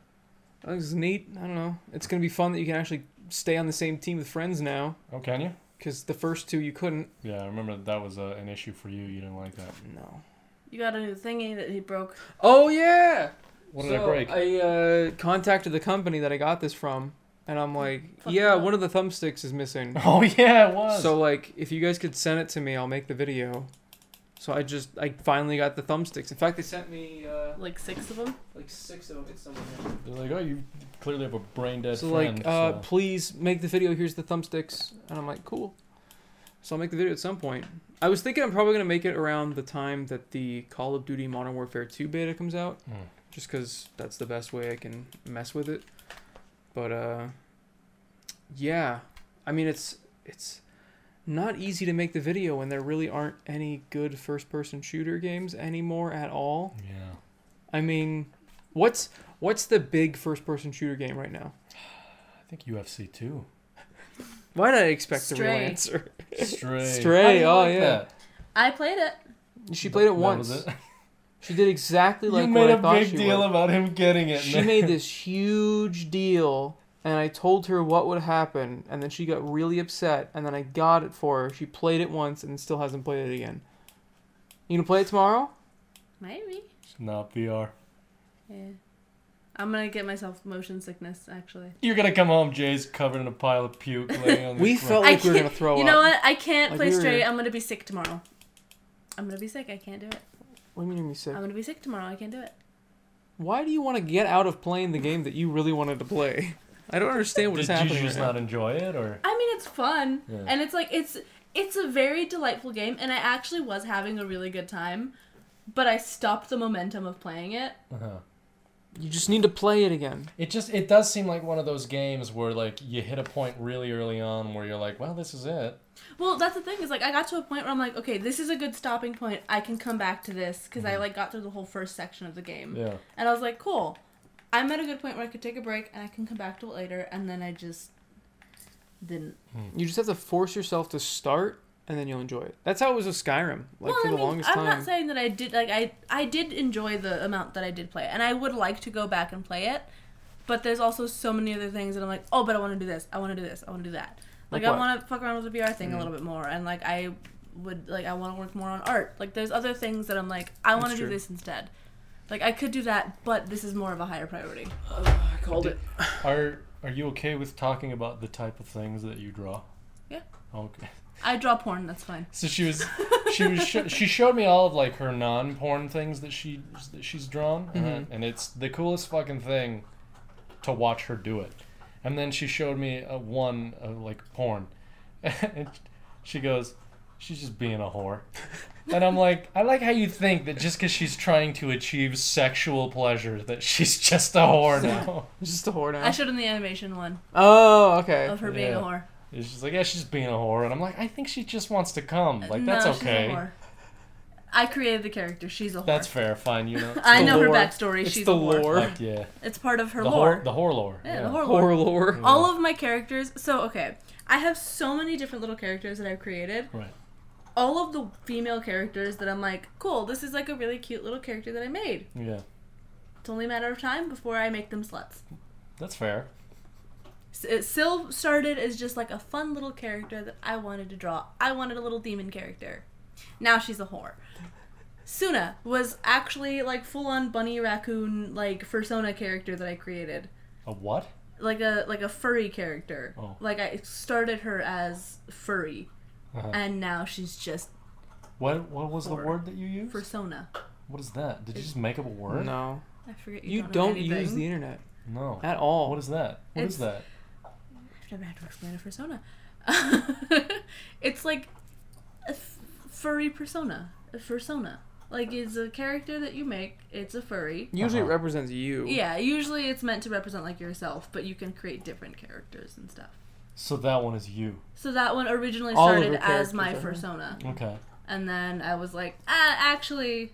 S1: I think it's neat. I don't know. It's gonna be fun that you can actually stay on the same team with friends now.
S2: Oh, can you?
S1: Cause the first two you couldn't.
S2: Yeah, I remember that was uh, an issue for you. You didn't like that.
S1: No.
S3: You got a new thingy that he broke.
S1: Oh yeah.
S2: What did I
S1: So,
S2: break?
S1: I uh, contacted the company that I got this from, and I'm like,
S3: Fuck
S1: yeah,
S3: up.
S1: one of the thumbsticks is missing.
S2: Oh yeah, it was.
S1: so like, if you guys could send it to me, I'll make the video. So I just I finally got the thumbsticks. In fact, they sent me uh,
S3: Like six of them.
S1: like six of them. It's somewhere. here.
S2: They're like, oh, you clearly have a brain dead
S1: so
S2: friend.
S1: like uh,
S2: so-
S1: please make the video here's the thumbsticks and i'm like cool so i'll make the video at some point i was thinking i'm probably going to make it around the time that the call of duty modern warfare 2 beta comes out
S2: Hmm.
S1: just because that's the best way i can mess with it but uh yeah i mean it's it's not easy to make the video when there really aren't any good first person shooter games anymore at all
S2: Yeah.
S1: i mean what's what's the big first person shooter game right now
S2: I think UFC too.
S1: Why did I expect the real
S3: Stray.
S1: answer?
S2: Stray.
S1: Stray,
S2: How do you
S1: oh,
S2: like
S1: yeah.
S2: that?
S3: I played it.
S1: She played it
S2: That
S1: once.
S2: was it?
S1: She did exactly
S2: You
S1: like
S2: made
S1: what I
S2: a
S1: thought
S2: big
S1: she
S2: deal
S1: would.
S2: about him getting it.
S1: she made this huge deal, and I told her what would happen, and then she got really upset, and then I got it for her. She played it once and still hasn't played it again. You gonna play it tomorrow?
S3: Maybe.
S2: Not VR.
S3: Yeah. I'm gonna get myself motion sickness. Actually.
S2: You're gonna come home, Jay's covered in a pile of puke, laying on the
S1: We
S2: floor.
S1: felt like we were
S3: can't-
S1: gonna throw
S3: You
S1: up.
S3: know what? I can't
S1: Like
S3: play
S1: we were-
S3: straight. I'm gonna be sick tomorrow. I'm gonna be sick. I can't do it.
S1: What do you mean you sick?
S2: Um,
S3: I'm gonna be sick tomorrow. I can't do it.
S1: Why do you want to get out of playing the game that you really wanted to play? I don't understand what is
S2: Did
S1: happening.
S2: you just
S1: right now.
S2: not enjoy it, or
S3: I mean, it's fun,
S2: Yeah.
S3: and it's like it's it's a very delightful game, and I actually was having a really good time, but I stopped the momentum of playing it.
S2: uh
S1: You just need to play it again.
S2: it just it does seem like one of those games where like you hit a point really early on where you're like, well, this is it.
S3: Well, that's the thing is like I got to a point where I'm like, okay, this is a good stopping point. I can come back to this because
S1: Mm-hmm.
S3: I like got through the whole first section of the game,
S2: Yeah.
S3: and I was like, cool. I'm at a good point where I could take a break and I can come back to it later, and then I just didn't.
S1: You just have to force yourself to start, and then you'll enjoy it. That's how it was with Skyrim. Like
S3: well,
S1: for
S3: I
S1: the
S3: mean,
S1: longest
S3: I'm
S1: time.
S3: not saying that I did like I I did enjoy the amount that I did play, and I would like to go back and play it. But there's also so many other things that I'm like, oh, but I want to do this, I want to do this, I want to do that. Like,
S1: Like
S3: I
S1: what?
S3: want to fuck around with the VR thing
S1: Mm.
S3: a little bit more, and like I would like I want to work more on art. Like there's other things that I'm like, I want
S1: That's
S3: to do
S1: true.
S3: this instead. Like I could do that, but this is more of a higher priority.
S1: I called it.
S2: Are are you okay with talking about the type of things that you draw?
S3: Yeah.
S2: Okay.
S3: I draw porn, that's fine.
S2: So she was, she was, sho- she showed me all of like her non-porn things that she that she's drawn, and I-
S1: Mhm.
S2: and it's the coolest fucking thing to watch her do it. And then she showed me a one of like porn, and she goes, she's just being a whore. And I'm like, I like how you think that just because she's trying to achieve sexual pleasure that she's just a whore now.
S1: Just a whore now.
S3: I showed in the animation one
S1: Oh, okay.
S3: of her being
S2: Yeah.
S3: a whore.
S2: It's just like, yeah, she's being a whore, and I'm like, I think she just wants to come. Like
S3: No,
S2: that's
S3: she's a
S2: okay.
S3: whore. I created the character. She's a whore.
S2: That's fair. Fine. You know. it's
S3: I
S2: the
S3: know her
S1: lore.
S3: backstory.
S1: It's
S3: She's
S1: the
S3: a whore.
S1: lore.
S2: Like, yeah.
S3: It's part of her
S2: the
S3: lore.
S2: Whore, the whore lore.
S3: yeah, the whore lore.
S1: Horror lore.
S2: Yeah.
S3: All of my characters. So okay, I have so many different little characters that I've created.
S2: Right.
S3: All of the female characters that I'm like, cool. This is like a really cute little character that I made.
S2: Yeah.
S3: It's only a matter of time before I make them sluts.
S2: That's fair.
S3: S- uh, Sylve started as just like a fun little character that I wanted to draw. I wanted a little demon character. Now she's a whore. Suna was actually like full on bunny raccoon like persona character that I created.
S2: A what?
S3: Like a like a furry character.
S2: Oh.
S3: Like I started her as furry
S2: Uh-huh.
S3: and now she's just
S2: What? What was the
S3: Uh, Whore.
S2: word that you used?
S3: persona.
S2: What is that? Did you just make up a word?
S1: No,
S3: I forget you,
S1: you
S3: know
S1: don't
S3: anything.
S1: use the internet
S2: No.
S1: at all.
S2: What is that? What is
S3: It's-
S2: that?
S3: I've never had to explain a persona. it's like a f- furry persona. A persona. Like, it's a character that you make, it's a furry.
S1: Usually
S2: Uh-huh.
S1: it represents you.
S3: Yeah, usually it's meant to represent like yourself, but you can create different characters and stuff.
S2: So that one is you.
S3: So that one originally
S1: All of
S3: started
S1: her
S3: as my
S1: characters are-
S3: persona,
S2: Okay.
S3: and then I was like, ah, actually,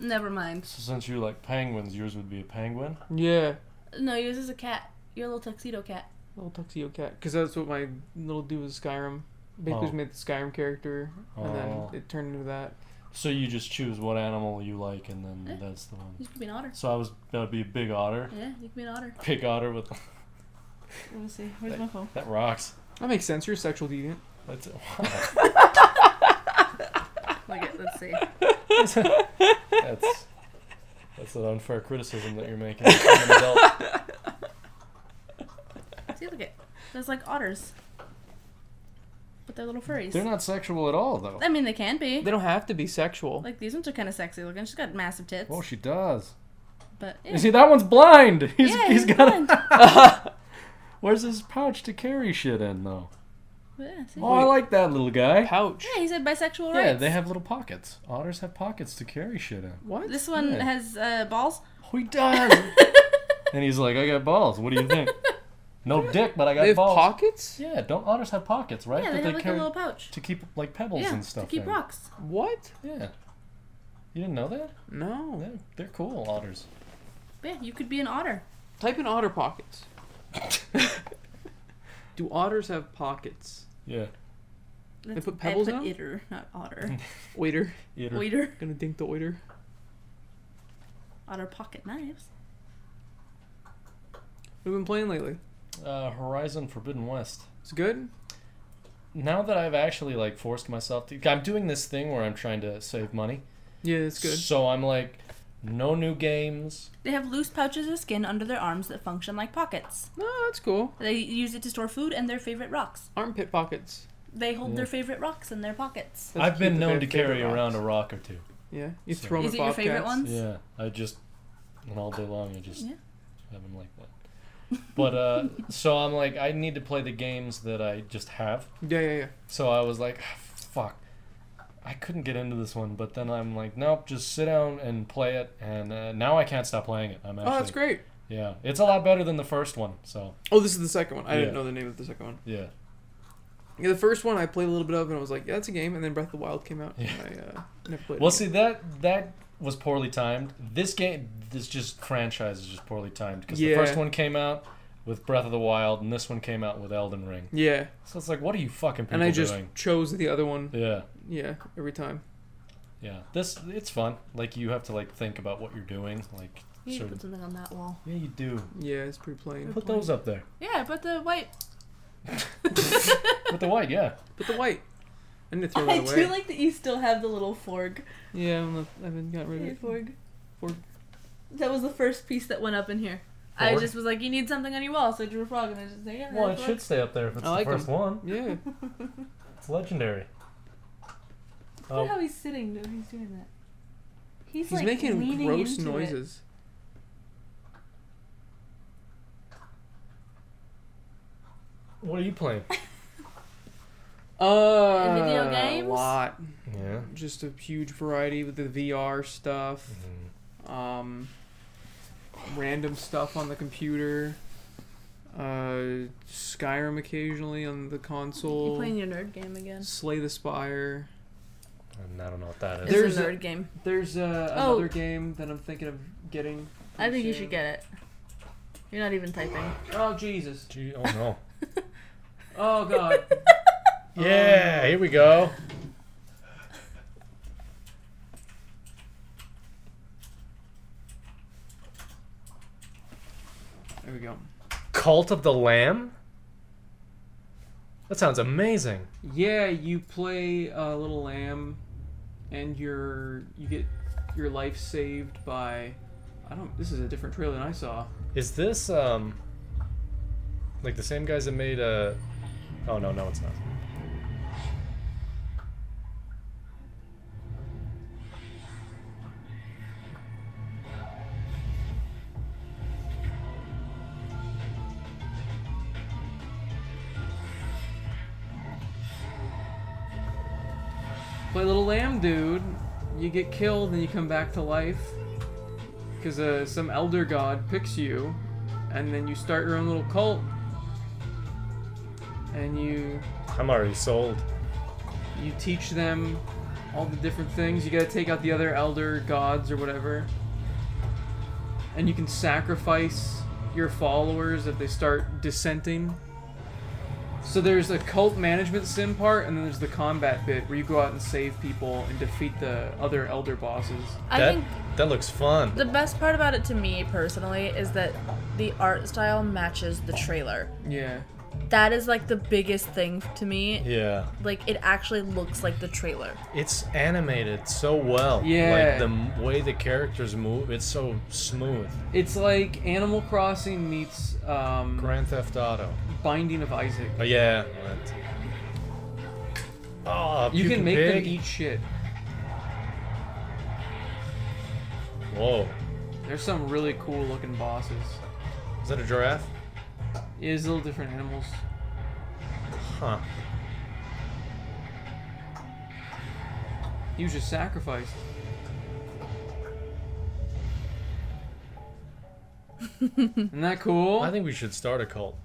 S3: never mind.
S2: So since you like penguins, yours would be a penguin.
S1: Yeah.
S3: No, yours is a cat. You're a little tuxedo cat.
S1: Little tuxedo cat. Because that's what my little dude was Skyrim. Basically,
S2: Oh.
S1: just made the Skyrim character, and
S2: Oh.
S1: then it turned into that.
S2: So you just choose what animal you like, and then
S3: Yeah.
S2: that's the one.
S3: You could be an otter.
S2: So I was that would be a big otter.
S3: Yeah, you could be an otter.
S2: Big otter with
S3: Let me see. Where's my phone?
S2: that rocks.
S1: That makes sense. You're a sexual deviant.
S2: That's
S3: Look at, let's see.
S2: that's that's an unfair criticism that you're making. I'm an adult.
S3: See, look at there's like otters, but they're little furries.
S2: They're not sexual at all, though.
S3: I mean, they can be.
S1: They don't have to be sexual.
S3: like these ones are kind of sexy looking. She's got massive tits,
S2: Oh, she does.
S3: but yeah.
S2: You see, that one's blind. He's
S3: Yeah,
S2: he's
S3: he's
S2: got. Where's his pouch to carry shit in, though?
S3: But, yeah, see?
S2: Oh, I like that little guy.
S1: Pouch.
S3: yeah, he said bisexual rights.
S2: Yeah, they have little pockets. Otters have pockets to carry shit in.
S1: What?
S3: This one
S2: Yeah.
S3: has uh, balls.
S2: Oh, he does. and he's like, I got balls. What do you think? no dick, but I got
S1: they have
S2: balls.
S1: pockets?
S2: yeah, don't otters have pockets, right?
S3: yeah,
S2: That
S3: they have like a
S2: carry
S3: little pouch.
S2: to keep like pebbles
S3: Yeah,
S2: and stuff.
S3: to keep
S2: in.
S3: rocks.
S1: What?
S2: Yeah. You didn't know that?
S1: No.
S2: Yeah, they're cool otters.
S3: Yeah, you could be an otter.
S1: Type in otter pockets. Do otters have pockets?
S2: Yeah.
S3: They
S1: put pebbles
S3: I put
S1: in 'em?
S3: Itter, not otter.
S1: Oiter.
S2: Eater.
S3: Oiter.
S1: Gonna dink the oiter.
S3: Otter pocket knives.
S1: What have you been playing lately?
S2: Uh, Horizon Forbidden West.
S1: It's good?
S2: Now that I've actually like forced myself to, I'm doing this thing where I'm trying to save money.
S1: Yeah, it's good.
S2: So I'm like, no new games.
S3: They have loose pouches of skin under their arms that function like pockets.
S1: No, that's cool.
S3: They use it to store food and their favorite rocks.
S1: Armpit pockets.
S3: They hold
S2: Yeah.
S3: their favorite rocks in their pockets.
S1: That's
S2: I've
S1: cute
S2: been
S1: that they have
S2: known to carry
S1: favorite
S2: around a
S1: rocks.
S2: rock or two.
S1: Yeah, you
S2: So-
S1: throw them
S3: Is
S1: at
S3: it your favorite
S1: bobcats.
S3: one?
S2: Yeah, I just and all day long I just
S3: Yeah.
S2: have them like that. But uh, so I'm like, I need to play the games that I just have.
S1: Yeah, yeah, yeah.
S2: So I was like, "Ah, fuck, I couldn't get into this one. But then I'm like, nope, just sit down and play it. And uh, now I can't stop playing it. I'm actually,
S1: Oh, that's great.
S2: yeah, it's a lot better than the first one. So
S1: Oh, this is the second one. I
S2: Yeah.
S1: didn't know the name of the second one.
S2: yeah,
S1: Yeah, the first one I played a little bit of and I was like, yeah, that's a game. And then Breath of the Wild came out.
S2: Yeah.
S1: And I uh, never played. it
S2: well,
S1: again.
S2: see that that was poorly timed. This game, this just franchise is just poorly timed because the
S1: Yeah.
S2: first one came out with Breath of the Wild, and this one came out with Elden Ring.
S1: Yeah,
S2: So it's like, what are you fucking people
S1: and I just
S2: doing?
S1: chose the other one.
S2: Yeah,
S1: Yeah, every time.
S2: yeah. This it's fun. Like you have to like think about what you're doing. Like
S3: You need to
S2: certain.
S3: put something on that wall.
S2: Yeah, you do.
S1: Yeah, it's pretty plain.
S2: Put those up there.
S3: Yeah, but the white.
S2: With the white, yeah.
S1: But the white, I need to throw
S3: I
S1: that away.
S3: do like that you still have the little fork.
S1: yeah, I'm not, I haven't gotten rid of
S3: Hey,
S1: it.
S3: fork.
S1: Fork.
S3: That was the first piece that went up in here. I
S2: Fork?
S3: just was like, you need something on your wall, so I drew a frog, and I just like, yeah,
S2: Well, it
S3: fork.
S2: should stay up there if it's
S1: I like
S2: the first one.
S1: Yeah,
S2: It's legendary.
S3: Look
S2: Oh,
S3: at how he's sitting though. He's doing that. He's,
S1: he's
S3: like
S1: making
S3: leaning
S1: gross
S3: into it.
S1: noises.
S2: what are you playing?
S1: Uh,
S3: video games?
S1: A lot.
S2: Yeah.
S1: Just a huge variety with the VR stuff,
S2: Mhm.
S1: um, random stuff on the computer, uh, Skyrim occasionally on the
S3: You
S1: console,
S3: playing your nerd game again?
S1: Slay the Spire.
S2: And I don't know what that is.
S1: There-
S4: There's
S1: There's
S4: a
S1: a-
S4: nerd game.
S1: There's uh,
S4: Oh.
S1: another game that I'm thinking of getting.
S4: I think you should get it. You're not even typing.
S1: Oh Jesus!
S2: Gee, oh no.
S1: Oh God!
S2: Yeah, here we go.
S1: there we go.
S2: Cult of the Lamb? That sounds amazing.
S1: Yeah, you play a little lamb, and your you get your life saved by. I don't. This is a different trailer than I saw.
S2: Is this um like the same guys that made uh Oh no, no it's not.
S1: Play little lamb, dude. You get killed, and you come back to life. Because uh, some elder god picks you, and then you start your own little cult. And you
S2: I'm already sold.
S1: you teach them all the different things. You gotta take out the other elder gods or whatever. And you can sacrifice your followers if they start dissenting. So there's a cult management sim part, and then there's the combat bit where you go out and save people and defeat the other elder bosses.
S4: I
S2: that
S4: think
S2: that looks fun.
S4: the best part about it to me personally is that the art style matches the trailer.
S1: Yeah.
S4: That is like the biggest thing to me.
S2: yeah.
S4: Like it actually looks like the trailer.
S2: It's animated so well.
S1: Yeah.
S2: Like the m- way the characters move, it's so smooth.
S1: It's like Animal Crossing meets um,
S2: Grand Theft Auto.
S1: Binding of Isaac.
S2: Oh yeah. what? Oh,
S1: You
S2: Pukin
S1: can make
S2: pig.
S1: them eat shit.
S2: Whoa.
S1: There's some really cool looking bosses.
S2: Is that a giraffe?
S1: It is little different animals.
S2: Huh.
S1: He was just sacrificed. Isn't that cool?
S2: I think we should start a cult.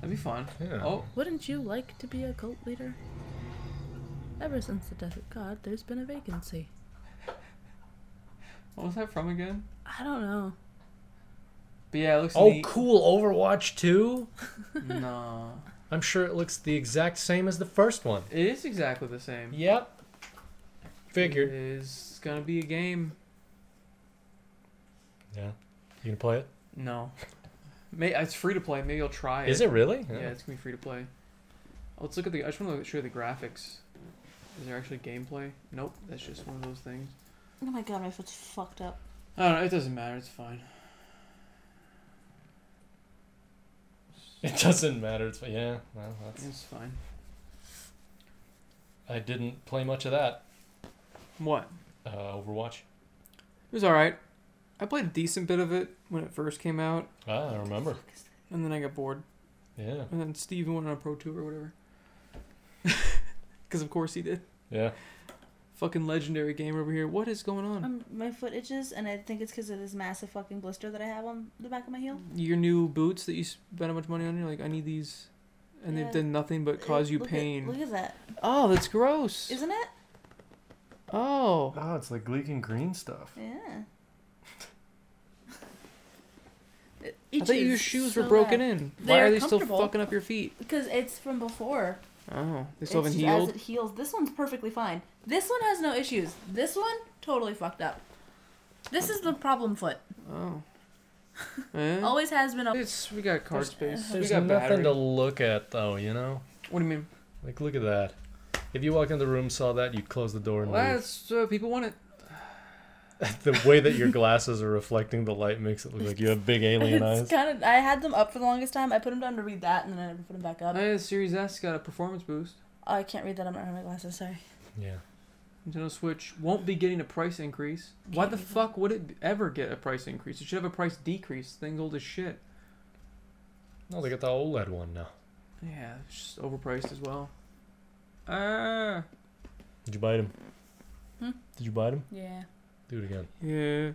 S1: That'd be fun.
S2: Yeah.
S1: Oh,
S4: Wouldn't you like to be a cult leader? Ever since the death of God, there's been a vacancy.
S1: what was that from again?
S4: I don't know.
S1: But yeah, it looks
S2: Oh,
S1: neat.
S2: cool. Overwatch 2?
S1: Nah.
S2: I'm sure it looks the exact same as the first one.
S1: It is exactly the same.
S2: Yep.
S1: It
S2: Figured.
S1: is it's gonna be a game.
S2: Yeah. You gonna play it?
S1: No. May uh, it's free to play. Maybe I'll try it.
S2: Is it really?
S1: Yeah, it's gonna be free to play. Let's look at the. I just want to show you the graphics. Is there actually gameplay? Nope. That's just one of those things.
S3: Oh my god, my foot's fucked up.
S1: I don't know. It doesn't matter. It's fine.
S2: It doesn't matter. It's yeah. Well, that's,
S1: It's fine.
S2: I didn't play much of that
S1: What?
S2: uh, Overwatch.
S1: It was alright. I played a decent bit of it when it first came out,
S2: Ah, I remember.
S1: and then I got bored.
S2: Yeah.
S1: And then Steve went on a pro tour or whatever. Because of course he did.
S2: Yeah.
S1: Fucking legendary gamer over here. What is going on?
S3: Um, my foot itches, and I think it's because of this massive fucking blister that I have on the back of my heel.
S1: Your new boots that you spent a bunch of money on. You're like, I need these, and
S3: Yeah.
S1: they've done nothing but cause you
S3: Look at-
S1: pain.
S3: look at that,
S1: Oh, that's gross.
S3: isn't it?
S1: oh,
S2: Oh, it's like leaking green stuff.
S3: Yeah. It
S1: I thought your
S3: itches
S1: shoes
S3: so
S1: were broken
S3: bad.
S1: in.
S3: They
S1: Why
S3: are
S1: are they still
S3: comfortable.
S1: fucking up your feet?
S3: Because it's from before.
S1: Oh, they still
S3: it's
S1: haven't
S3: just
S1: healed.
S3: As it heals, this one's perfectly fine. This one has no issues. This one totally fucked up.
S4: This is the problem foot.
S1: Oh.
S3: Oh,
S1: Eh?
S4: Always has been a
S1: It's, we got card space. we
S2: There's
S1: got
S2: nothing
S1: battery.
S2: to look at though, you know.
S1: What do you mean?
S2: Like look at that. If you walk in the room, saw that, you'd close the door and
S1: Well, that's uh, people want it.
S2: leave. the way that your glasses are reflecting the light makes it look like you have big alien eyes.
S3: It's kind of. I had them up for the longest time. I put them down to read that, and then I never put them back up.
S1: I had Series S got a performance boost.
S3: Oh, I can't read that. I'm not wearing my glasses. Sorry.
S2: Yeah.
S1: Nintendo Switch won't be getting a price increase. Why the fuck would it ever get a price increase? It should have a price decrease. Thing's old as shit.
S2: No, they got the OLED one now.
S1: Yeah, it's just overpriced as well. Ah.
S2: Did you bite him?
S3: Hmm?
S2: Did you bite him?
S3: Yeah.
S2: Do it again.
S1: Yeah.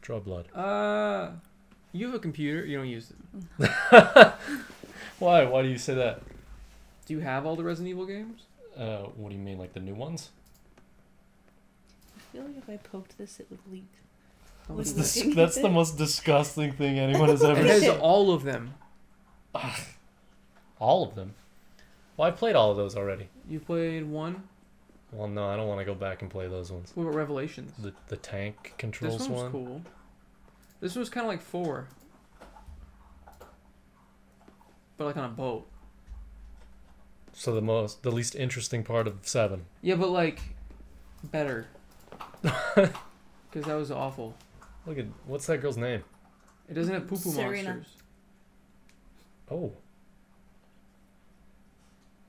S2: Draw blood.
S1: Uh. You have a computer. You don't use it.
S2: Why? Why do you say that?
S1: Do you have all the Resident Evil games?
S2: Uh, what do you mean, like the new ones?
S3: I feel like if I poked this, it would leak.
S2: That's
S3: What's
S2: the,
S3: the
S2: s-
S3: thing?
S2: that's the most disgusting thing anyone has
S1: It
S2: ever
S1: has
S2: seen.
S1: all of them.
S2: All of them. Well, I played all of those already.
S1: You played one.
S2: Well, no, I don't want to go back and play those ones.
S1: What about Revelations?
S2: The the tank
S1: This
S2: controls
S1: one was
S2: one.
S1: cool. This one's kind of like four, but like on a boat.
S2: So the most, the least interesting part of seven.
S1: Yeah, but like better. Because that was awful.
S2: Look at what's that girl's name?
S1: It doesn't have poo poo
S3: Serena.
S1: monsters.
S2: Oh,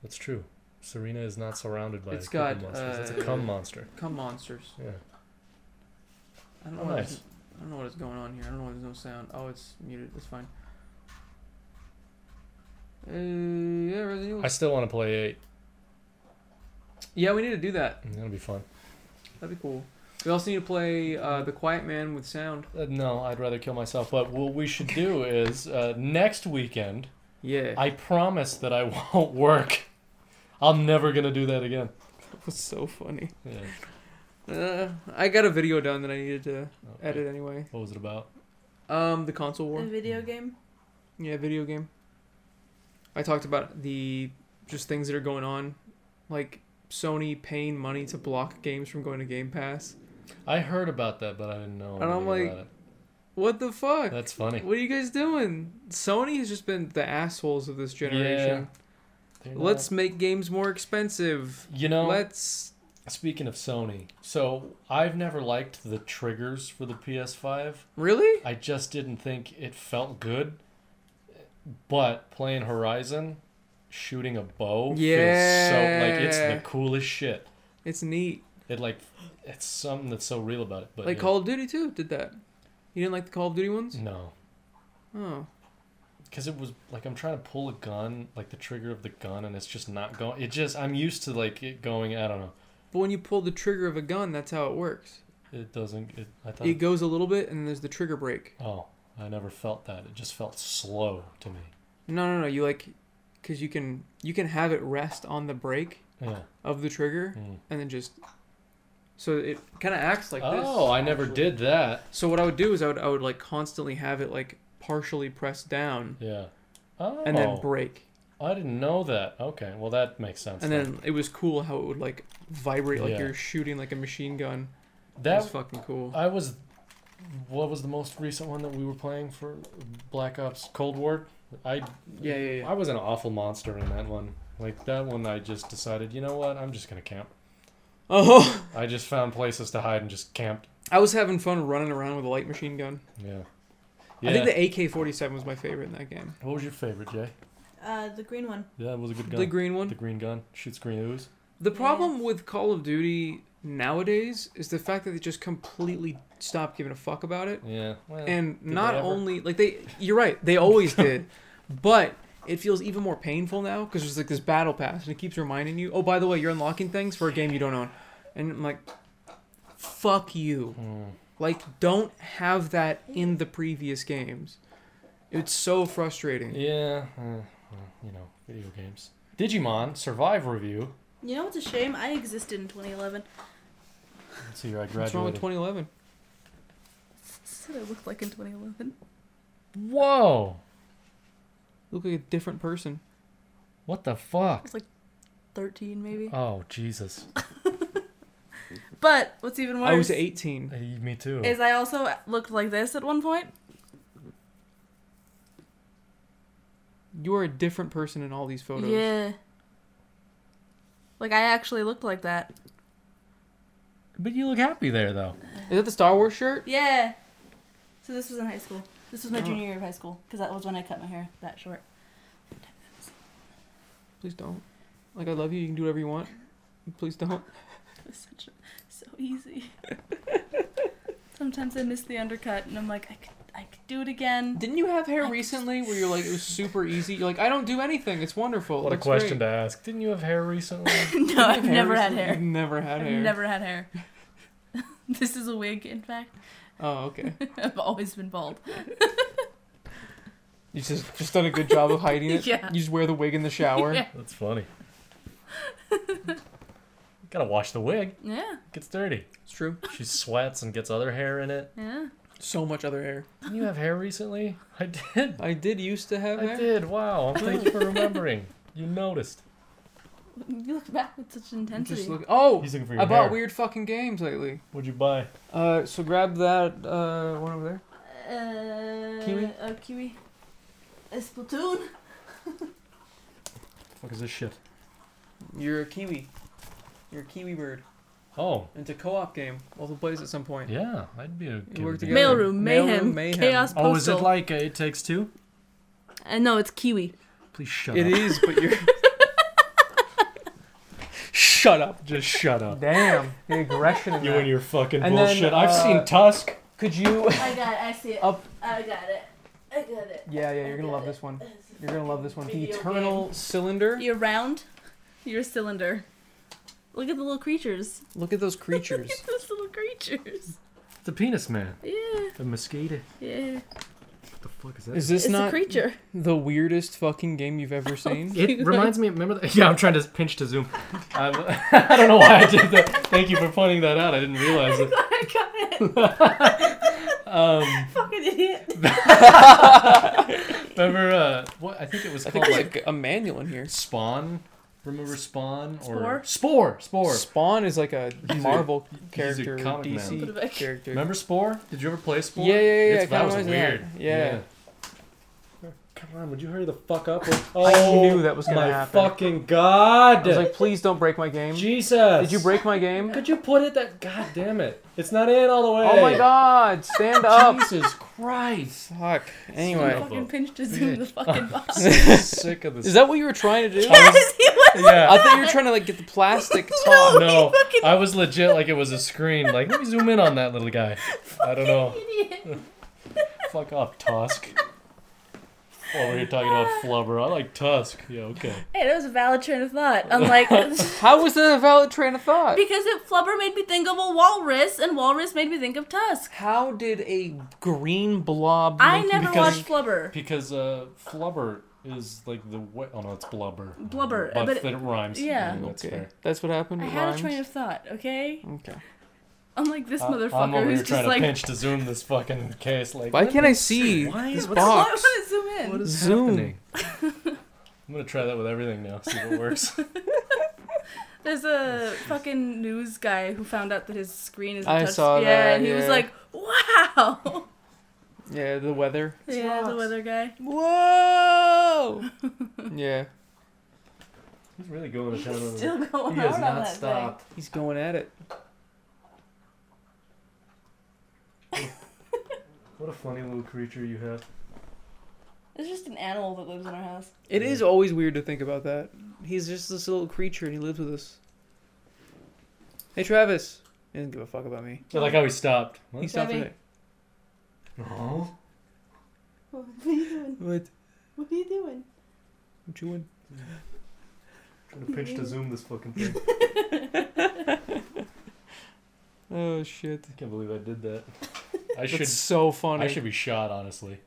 S2: that's true. Serena is not surrounded by
S1: It's
S2: people
S1: got,
S2: monsters. it's
S1: uh,
S2: a cum monster.
S1: Come monsters.
S2: Yeah.
S1: I don't know.
S2: Oh,
S1: why
S2: nice.
S1: there's- I don't know what is going on here. I don't know why there's no sound. Oh, it's muted. That's fine. Uh, yeah, Resident Evil.
S2: I still want to play eight.
S1: yeah, we need to do that.
S2: That'll be fun.
S1: That'd be cool. We also need to play uh, The Quiet Man with sound.
S2: Uh, no, I'd rather kill myself. But what we should do is uh, next weekend.
S1: Yeah.
S2: I promise that I won't work. I'm never gonna do that again.
S1: That was so funny.
S2: Yeah.
S1: Uh, I got a video done that I needed to
S2: Okay.
S1: edit anyway.
S2: What was it about?
S1: Um, the console war.
S3: A video game.
S1: Yeah, video game. I talked about the just things that are going on, like Sony paying money to block games from going to Game Pass.
S2: I heard about that, but I didn't know.
S1: And I'm
S2: anything
S1: like,
S2: about
S1: What the
S2: it.
S1: fuck?
S2: that's funny.
S1: What are you guys doing? Sony has just been the assholes of this generation.
S2: They're
S1: Let's make games more expensive.
S2: not- You know.
S1: Let's.
S2: Speaking of Sony, so I've never liked the triggers for the PS5.
S1: Really?
S2: I just didn't think it felt good. But playing Horizon, shooting a bow feels so like it's
S1: Yeah.
S2: the coolest shit.
S1: It's neat.
S2: It like it's something that's so real about it. But
S1: like
S2: yeah.
S1: Call of Duty too did that. You didn't like the Call of Duty ones?
S2: no. Mm.
S1: Oh.
S2: because it was like I'm trying to pull a gun, like the trigger of the gun, and it's just not going. It just I'm used to like it going. I don't know.
S1: But when you pull the trigger of a gun, that's how it works.
S2: It doesn't. It, I thought.
S1: It goes a little bit, and then there's the trigger break.
S2: oh, I never felt that. It just felt slow to me.
S1: No, no, no. You like, cause you can you can have it rest on the break
S2: Yeah.
S1: of the trigger,
S2: Mm.
S1: and then just. So it kind of acts like this.
S2: oh, I never
S1: actually.
S2: did that.
S1: So what I would do is I would I would like constantly have it like partially pressed down
S2: Yeah. Oh.
S1: and then break,
S2: I didn't know that. Okay. Well, that makes sense.
S1: and then it was cool how it would like vibrate like
S2: Yeah.
S1: you're shooting like a machine gun. That was
S2: that
S1: fucking cool.
S2: I was. What was the most recent one that we were playing for Black Ops Cold War? I
S1: Yeah, yeah, yeah.
S2: I was an awful monster in that one. Like that one, I just decided, you know what? I'm just gonna camp.
S1: Oh.
S2: I just found places to hide and just camped.
S1: I was having fun running around with a light machine gun.
S2: Yeah.
S1: I think the AK 47 was my favorite in that game.
S2: what was your favorite, Jay?
S3: Uh, the green one.
S2: Yeah, it was a good gun.
S1: The green
S2: The
S1: one.
S2: green gun shoots green ooze.
S1: The problem
S3: Yes.
S1: with Call of Duty nowadays is the fact that they just completely stopped giving a fuck about it.
S2: Yeah. Well,
S1: And
S2: they
S1: not
S2: ever?
S1: only, like, they, you're right, they always did. But it feels even more painful now because there's like this battle pass and it keeps reminding you, oh, by the way, you're unlocking things for a game you don't own. And I'm like, fuck you.
S2: Hmm.
S1: Like, don't have that in the previous games. It's so frustrating.
S2: yeah. uh, well, you know, video games. Digimon Survive review.
S3: You know what's a shame? I existed in 2011.
S2: Let's see here. I
S1: What's wrong with
S2: graduated.
S1: 2011?
S3: That's what I looked like in 2011.
S2: Whoa!
S1: Look like a different person.
S2: What the
S3: I
S2: fuck?
S3: was like 13 maybe.
S1: Uh,
S2: Oh Jesus.
S3: But what's even worse
S1: I was 18.
S2: Hey, me too.
S3: is I also looked like this at one point.
S1: You are a different person in all these photos.
S3: Yeah. Like I actually looked like that.
S2: But you look happy there though.
S1: Is that the Star Wars shirt?
S3: Yeah. So this was in high school. This was my
S1: Oh.
S3: junior year of high school because that was when I cut my hair that short.
S1: Please don't. Like, I love you. You can do whatever you want. Please don't.
S3: It was such a, so easy. Sometimes I miss the undercut and I'm like I could I could do it again.
S1: Didn't you have hair recently where you're like, it was super easy? You're like, I don't do anything. It's wonderful.
S2: What a question to ask. Didn't you have hair recently?
S3: no, I've never had
S1: You've
S3: hair.
S1: never had hair.
S3: I've never had hair. this is a wig, in fact.
S1: Oh, okay.
S3: I've always been bald.
S1: You just just done a good job of hiding it.
S3: Yeah.
S1: You just wear the wig in the shower.
S3: Yeah.
S2: That's funny. Gotta wash the wig.
S3: Yeah,
S2: Gets dirty.
S1: It's true.
S2: She sweats and gets other hair in it.
S3: yeah.
S1: So much other hair.
S2: Didn't you have hair recently? I did.
S1: I did used to have
S2: I
S1: hair.
S2: did. Wow. Thanks for remembering. You noticed.
S3: You look back with such intensity.
S1: Just look. Oh,
S2: He's looking for your
S1: I bought
S2: hair.
S1: weird fucking games lately.
S2: What'd you buy?
S1: Uh, so grab that uh one over there.
S3: uh,
S1: Kiwi?
S3: Oh, kiwi. A Splatoon.
S2: fuck is this shit?
S1: You're a kiwi. You're a kiwi bird.
S2: Oh,
S1: It's a co-op game. Multiple players at some point.
S2: yeah. I'd be a
S1: You work
S2: would be
S1: together.
S2: good.
S1: Mailroom
S3: Mailroom mayhem.
S1: mayhem.
S3: Chaos postal.
S2: Oh, is it like uh, It Takes Two?
S3: Uh, no, it's kiwi.
S2: Please shut
S1: It
S2: up.
S1: is, but you're.
S2: Shut up. Just shut up.
S1: Damn, the aggression in
S2: You and your fucking
S1: And then,
S2: bullshit. I've
S1: uh,
S2: seen Tusk.
S1: Could you?
S3: I got. It, I see it.
S1: Up.
S3: I got it. I got it.
S1: Yeah, yeah, you're gonna love this one. You're gonna love this one. The
S3: Video
S1: Eternal Cylinder.
S3: You're round. You're a cylinder. Look at the little creatures.
S1: Look at those creatures.
S3: Look at those little creatures.
S2: The Penis Man.
S3: Yeah,
S2: The Mosquito.
S3: yeah.
S2: What the fuck is that?
S1: Is this
S3: it's a
S1: not
S3: creature.
S1: the weirdest fucking game you've ever seen?
S2: It reminds me. Remember that? Yeah, I'm trying to pinch to zoom. I, I don't know why I did that. Thank you for pointing that out. I didn't realize it.
S3: I got it.
S2: Um,
S3: Fucking idiot.
S2: remember uh, what? I think it was
S1: I think
S2: called
S1: there's
S2: like
S1: like a manual in here.
S2: Spawn. Remember Spawn or
S3: Spore?
S2: Spore? Spore.
S1: Spawn is like a
S2: He's a-
S1: Marvel
S2: he's a
S1: character,
S2: comic man.
S1: DC
S3: Put it back.
S1: character.
S2: Remember Spore? Did you ever play Spore?
S1: Yeah, yeah, yeah. yeah,
S2: It's-
S1: kinda
S2: that was
S1: reminds me
S2: weird.
S1: of that. Yeah.
S2: Come on, would you hurry the fuck up? Oh,
S1: I knew that was gonna
S2: my
S1: happen.
S2: fucking god!
S1: I was like, please don't break my game.
S2: Jesus!
S1: Did you break my game?
S2: Could you put it that? God damn it! It's not in all the way.
S1: Oh my god, stand up.
S2: Jesus Christ!
S1: Fuck.
S3: Anyway.
S1: Anyway.
S3: Fucking pinched to zoom the fucking box.
S2: Sick of this.
S1: Is that what you were trying to do?
S3: yes, he was.
S2: yeah.
S1: I thought you were trying to like get the plastic
S3: No.
S1: top.
S2: no,
S3: he fucking-
S2: I was legit like it was a screen. Like, let me zoom in on that little guy. I don't know.
S3: Idiot.
S2: Fuck off, Tusk. Oh, we're here talking about flubber. I like Tusk. Yeah, okay.
S3: Hey, that was a valid train of thought. Unlike because
S1: How was that a valid train of thought?
S3: it flubber made me think of a walrus, and walrus made me think of tusk.
S1: How did a green blob?
S3: I
S1: make you
S3: never
S1: think-
S2: because-
S3: watched flubber.
S2: Because uh, flubber is like the way. Oh no, it's blubber.
S3: Blubber,
S2: but,
S3: but it-
S2: it, rhymes.
S3: yeah.
S2: that's
S1: okay,
S2: fair.
S1: that's what happened.
S3: I
S1: It
S3: had a
S1: rhymes.
S3: train of thought. Okay.
S1: Okay.
S3: Unlike this
S2: I- I'm
S3: motherfucker
S2: over here
S3: who's
S2: trying
S3: just
S2: to
S3: like.
S2: pinch to zoom this fucking case. Like,
S1: Why
S2: what
S1: can't I
S2: is-
S1: see
S2: Why
S1: this
S2: is
S3: Why
S1: box?
S3: would it zoom in?
S2: What is
S1: Zoom.
S2: happening? I'm gonna try that with everything now. See if it works.
S3: There's a fucking news guy who found out that his screen is. a
S1: I
S3: touch-
S1: saw
S3: yeah,
S1: that,
S3: and he was
S1: yeah.
S3: like, "Wow."
S1: Yeah, the weather.
S3: yeah, the
S2: rocks.
S3: weather guy.
S1: Whoa. yeah,
S2: He's really going to town. over there.
S3: Still going
S2: He
S3: hard
S2: has
S3: on
S2: not
S3: that
S2: stopped.
S1: he's going at it.
S2: What a funny little creature you have.
S3: thing. It's just an animal that lives in our house.
S1: It is always weird to think about that. He's just this little creature and he lives with us. Hey, Travis. He doesn't give a fuck about me.
S2: I like how he stopped.
S1: He stopped
S3: Travis.
S1: it.
S2: No.
S3: What are you doing?
S1: What?
S3: What are you doing?
S1: What you want?
S2: Trying to pinch to zoom this fucking thing.
S1: Oh shit.
S2: I can't believe I did that. I
S1: That's
S2: should.
S1: so funny.
S2: I should be shot, honestly.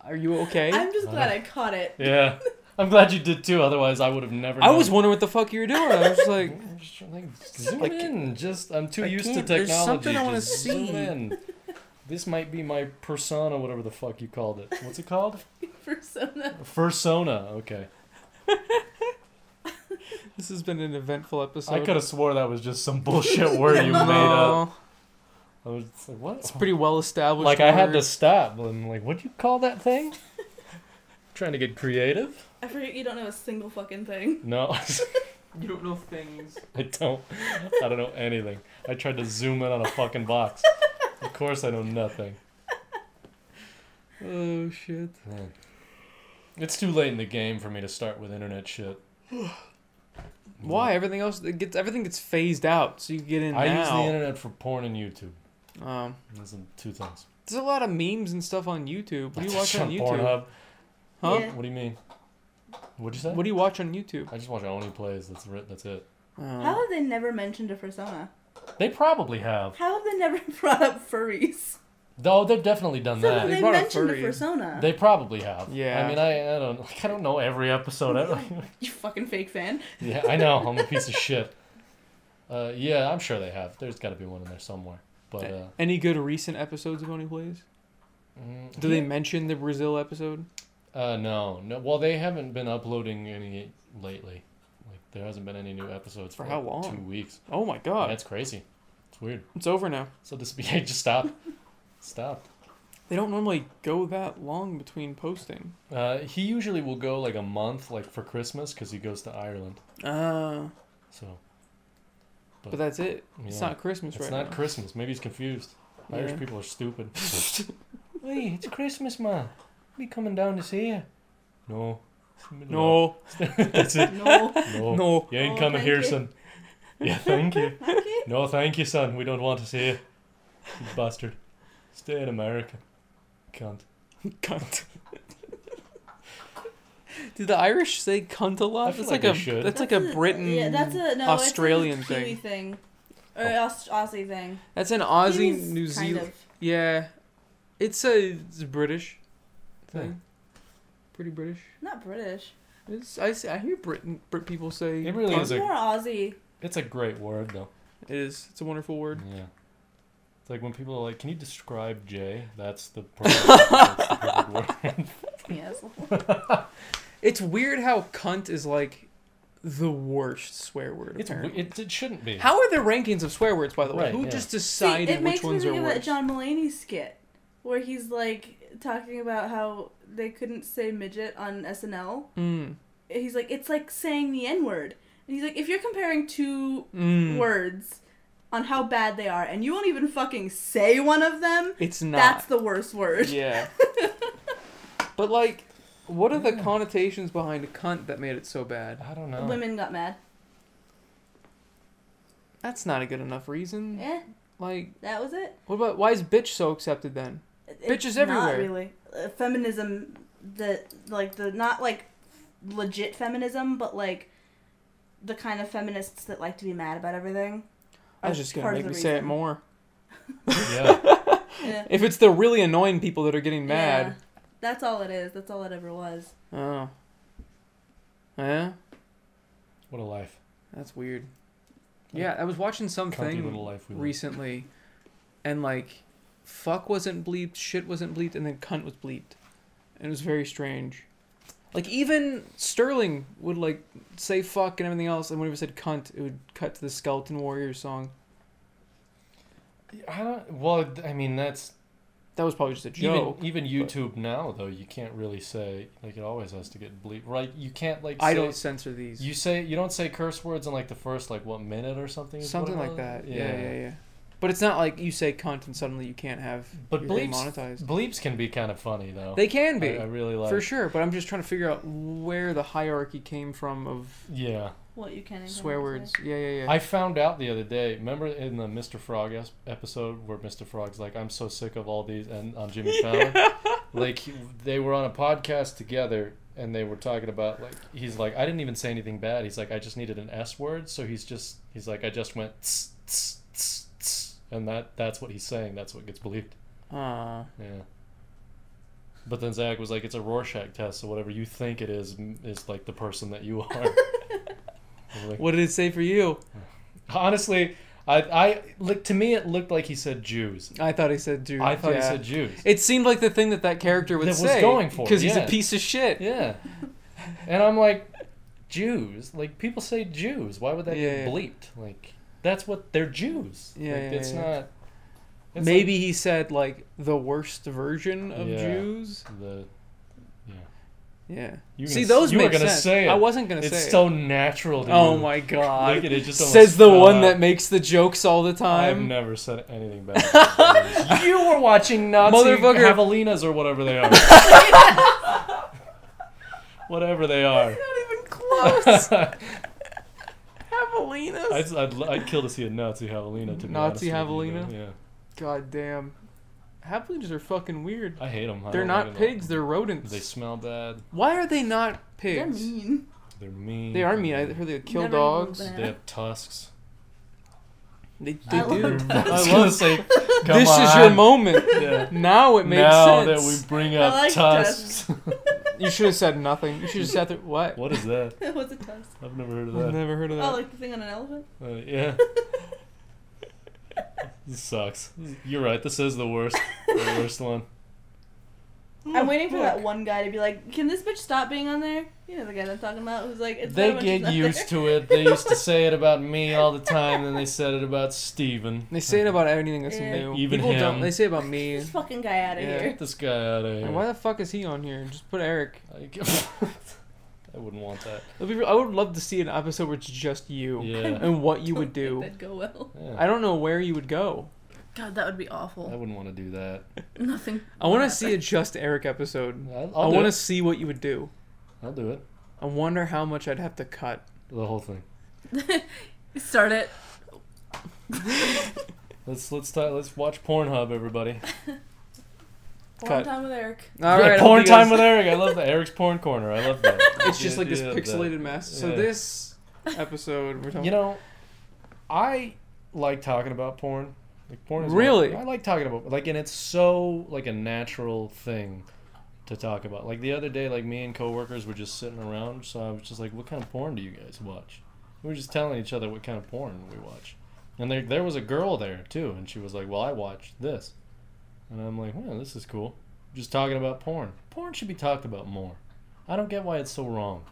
S1: Are you okay?
S3: I'm just
S2: Uh,
S1: Uh-huh.
S3: glad I caught it.
S2: Yeah. I'm glad you did too. Otherwise, I would have never.
S1: I was
S2: known.
S1: wondering what the fuck you were doing. I was just like,
S2: I'm just trying to, like, zoom
S1: Like,
S2: in. Just I'm too
S1: I
S2: used to
S1: can't-
S2: technology.
S1: there's something I wanna
S2: Just zoom
S1: see.
S2: in. This might be my persona, whatever the fuck you called it. What's it called?
S3: Persona.
S2: Fursona. Okay.
S1: this has been an eventful episode.
S2: I could have swore that was just some bullshit word you
S1: No.
S2: made up. I was just like, what?
S1: It's pretty well established.
S2: like I had to
S1: word.
S2: stop and like, what do you call that thing? Trying to get creative?
S3: I forget you don't know a single fucking thing.
S2: No,
S1: You don't know things.
S2: I don't. I don't know anything. I tried to zoom in on a fucking box. Of course, I know nothing.
S1: Oh shit.
S2: Man. It's too late in the game for me to start with internet shit. Mm.
S1: Why everything else it gets everything gets phased out, so you get in
S2: I
S1: now.
S2: use the internet for porn and YouTube.
S1: Um,
S2: Those are the two things.
S1: there's a lot of memes and stuff on YouTube. What do you watch on YouTube?
S2: Pornhub.
S1: Huh?
S3: Yeah.
S2: What do you mean? What'd you say?
S1: What do you watch on YouTube?
S2: I just watch Oni plays. That's it. That's it.
S3: How
S1: Um,
S3: have they never mentioned a persona?
S2: They probably have.
S3: How have they never brought up furries?
S2: Though they've definitely done
S3: So
S2: that.
S3: they
S1: brought up
S3: mentioned a
S1: furry.
S3: persona.
S2: They probably have.
S1: Yeah.
S2: I mean, I, I don't like I don't know every episode. I don't,
S3: you fucking fake fan.
S2: yeah, I know I'm a piece of shit. Uh, yeah, I'm sure they have. There's got to be one in there somewhere. But uh,
S1: Any good recent episodes of Funny Plays?
S2: mm,
S1: Do they mention the Brazil episode?
S2: Uh, no, no. Well, they haven't been uploading any lately. Like there hasn't been any new episodes
S1: For
S2: for,
S1: how
S2: like,
S1: long?
S2: Two weeks.
S1: Oh my
S2: Yeah,
S1: god,
S2: That's crazy. It's weird.
S1: it's over now.
S2: So this yeah, just stop, stop.
S1: They don't normally go that long between posting.
S2: Uh, he usually will go like a month, like for Christmas, because he goes to Ireland.
S1: Uh,
S2: So
S1: but that's it. It's
S2: Yeah.
S1: not Christmas
S2: it's
S1: right
S2: not
S1: now.
S2: Christmas. Maybe he's confused.
S1: Yeah.
S2: Irish people are stupid. hey, it's Christmas, man. We coming down to see you. No. It's the middle of-
S1: no,
S2: that's it.
S3: No.
S2: No.
S1: no.
S2: You ain't
S3: Oh,
S2: coming
S3: thank
S2: here,
S3: you.
S2: son. Yeah, thank you.
S3: Okay.
S2: No, thank you, son. We don't want to see you. You bastard. Stay in America. Cunt.
S1: Cunt. Do the Irish say cunt a lot?
S2: I feel
S1: That's
S2: like
S1: like,
S2: they
S1: a
S2: should.
S1: that's like a Britain.
S3: Yeah, that's a no,
S1: Australian
S3: it's a Kiwi
S1: thing.
S3: thing. Or Aus- Aussie thing.
S1: That's an Aussie
S3: Kiwis
S1: New
S3: kind
S1: Zealand.
S3: of.
S1: Yeah, it's a it's a British
S2: Yeah.
S1: thing. Pretty British.
S3: Not British.
S1: It's, I see, I hear Britain Brit people say
S2: It really
S1: cunt.
S2: is
S3: It's
S2: a-
S3: more Aussie.
S2: It's a great word, though.
S1: It is. It's a wonderful word.
S2: Yeah. It's like when people are like, can you describe Jay? That's the perfect, that's the perfect word.
S3: Yes.
S1: It's weird how cunt is like the worst swear word.
S2: It's, w-
S1: apparently.
S2: it, it shouldn't be.
S1: How are the rankings of swear words, by the way?
S2: Right,
S1: Who
S2: yeah.
S1: just
S3: See,
S1: decided
S3: it
S1: which
S3: makes me
S1: ones
S3: think
S1: are
S3: of
S1: worse?
S3: that John Mulaney skit where he's like talking about how they couldn't say midget on SNL.
S1: Mm.
S3: He's like, it's like saying the N word. And he's like, if you're comparing two
S1: Mm.
S3: words on how bad they are, and you won't even fucking say one of them,
S1: It's not.
S3: that's the worst word.
S1: Yeah. but like, what are the connotations behind cunt that made it so bad?
S2: I don't know.
S3: Women got mad.
S1: That's not a good enough reason.
S3: Eh,
S1: Like,
S3: that was it.
S1: what about why is bitch so accepted then?
S3: It-
S1: Bitches
S3: it's
S1: everywhere.
S3: Not really. Uh, feminism, the like the not like legit feminism, but like the kind of feminists that like to be mad about everything.
S1: I was
S3: are
S1: just gonna
S3: part of
S1: make me
S3: the
S1: say it
S3: reason.
S1: more.
S2: Yeah.
S3: Yeah.
S1: If it's the really annoying people that are getting mad.
S3: Yeah. That's all it is. That's all it ever was.
S1: Oh. Yeah.
S2: What a life.
S1: That's weird.
S2: Like,
S1: Yeah, I was watching
S2: Cunty
S1: something
S2: little life we live.
S1: recently, and like, fuck wasn't bleeped, shit wasn't bleeped, and then cunt was bleeped, and it was very strange. Like even Sterling would like say fuck and everything else, and whenever it said cunt, it would cut to the Skeleton Warriors song.
S2: I don't. Well, th- I mean, that's
S1: That was probably just a joke.
S2: even even YouTube now though. You can't really say like it always has to get bleep right. You can't like. Say,
S1: I don't censor these.
S2: You say you don't say curse words in like the first like what minute or something. is what
S1: Something
S2: it
S1: like
S2: was?
S1: that. Yeah. yeah, yeah, But it's not like you say cunt and suddenly you can't have
S2: But
S1: your thing
S2: bleeps-
S1: monetized.
S2: Bleeps can be kind of funny though.
S1: They can be
S2: I, I really like.
S1: for sure, but I'm just trying to figure out where the hierarchy came from of
S2: Yeah.
S3: What you can and
S1: swear
S3: cannot
S1: words.
S3: say.
S1: Yeah, yeah, yeah.
S2: I found out the other day. Remember in the Mr. Frog es- episode where Mr. Frog's like, "I'm so sick of all these," and on Jimmy Fallon, like he- they were on a podcast together and they were talking about like he's like, "I didn't even say anything bad." He's like, "I just needed an S word," so he's just he's like, "I just went," tss, tss, tss, tss," and that that's what he's saying. That's what gets believed.
S1: Uh,
S2: Yeah. But then Zach was like, "It's a Rorschach test, so whatever you think it is m- is like the person that you are." I'm like,
S1: what did it say for you?
S2: Honestly, I, I look to me it looked like he said Jews.
S1: I thought he said dude.
S2: I thought he
S1: yeah.
S2: said Jews.
S1: It seemed like the thing that that character would
S2: That was
S1: say.
S2: going for,
S1: Because he's a
S2: yeah.
S1: piece of shit.
S2: Yeah, and I'm like, Jews. Like people say Jews. Why would that
S1: Yeah, yeah.
S2: be bleeped? Like that's what they're Jews.
S1: Yeah,
S2: like,
S1: yeah,
S2: it's
S1: yeah.
S2: not. it's
S1: Maybe he said like the worst version of
S2: Yeah.
S1: Jews.
S2: like the yeah.
S1: Yeah.
S2: You were
S1: See,
S2: gonna-
S1: those
S2: you were
S1: make
S2: gonna
S1: sense.
S2: say it.
S1: I wasn't gonna
S2: It's
S1: say it.
S2: so natural. To
S1: Oh
S2: you.
S1: my god.
S2: Look at it, just almost
S1: Says the
S2: fell
S1: one
S2: out.
S1: that makes the jokes all the
S2: I've
S1: time.
S2: never said anything bad. you were watching Nazi
S1: Motherfucker.
S2: javelinas or whatever they are. whatever they are.
S1: Not even close.
S2: I'd,
S1: Javelinas.
S2: I'd, l- I'd kill to see a Nazi javelina. To be
S1: Nazi
S2: honest with you,
S1: javelina?
S2: though. Yeah,
S1: God damn. Javelinas are fucking weird.
S2: I hate them.
S1: They're not pigs, they're rodents.
S2: They smell bad.
S1: Why are they not
S3: They're
S1: pigs?
S3: mean.
S2: They're mean.
S1: They are mean. I heard they kill
S3: Never eat
S1: dogs.
S3: them.
S2: They have tusks.
S1: They, they
S3: I love
S1: do.
S3: them.
S2: I was gonna say Come
S1: this is your
S2: on.
S1: moment.
S2: Yeah.
S1: Now it makes
S2: now
S1: sense.
S2: that we bring
S3: I
S2: up
S3: like
S2: tusks.
S1: You should have said nothing. You should have sat there. What?
S2: what is that?
S3: What's a tusk?
S2: I've never heard of
S1: I've
S2: that.
S1: never heard of that.
S3: Oh, like the thing on an elephant?
S2: Uh, yeah. this sucks. You're right. This is the worst. The worst one.
S3: I'm waiting for that
S1: Look.
S3: one guy to be like, "Can this bitch stop being on there?" You know the guy that I'm talking about, who's like, it's
S2: they
S3: better when she's
S2: get
S3: not
S2: used
S3: there."
S2: to it. They used to say it about me all the time, then they said it about Steven.
S1: They say it about anything that's
S3: Yeah.
S1: new.
S2: Even
S1: People
S2: him.
S1: don't. They say about me.
S3: Get this fucking guy out of
S1: Yeah.
S3: here.
S2: Get this guy out of
S1: And
S2: here.
S1: why the fuck is he on here? Just put Eric.
S2: I, I wouldn't want that.
S1: It'd be re- I would love to see an episode where it's just you
S2: Yeah.
S1: and what you would
S3: Don't think
S1: do.
S3: That'd go well.
S2: Yeah.
S1: I don't know where you would go.
S3: God, that would be
S2: I
S3: awful.
S2: wouldn't want to do that.
S3: Nothing.
S1: I want to see a just Eric episode.
S2: I'll,
S1: I
S2: I'll,
S1: want
S2: do
S1: to
S2: it.
S1: see what you would do.
S2: I'll do it.
S1: I wonder how much I'd have to cut.
S2: The whole thing.
S3: Start it.
S2: Let's let's start, let's watch Pornhub, everybody.
S1: Cut.
S3: One time with Eric.
S1: All
S2: Yeah,
S1: right, I'll
S2: porn
S1: be guys-
S2: time with Eric. I love that. Eric's porn corner. I love that.
S1: It's just like this
S2: Yeah,
S1: pixelated mess. So
S2: yeah.
S1: this episode, we're
S2: that-
S1: talking.
S2: You know, I like talking about porn. Like porn is
S1: Really?
S2: I like talking about like, and it's so like a natural thing to talk about. Like the other day, like me and coworkers were just sitting around, so I was just like, "What kind of porn do you guys watch?" We were just telling each other what kind of porn we watch, and there there was a girl there too, and she was like, "Well, I watch this," and I'm like, "Well, this is cool." Just talking about porn. Porn should be talked about more. I don't get why it's so wrong.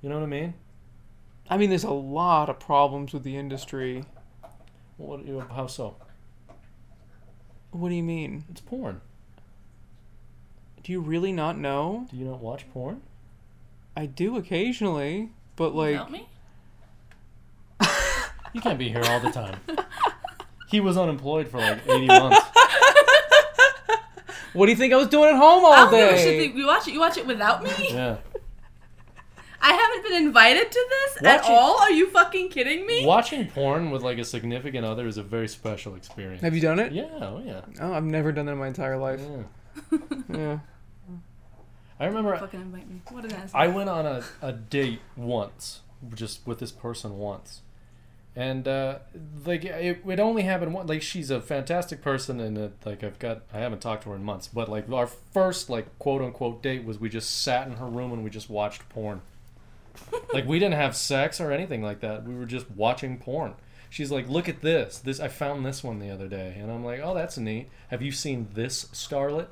S2: You know what I mean?
S1: I mean, there's a lot of problems with the industry.
S2: What? How so?
S1: What do you mean?
S2: It's porn.
S1: Do you really not know?
S2: Do you not watch porn?
S1: I do occasionally, but like.
S3: Without me?
S2: You can't be here all the time. he was unemployed for like 80 months.
S1: What do you think I was doing at home all
S3: I don't give a shit
S1: day?
S3: that you watch it. You watch it without me.
S2: Yeah.
S3: I haven't been invited to this at
S2: Watch it-
S3: all. Are you fucking kidding me?
S2: Watching porn with like a significant other is a very special experience.
S1: Have you done it?
S2: Yeah, oh yeah.
S1: Oh, I've never done that in my entire life.
S2: yeah.
S1: Yeah.
S2: I remember
S3: Fucking invite me. What an ass.
S2: I went on a, a date once, just with this person once. And uh, like it, it only happened one. Like she's a fantastic person, and uh like I've got I haven't talked to her in months. But like our first like quote unquote date was we just sat in her room and we just watched porn. like we didn't have sex or anything like that. We were just watching porn. She's like, "Look at this. This I found this one the other day." And I'm like, "Oh, that's neat. Have you seen this starlet?"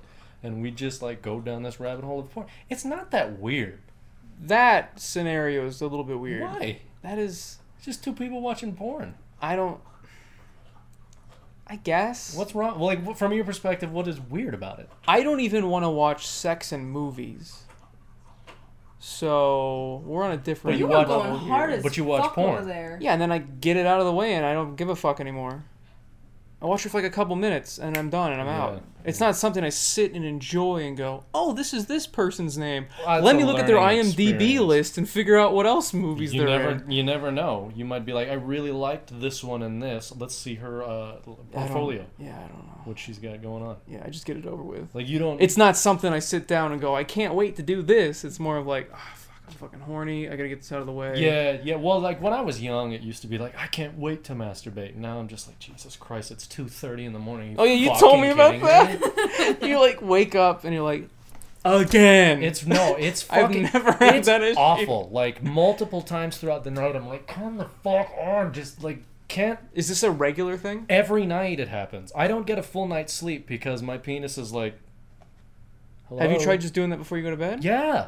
S2: And we just like go down this rabbit hole of porn. It's not that weird.
S1: That scenario is a little bit weird.
S2: Why?
S1: That is.
S2: It's just two people watching porn.
S1: I don't. I guess.
S2: What's wrong? Well, like wh- from your perspective, what is weird about it?
S1: I don't even want to watch sex in movies. So we're on a different
S2: But you
S1: level
S2: were going
S1: here.
S2: But you watch
S3: fuck
S2: porn.
S3: over there.
S1: Yeah, and then I get it out of the way and I don't give a fuck anymore. I watch it for like a couple minutes and I'm done and I'm
S2: Yeah.
S1: out. It's not something I sit and enjoy and go, oh, this is this person's name.
S2: Well, it's
S1: Let
S2: a
S1: me look at their
S2: learning
S1: IMDb
S2: experience.
S1: list and figure out what else movies
S2: You
S1: they're
S2: never,
S1: in.
S2: you never know. You might be like, I really liked this one and this. Let's see her uh,
S1: I don't-
S2: portfolio,
S1: Yeah, I don't know.
S2: what she's got going on.
S1: Yeah, I just get it over with.
S2: Like you don't.
S1: It's not something I sit down and go, I can't wait to do this. It's more of like, oh, fuck, I'm fucking horny. I gotta get this out of the way.
S2: yeah, yeah. Well, like when I was young, it used to be like, I can't wait to masturbate. Now I'm just like, Jesus Christ, it's two thirty in the morning.
S1: Oh yeah, you
S2: fucking
S1: told me about
S2: kidding me?"
S1: that. you like wake up and you're like, again.
S2: It's no, it's
S1: I've
S2: fucking.
S1: never had
S2: it's
S1: that issue.
S2: awful. Like multiple times throughout the night, I'm like, come the fuck on, just like can't
S1: Is this a regular thing?
S2: Every night it happens. I don't get a full night's sleep because my penis is like. Hello?
S1: Have you tried just doing that before you go to bed?
S2: Yeah.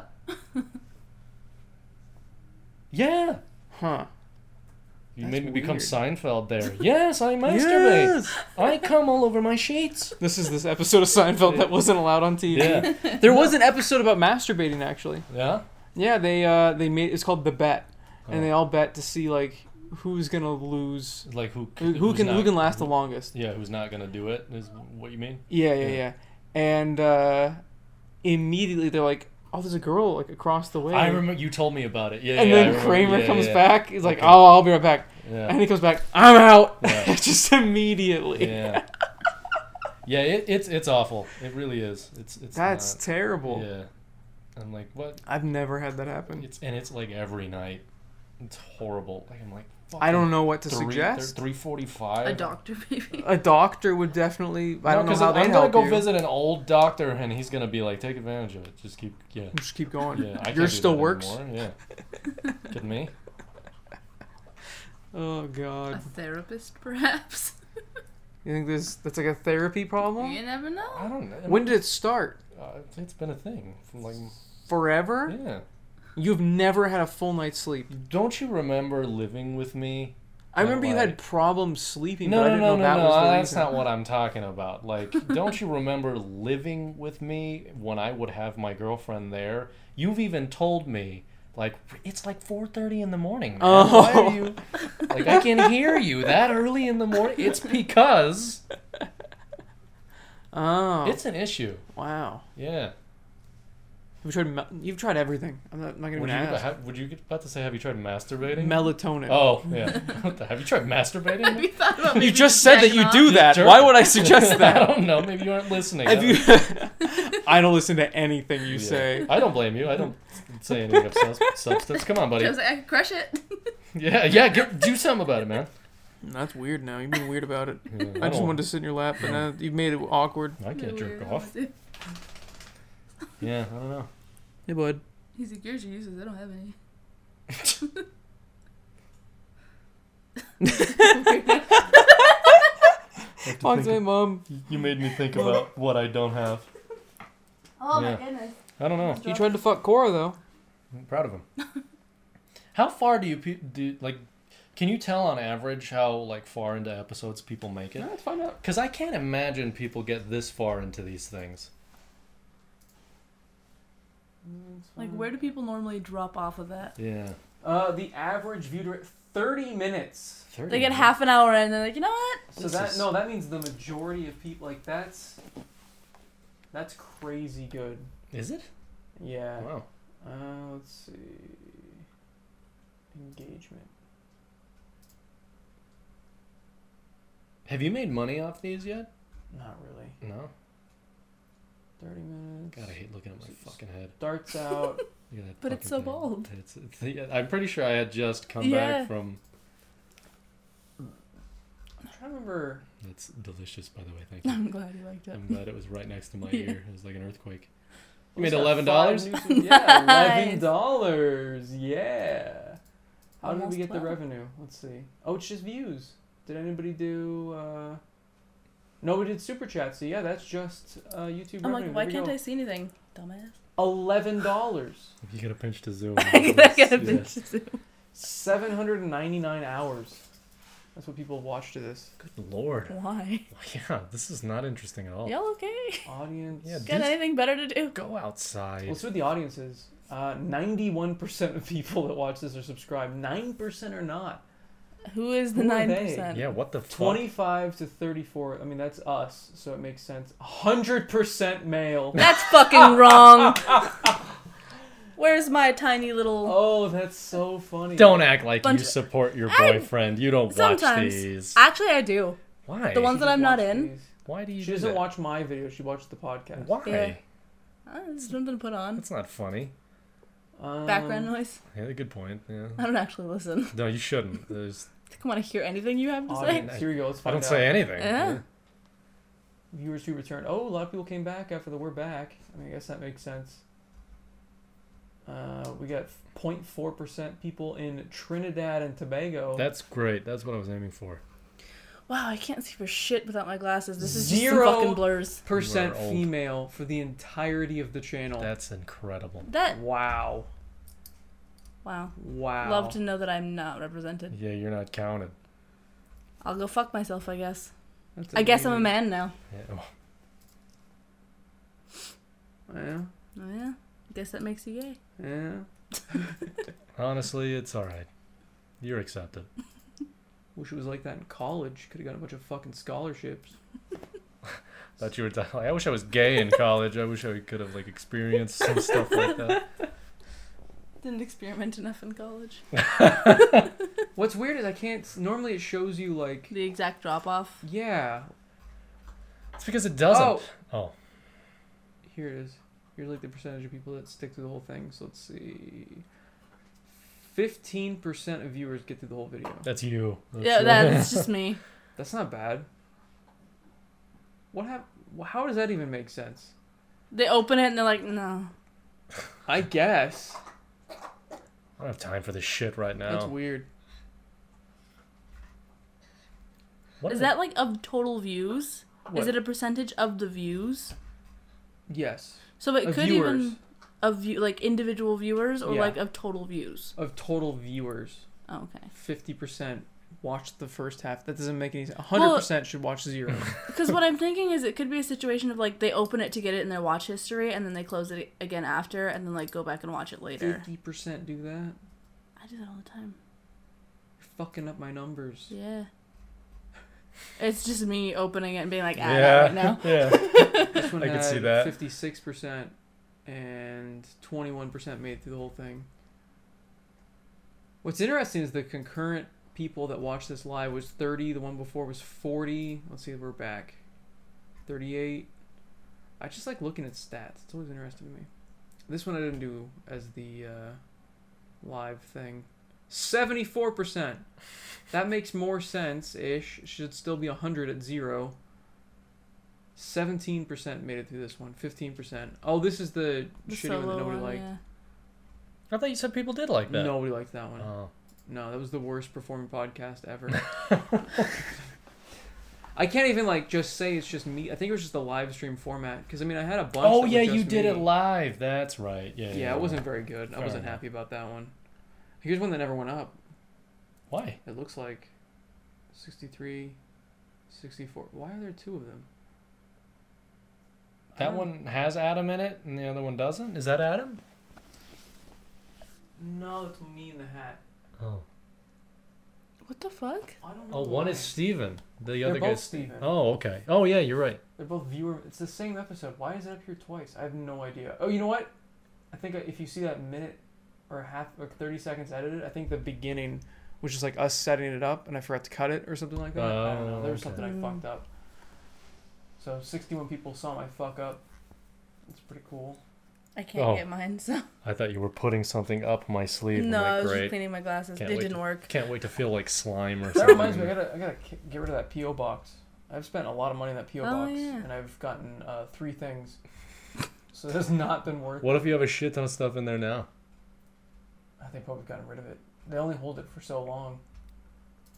S2: yeah.
S1: Huh.
S2: You
S1: That's
S2: made me become
S1: weird.
S2: Seinfeld there. Yes, I masturbate. I come all over my sheets.
S1: This is this episode of Seinfeld that wasn't allowed on TV.
S2: Yeah.
S1: There was an episode about masturbating actually.
S2: Yeah.
S1: Yeah, they uh they made it's called the bet,
S2: Oh.
S1: and they all bet to see like who's gonna lose,
S2: Like who?
S1: who, who
S2: who's
S1: can who
S2: not-
S1: can last the longest.
S2: Yeah, who's not gonna do it? Is what you mean?
S1: Yeah, yeah,
S2: Yeah.
S1: yeah. And uh, immediately they're like, "Oh, there's a girl like across the way."
S2: I remember you told me about it. Yeah.
S1: and
S2: yeah, I
S1: then
S2: remember.
S1: Kramer
S2: Yeah,
S1: comes
S2: yeah.
S1: back. He's like,
S2: Okay.
S1: "Oh, I'll be right back," and
S2: Yeah.
S1: he comes back. I'm out.
S2: Yeah.
S1: Just immediately.
S2: Yeah. Yeah. It, it's it's awful. It really is. It's it's.
S1: That's
S2: not-
S1: terrible.
S2: Yeah. I'm like, what?
S1: I've never had that happen.
S2: It's and it's like every night. It's horrible. Like I'm like,
S1: I don't know what to suggest.
S2: Three forty-five.
S3: A doctor, maybe.
S1: A doctor would definitely. I don't know how they
S2: I'm
S1: help
S2: gonna go
S1: you.
S2: visit an old doctor, and he's gonna be like, "Take advantage of it. Just keep, yeah,
S1: Just keep going.
S2: yeah." I
S1: Yours
S2: can't do
S1: still
S2: that
S1: works.
S2: Anymore. Yeah. Kidding me?
S1: Oh
S3: A
S1: god.
S3: therapist, perhaps.
S1: You think this that's like a therapy problem?
S3: You never
S2: I
S3: know.
S2: don't know.
S1: When did it start?
S2: uh, it's been a thing? From like,
S1: Forever?
S2: yeah.
S1: You've never had a full night's sleep.
S2: Don't you remember living with me?
S1: I
S2: Not
S1: remember you
S2: like-
S1: had problems sleeping,
S2: No,
S1: but I
S2: no,
S1: didn't
S2: no,
S1: know
S2: no,
S1: that
S2: no.
S1: was the
S2: That's
S1: reason.
S2: not what I'm talking about. Like, don't you remember living with me when I would have my girlfriend there? You've even told me, like, it's like 4:30 in the morning. Man. Why
S1: Oh.
S2: are you? Like, I can hear you that early in the morning. It's because
S1: Oh,
S2: it's an issue.
S1: wow.
S2: Yeah.
S1: You've tried, me- you've tried everything. I'm not, I'm not gonna
S2: Would you,
S1: even ask.
S2: ha- would you get about to say, have you tried masturbating?
S1: Melatonin.
S2: oh, yeah. What the- have you tried
S3: Have
S2: masturbating?
S3: you thought about
S1: You
S3: maybe
S1: just said that
S3: jacking
S1: you
S3: off?
S1: do that.
S2: jerk
S1: Why
S2: it.
S1: would I suggest
S2: I
S1: that?
S2: don't know. Maybe you aren't listening.
S1: Have
S2: I-
S1: you? I don't listen to anything you
S2: Yeah.
S1: say.
S2: I don't blame you. I don't say anything of sus- substance. Come on, buddy.
S3: I was like, I could uh, crush it.
S2: Yeah, yeah. Get, do something about it, man.
S1: That's weird. Now you've been weird about it.
S2: Yeah,
S1: I just wanted to sit in your lap, and now you've made it awkward.
S2: I can't jerk
S3: Weird.
S2: off. Yeah, I don't know.
S1: Hey, bud.
S3: He's like, yours are useless. I don't have any.
S1: Fuck my mom.
S2: you made me think about what I don't have.
S3: Oh
S2: my Yeah.
S3: goodness.
S2: I don't know.
S1: You tried to fuck Cora though.
S2: I'm proud of him. How far do you pe- do like? Can you tell on average how like far into episodes people make it?
S1: let's find out.
S2: Because I can't imagine people get this far into these things.
S3: Like, where do people normally drop off of that?
S2: Yeah,
S1: Uh, the average viewer, thirty minutes.
S2: Thirty
S3: They get
S2: minutes.
S3: half an hour and they're like, you know what?
S1: So
S2: This
S1: that
S2: is-
S1: no, that means the majority of people like that's that's crazy good.
S2: Is it?
S1: Yeah.
S2: Wow.
S1: Uh, let's see. Engagement.
S2: Have you made money off these yet?
S1: Not really.
S2: No.
S1: Thirty minutes.
S2: God, I hate looking at my fucking head.
S1: Starts out.
S2: Look at that
S3: But it's
S2: fucking
S3: so
S2: thing.
S3: bald.
S2: It's, it's- yeah, I'm pretty sure I had just come
S3: Yeah.
S2: back from.
S1: I'm trying to remember.
S2: That's delicious, by the way. Thank you.
S3: I'm glad you liked it.
S2: I'm glad it was right next to my
S3: Yeah.
S2: ear. It was like an earthquake. You
S1: What's
S2: made
S1: that,
S2: eleven
S1: five
S2: dollars.
S1: new- Yeah, eleven
S3: Nice.
S1: dollars. Yeah. How did we
S3: Almost
S1: get the
S3: 12.
S1: revenue? Let's see. Oh, it's just views. Did anybody do? uh Nobody did super chat. So yeah, that's just uh, YouTube
S3: I'm
S1: revenue.
S3: like, why can't I see anything? Dumbass.
S1: Eleven dollars.
S2: You got a pinch to zoom.
S3: I gotta
S2: Yes.
S3: bitch too.
S1: Seven hundred and ninety-nine hours. That's what people watch to this
S2: Good lord.
S3: Why?
S2: Yeah, this is not interesting at all.
S3: Y'all okay?
S1: audience.
S2: Yeah,
S3: Got
S2: Just-
S3: anything better to do?
S2: Go outside.
S1: Let's see what the audience is. Uh, 91% of people that watch this are subscribed. 9% are not.
S3: Who is the
S1: Who are
S3: nine
S1: they?
S3: percent?
S2: yeah, what the fuck?
S1: 25 to 34. I mean, that's us, so it makes sense. 100% male.
S3: That's fucking wrong. Where's my tiny little?
S1: Oh, that's so funny.
S2: Don't act like
S3: Bunch
S2: you
S3: of-
S2: support your
S3: I-
S2: boyfriend. You don't watch
S3: Sometimes.
S2: these.
S3: Actually, I do.
S2: Why?
S3: the
S1: She
S3: ones- that
S1: doesn't
S3: I'm not
S1: watch
S3: in.
S1: these.
S2: Why do you
S1: She
S2: do
S1: doesn't
S2: that?
S1: watch my video. She watches the podcast.
S2: Why?
S3: Yeah. Uh, it's something to put on.
S2: That's not funny.
S1: Um,
S3: Background noise.
S2: Yeah, good point. Yeah.
S3: I don't actually listen.
S2: No, you shouldn't. There's,
S3: I want to hear anything you have to say.
S1: Audience. Here we go. Let's
S2: I
S1: find
S2: don't
S1: out.
S2: say anything.
S3: Yeah.
S1: Viewers who returned. Oh, a lot of people came back after the we're back. I mean, I guess that makes sense. Uh, we got 0.4% people in Trinidad and Tobago.
S2: That's great. That's what I was aiming for.
S3: Wow, I can't see for shit without my glasses. This is
S1: Zero.
S3: just some fucking blurs.
S1: percent
S2: You are old.
S1: female for the entirety of the channel.
S2: That's incredible.
S3: That
S1: wow.
S3: wow.
S1: Wow.
S3: Love to know that I'm not represented.
S2: Yeah, you're not counted.
S3: I'll go fuck myself, I guess.
S1: That's
S3: I guess I'm a
S1: amazing.
S3: man now.
S2: Yeah. oh,
S3: Oh yeah. Guess that makes you gay.
S1: Yeah. Yeah.
S2: Honestly, it's all right. You're accepted.
S1: Wish it was like that in college. Could have got a bunch of fucking scholarships.
S2: Thought you were. T- I wish I was gay in college. I wish I could have like experienced some stuff like that.
S3: Didn't experiment enough in college.
S1: What's weird is I can't. Normally it shows you like.
S3: The exact drop off.
S1: Yeah.
S2: It's because it doesn't.
S1: Oh.
S2: Oh.
S1: Here it is. Here's like the percentage of people that stick to the whole thing. So let's see. Fifteen percent of viewers get through the whole video.
S2: That's you.
S3: yeah, that's just me.
S1: That's not bad. What hap- How does that even make sense?
S3: They open it and they're like, no.
S1: I guess
S2: I don't have time for this shit right now.
S1: that's weird.
S2: What
S3: Is
S2: the-
S3: that like of total views? Is
S1: What?
S3: it a percentage of the views?
S1: Yes,
S3: So it
S1: Of
S3: could
S1: viewers.
S3: even of view like individual viewers or
S1: Yeah.
S3: like of total views.
S1: of total viewers,
S3: Oh, okay.
S1: fifty percent watched the first half. That doesn't make any sense. hundred percent should watch zero.
S3: Because what I'm thinking is it could be a situation of like they open it to get it in their watch history and then they close it again after and then like go back and watch it later.
S1: Fifty percent do that. You're
S3: I do that all the time.
S1: fucking up my numbers.
S3: Yeah. It's just me opening it and being like, ah,
S2: yeah.
S3: not right now.
S2: yeah.
S1: This one
S2: I can
S1: had
S2: see that.
S1: Fifty-six percent and twenty-one percent made it through the whole thing. What's interesting is the concurrent people that watched this live was thirty. The one before was forty. Let's see, if we're back. Thirty-eight. I just like looking at stats. It's always interesting to me. This one I didn't do as the uh, live thing. Seventy-four percent. That makes more sense ish. Should still be hundred at zero. 17% made it through this one. 15%. Oh, this is the,
S3: The
S1: shitty one that
S3: solo
S1: nobody
S3: one,
S1: liked.
S3: yeah.
S2: I thought you said people did like that.
S1: Nobody liked that one.
S2: Oh.
S1: No, that was the worst performing podcast ever. I can't even like just say it's just me. I think it was just the live stream format because I mean I had a bunch. that
S2: Oh
S1: were
S2: yeah, you
S1: just
S2: did
S1: me.
S2: it live. That's right. Yeah.
S1: Yeah, it wasn't very good. I
S2: Fair
S1: wasn't
S2: enough.
S1: happy about that one. Here's one that never went up.
S2: Why?
S1: It looks like 63, 64. Why are there two of them? I
S2: That
S1: don't-
S2: one has Adam in it, and the other one doesn't. Is that Adam?
S1: No, it's me in the hat.
S2: Oh.
S3: What the fuck?
S1: I don't know.
S2: Oh, one
S1: why.
S2: is Steven. The
S1: They're
S2: other
S1: both
S2: guy's
S1: Steven.
S2: Oh, okay. Oh yeah, you're right.
S1: They're both viewer. It's the same episode. Why is it up here twice? I have no idea. Oh, you know what? I think if you see that minute or half, like thirty seconds edited, I think the beginning was just like us setting it up, and I forgot to cut it or something like that. I don't know. There was
S2: Oh, okay.
S1: something I
S3: Mm.
S1: fucked up. So sixty-one people saw my fuck up. It's pretty cool.
S3: I can't
S2: Oh.
S3: get mine. So
S2: I thought you were putting something up my sleeve. I'm
S3: no,
S2: like,
S3: I was just
S2: great.
S3: cleaning my glasses.
S2: Can't
S3: they
S2: wait
S3: didn't
S2: to-
S3: work.
S2: Can't wait to feel like slime or
S1: That
S2: something.
S1: reminds me, I gotta, I gotta ki- get rid of that PO box. I've spent a lot of money on that PO
S3: Oh,
S1: box,
S3: yeah.
S1: and I've gotten uh, three things. So it has not been worth.
S2: What if you have a shit ton of stuff in there now?
S1: I think probably gotten rid of it. They only hold it for so long.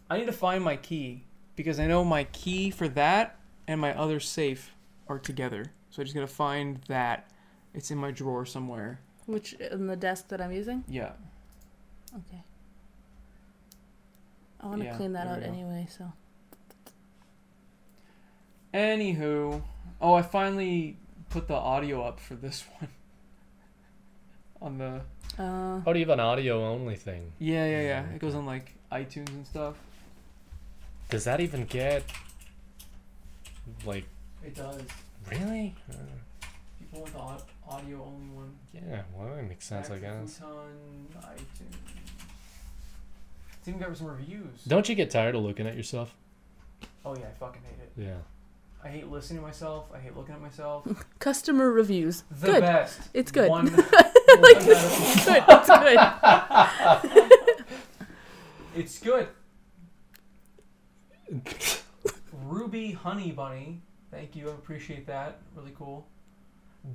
S1: I need to find my key because I know my key for that and my other safe are together. So I just gotta find that. It's in my drawer somewhere.
S3: Which in the desk that I'm using?
S1: Yeah.
S3: Okay. I want to
S1: Yeah,
S3: clean that
S1: there
S3: out
S1: we go.
S3: anyway. So
S1: Anywho, oh, I finally put the audio up for this one. on the
S3: uh,
S2: How do you have an audio only thing?
S1: yeah yeah yeah.
S2: Yeah,
S1: It goes on like iTunes and stuff.
S2: Does that even get like
S1: It does.
S2: really? Uh,
S1: People want the audio only one.
S2: yeah, well that makes sense, I guess.
S1: iTunes. It's even got some reviews.
S2: Don't you get tired of looking at yourself?
S1: Oh yeah, I fucking hate it.
S2: Yeah.
S1: I hate listening to myself. I hate looking at myself.
S3: customer reviews.
S1: The
S3: Good.
S1: best.
S3: It's good.
S1: One,
S3: like it's good. It's good.
S1: it's good. Ruby Honey Bunny. Thank you. I appreciate that. Really cool.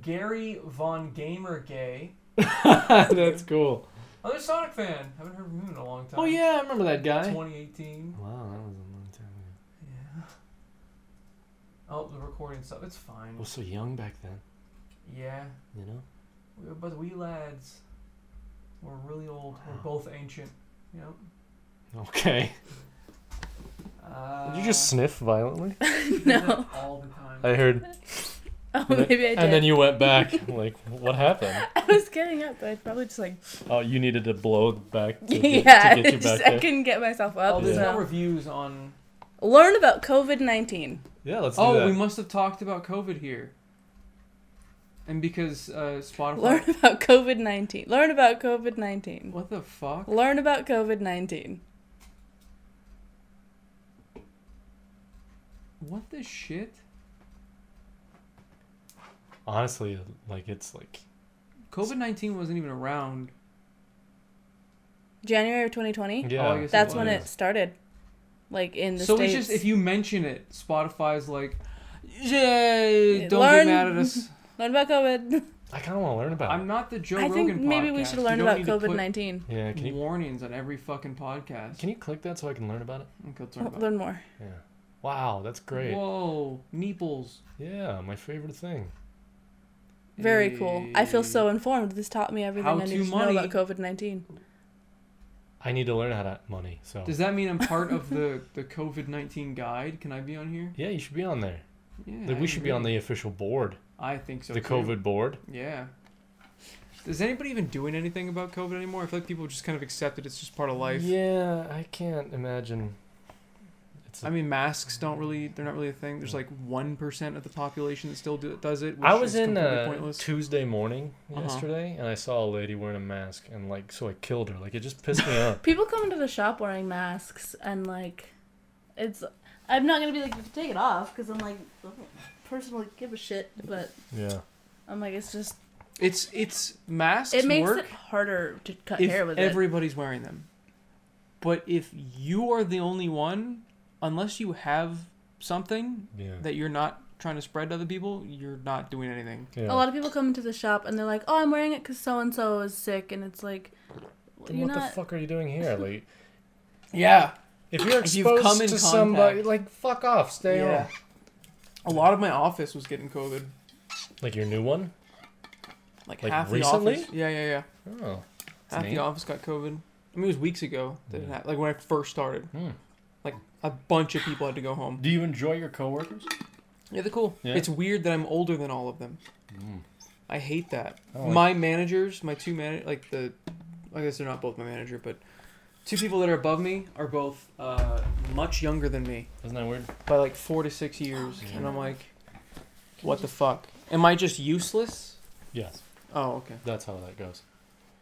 S1: Gary Von Gamer Gay.
S2: That's cool.
S1: Another Sonic fan. Haven't heard from him in a long time.
S2: Oh yeah, I remember that guy.
S1: 2018.
S2: Wow, that was a long time ago.
S1: Yeah. Oh, the recording stuff. It's fine.
S2: was so young back then,
S1: Yeah.
S2: you know?
S1: We were both wee lads. We're really old. We're
S2: Wow.
S1: both ancient. Yep.
S2: Okay.
S1: Uh,
S2: Did you just sniff violently?
S3: No.
S1: All the time.
S2: I heard.
S3: Oh,
S2: and then-
S3: maybe I did.
S2: And then you went back. like, what happened?
S3: I was getting up. but I probably just like
S2: Oh, you needed to blow back to get,
S3: yeah.
S2: to get you
S3: just-
S2: back
S3: I
S2: there.
S3: couldn't get myself
S1: Oh,
S3: up.
S1: there's
S3: so.
S1: no reviews on.
S3: Learn about COVID nineteen.
S2: Yeah, let's do
S1: Oh,
S2: that.
S1: we must have talked about COVID here. And because uh, Spotify.
S3: Learn about COVID nineteen. Learn about COVID nineteen.
S1: What the fuck?
S3: Learn about COVID nineteen.
S1: What the shit?
S2: Honestly, like it's like
S1: COVID 19 wasn't even around
S4: January of 2020.
S2: Yeah.
S1: I guess
S4: That's
S1: it
S4: when
S2: was.
S4: it started, like in the
S1: so
S4: states.
S1: it's just if you mention it, Spotify's like, yay! Don't
S4: Learn-
S1: get mad at us.
S4: learn about COVID.
S2: I kind of want to learn about
S1: I'm not the Joe
S4: I
S1: Rogan
S4: think maybe we
S1: podcast.
S4: should
S1: You
S4: learn
S1: don't
S4: about
S1: need to put
S4: COVID 19.
S2: it. Yeah. Can you
S1: Warnings on every fucking podcast.
S2: can you click that so I can learn about it?
S1: Okay, let's learn about
S4: Learn more.
S2: Yeah. Wow, that's great.
S1: Whoa, Meeples.
S2: Yeah, my favorite thing.
S4: Very cool. I feel so
S1: Hey.
S4: informed. This taught me everything
S1: How
S4: I
S1: to
S4: need to
S1: money.
S4: know about COVID 19.
S2: I need to learn how to money. So.
S1: Does that mean I'm part of the the COVID nineteen guide? Can I be on here?
S2: yeah, you should be on there.
S1: Yeah.
S2: Like,
S1: I
S2: we should be on
S1: agree.
S2: the official board,
S1: I think so.
S2: the
S1: too.
S2: COVID board.
S1: Yeah. Is anybody even doing anything about COVID anymore? I feel like people just kind of accept it. It's just part of life.
S2: Yeah, I can't imagine. It's a-
S1: I mean, masks don't really, they're not really a thing. There's like 1% of the population that still do, does it. Which
S2: I was
S1: is
S2: in
S1: completely
S2: uh,
S1: pointless.
S2: Tuesday morning
S1: Uh-huh.
S2: yesterday, and I saw a lady wearing a mask, and like, so I killed her. Like, it just pissed me off.
S4: People come into the shop wearing masks and like, it's. I'm not gonna be like take it off because I'm like I don't personally give a shit, but
S2: Yeah.
S4: I'm like it's just
S1: It's, it's masks
S4: it makes
S1: work
S4: it harder to cut
S1: if
S4: hair with it.
S1: everybody's wearing them. But if you are the only one, unless you have something
S2: Yeah.
S1: that you're not trying to spread to other people, you're not doing anything.
S2: yeah.
S4: A lot of people come into the shop and they're like, "Oh, I'm wearing it because so and so is sick," and it's like,
S2: then
S4: "You're
S2: what
S4: not."
S2: the fuck are you doing here? Like,
S1: Yeah.
S2: if you're
S1: If
S2: exposed
S1: you've come in
S2: to somebody,
S1: contact.
S2: like, fuck off, stay
S1: Yeah.
S2: home.
S1: A lot of my office was getting COVID.
S2: Like your new one.
S1: Like,
S2: Like,
S1: half
S2: recently?
S1: the office. Yeah, yeah, yeah.
S2: Oh. It's
S1: half
S2: neat.
S1: the office got COVID. I mean, it was weeks ago. that it
S2: Yeah.
S1: hap- like when I first started,
S2: Hmm.
S1: like a bunch of people had to go home.
S2: Do you enjoy your coworkers?
S1: Yeah, they're cool.
S2: Yeah.
S1: It's weird that I'm older than all of them.
S2: Mm.
S1: I hate that.
S2: Oh,
S1: my managers, my two man, like the, I guess they're not both my manager, but two people that are above me are both uh, much younger than me
S2: Isn't that weird?
S1: by like four to six years, and I'm like, what the fuck? Am I just useless?
S2: Yes,
S1: Oh, okay,
S2: that's how that goes.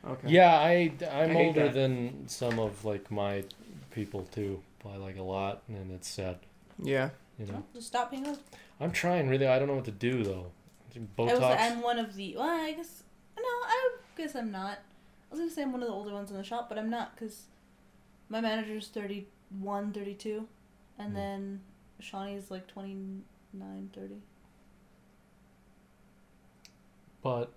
S1: okay.
S2: Yeah, I
S1: I
S2: I'm
S1: hate
S2: older
S1: that.
S2: than some of like my people too by like a lot, and it's sad.
S1: yeah.
S2: You know,
S3: Just stop being old.
S2: I'm trying really. I don't know what to do though.
S3: I was,
S2: Botox.
S3: I'm one of the. Well, I guess. No, I guess I'm not. I was gonna say I'm one of the older ones in the shop, but I'm not because my manager's 31, 32, and
S2: Hmm.
S3: then Shawnee's like 29, 30.
S2: But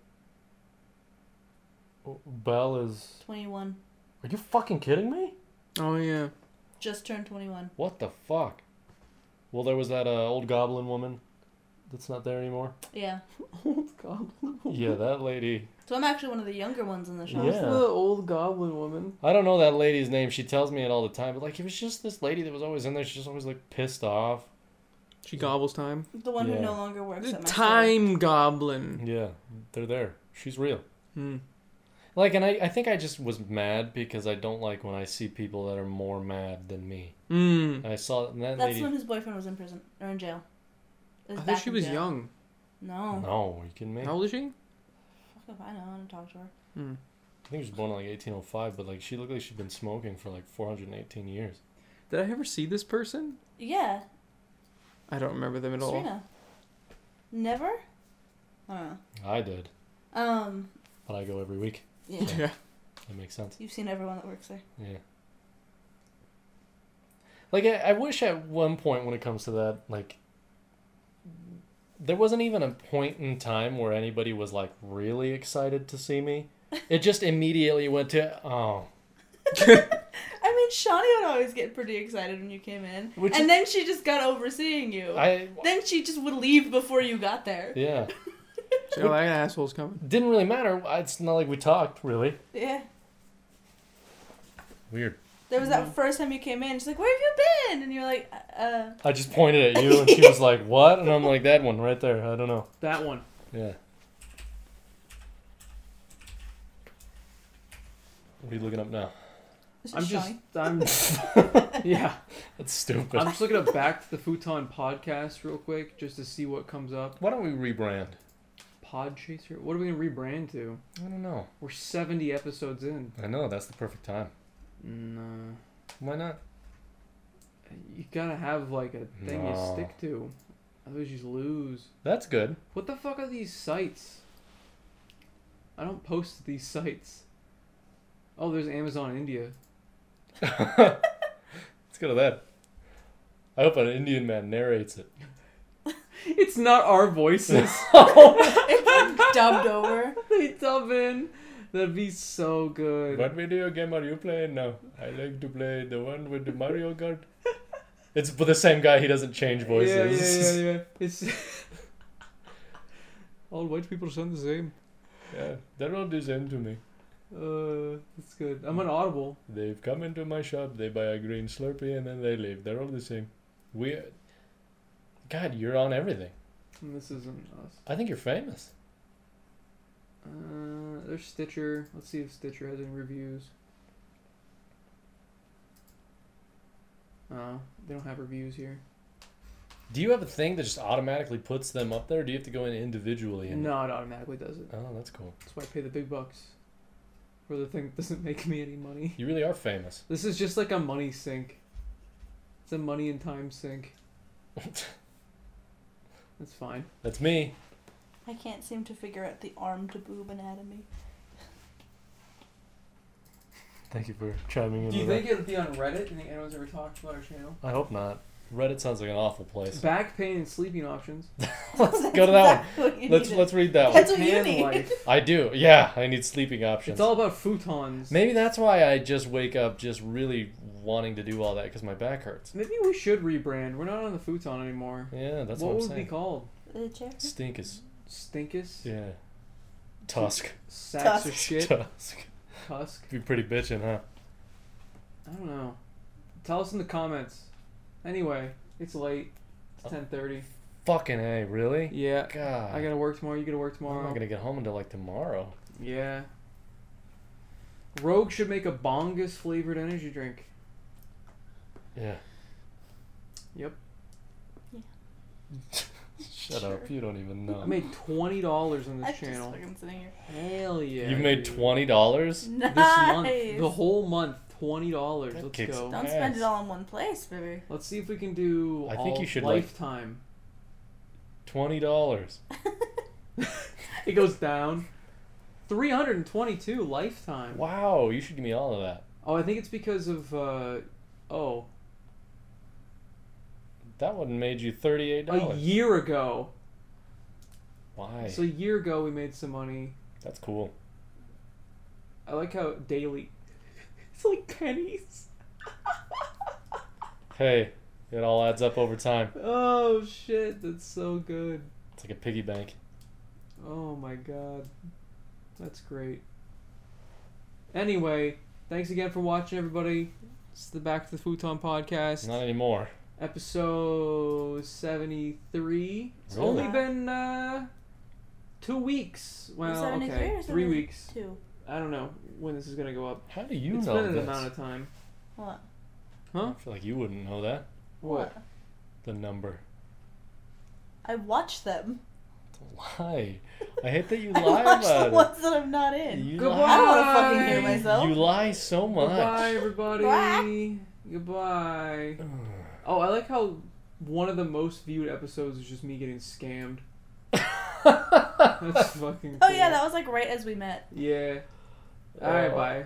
S2: Belle is.
S3: 21.
S2: Are you fucking kidding me?
S1: Oh yeah.
S3: Just turned 21.
S2: What the fuck? Well, there was that uh, old goblin woman. That's not there anymore.
S3: Yeah.
S1: Old goblin.
S2: yeah, that lady.
S3: So I'm actually one of the younger ones in the shop.
S2: Yeah.
S1: the old goblin woman?
S2: I don't know that lady's name. She tells me it all the time. But like, it was just this lady that was always in there. She's just always like pissed off.
S1: She gobbles time.
S3: The one
S2: Yeah.
S3: who no longer works at my store.
S1: Time goblin.
S2: Yeah, they're there. She's real.
S1: Hmm.
S2: Like, and I, I think I just was mad because I don't like when I see people that are more mad than me.
S1: Mm.
S2: And I saw and that
S3: That's
S2: lady.
S3: when his boyfriend was in prison or in jail.
S1: I
S3: It was
S1: thought
S3: back
S1: she
S3: in
S1: was
S3: jail.
S1: young.
S3: No.
S2: No, are you kidding me?
S1: How old is she?
S3: Fuck if I know. I don't talk to her.
S1: Mm.
S2: I think she was born in like 1805, but like she looked like she'd been smoking for like 418 years.
S1: Did I ever see this person?
S3: Yeah.
S1: I don't remember them at all.
S3: Serena. Never? I don't know.
S2: I did,
S3: Um,
S2: but I go every week.
S3: yeah.
S1: Yeah.
S2: That makes sense.
S3: You've seen everyone that works there.
S2: Yeah. Like I, I wish at one point when it comes to that, like there wasn't even a point in time where anybody was like really excited to see me. It just immediately went to oh
S3: I mean, Shawnee would always get pretty excited when you came in.
S2: Which
S3: and
S2: is-
S3: then she just got over seeing you.
S2: I
S3: then she just would leave before you got there.
S2: yeah
S1: She's like, "Oh, that asshole's coming.
S2: didn't really matter. It's not like we talked really.
S3: Yeah.
S2: Weird.
S3: There was
S2: Mm-hmm.
S3: that first time you came in. She's like, "Where have you been?" And you're like, "Uh,
S2: I just pointed at you and she was like what, and I'm like that one right there. I don't know.
S1: That one.
S2: Yeah. What are you looking up now?
S3: it's
S1: I'm just.
S3: Shawnee."
S1: I'm. yeah.
S2: That's stupid.
S1: I'm just looking up back to the futon podcast real quick just to see what comes up.
S2: Why don't we rebrand?
S1: Pod chaser. What are we gonna rebrand to?
S2: I don't know.
S1: We're 70 episodes in.
S2: I know that's the perfect time.
S1: No.
S2: Why not?
S1: You gotta have like a thing you
S2: No.
S1: stick to. Otherwise, you just lose.
S2: That's good.
S1: What the fuck are these sites? I don't post to these sites. Oh, there's Amazon in India.
S2: Let's go to that. I hope an Indian man narrates it.
S1: It's not our voices.
S4: dubbed over.
S1: they dub in. That'd be so good.
S2: What video game are you playing now? I like to play the one with the Mario Kart. It's for the same guy. He doesn't change voices.
S1: Yeah, yeah, yeah, yeah. It's all white people sound the same.
S2: Yeah, they're all the same to me.
S1: Uh, that's good. I'm on Audible.
S2: They've come into my shop. They buy a green Slurpee and then they leave. They're all the same. We, God, you're on everything.
S1: And this isn't us.
S2: I think you're famous.
S1: Uh, there's Stitcher. Let's see if Stitcher has any reviews. No, Oh, they don't have reviews here.
S2: Do you have a thing that just automatically puts them up there? Or do you have to go in individually? And...
S1: No, it automatically does it.
S2: Oh, that's cool.
S1: That's why I pay the big bucks for the thing that doesn't make me any money.
S2: You really are famous.
S1: This is just like a money sink. It's a money and time sink. That's fine.
S2: That's me.
S4: I can't seem to figure out the arm to boob anatomy.
S2: Thank you for chiming in.
S1: Do you
S2: with that.
S1: think it'll be on Reddit? Do you think anyone's ever talked about our channel?
S2: I hope not. Reddit sounds like an awful place.
S1: Back pain and sleeping options.
S2: let's go to that
S4: one.
S2: one. Let's let's read that one.
S4: That's what you
S1: Tan
S4: need.
S1: life.
S2: I do. Yeah, I need sleeping options.
S1: It's all about futons.
S2: Maybe that's why I just wake up just really wanting to do all that because my back hurts.
S1: Maybe we should rebrand. We're not on the futon anymore.
S2: Yeah, that's
S1: what
S2: what, I'm
S1: would it be
S2: saying.
S1: called?
S4: The chair.
S2: Stink is
S1: Stinkus?
S2: yeah. Tusk.
S1: Sacks of
S4: Tusk.
S1: shit?
S2: Tusk.
S1: Tusk?
S2: Be pretty bitching, huh?
S1: I don't know. Tell us in the comments. Anyway, it's late.
S2: Uh,
S1: It's ten thirty.
S2: Fucking a, really?
S1: Yeah.
S2: God.
S1: I gotta work tomorrow, you gotta work
S2: I'm
S1: tomorrow.
S2: not gonna get home until like tomorrow.
S1: Yeah. Rogue should make a bongus flavored energy drink.
S2: Yeah.
S1: Yep.
S4: Yeah.
S2: Shut
S4: Sure.
S2: up! You don't even know.
S1: I made twenty dollars on this
S4: I'm
S1: channel.
S4: just fucking sitting here.
S1: Hell yeah.
S2: you made
S1: dude.
S2: twenty dollars.
S4: Nice.
S1: this month. The whole month, twenty dollars.
S2: That
S1: Let's
S2: kicks-
S1: go.
S4: Don't spend
S2: Yes.
S4: it all in one place, baby.
S1: Let's see if we can do
S2: I
S1: all
S2: think you should, like-
S1: lifetime.
S2: Twenty dollars.
S1: It goes down. Three hundred and twenty-two lifetime.
S2: Wow, you should give me all of that.
S1: Oh, I think it's because of. uh Oh,
S2: That one made you thirty-eight
S1: a
S2: dollars.
S1: year ago.
S2: Why?
S1: So a year ago we made some money.
S2: That's cool.
S1: I like how daily. It's like pennies.
S2: Hey, it all adds up over time.
S1: Oh shit, that's so good.
S2: It's like a piggy bank.
S1: Oh my god. That's great. Anyway, thanks again for watching, everybody. It's the Back to the Futon podcast,
S2: Not anymore.
S1: episode 73. It's
S2: Really?
S1: only been uh, two weeks. Well,
S4: 73
S1: okay,
S4: or
S1: three
S4: 70?
S1: weeks.
S4: Two.
S1: I don't know when this is going to go up.
S2: How do you
S1: it's
S2: know
S1: been an
S2: this?
S1: amount of time.
S4: What?
S1: Huh?
S2: I feel like you wouldn't know that.
S1: What?
S2: The number.
S4: I watch them.
S2: Don't lie. I hate that you
S4: I
S2: lie
S4: watch the
S2: about
S4: ones that I'm not
S2: it.
S4: in.
S2: You
S1: Goodbye.
S4: I don't
S2: lie.
S4: want to fucking hear
S1: Bye.
S4: myself.
S2: You lie so
S1: Goodbye,
S2: much.
S1: everybody.
S4: Bye.
S1: Goodbye. Oh, I like how one of the most viewed episodes is just me getting scammed. That's fucking.
S4: oh yeah,
S1: cool.
S4: that was like right as we met.
S1: Yeah. All right,
S2: Uh,
S1: bye.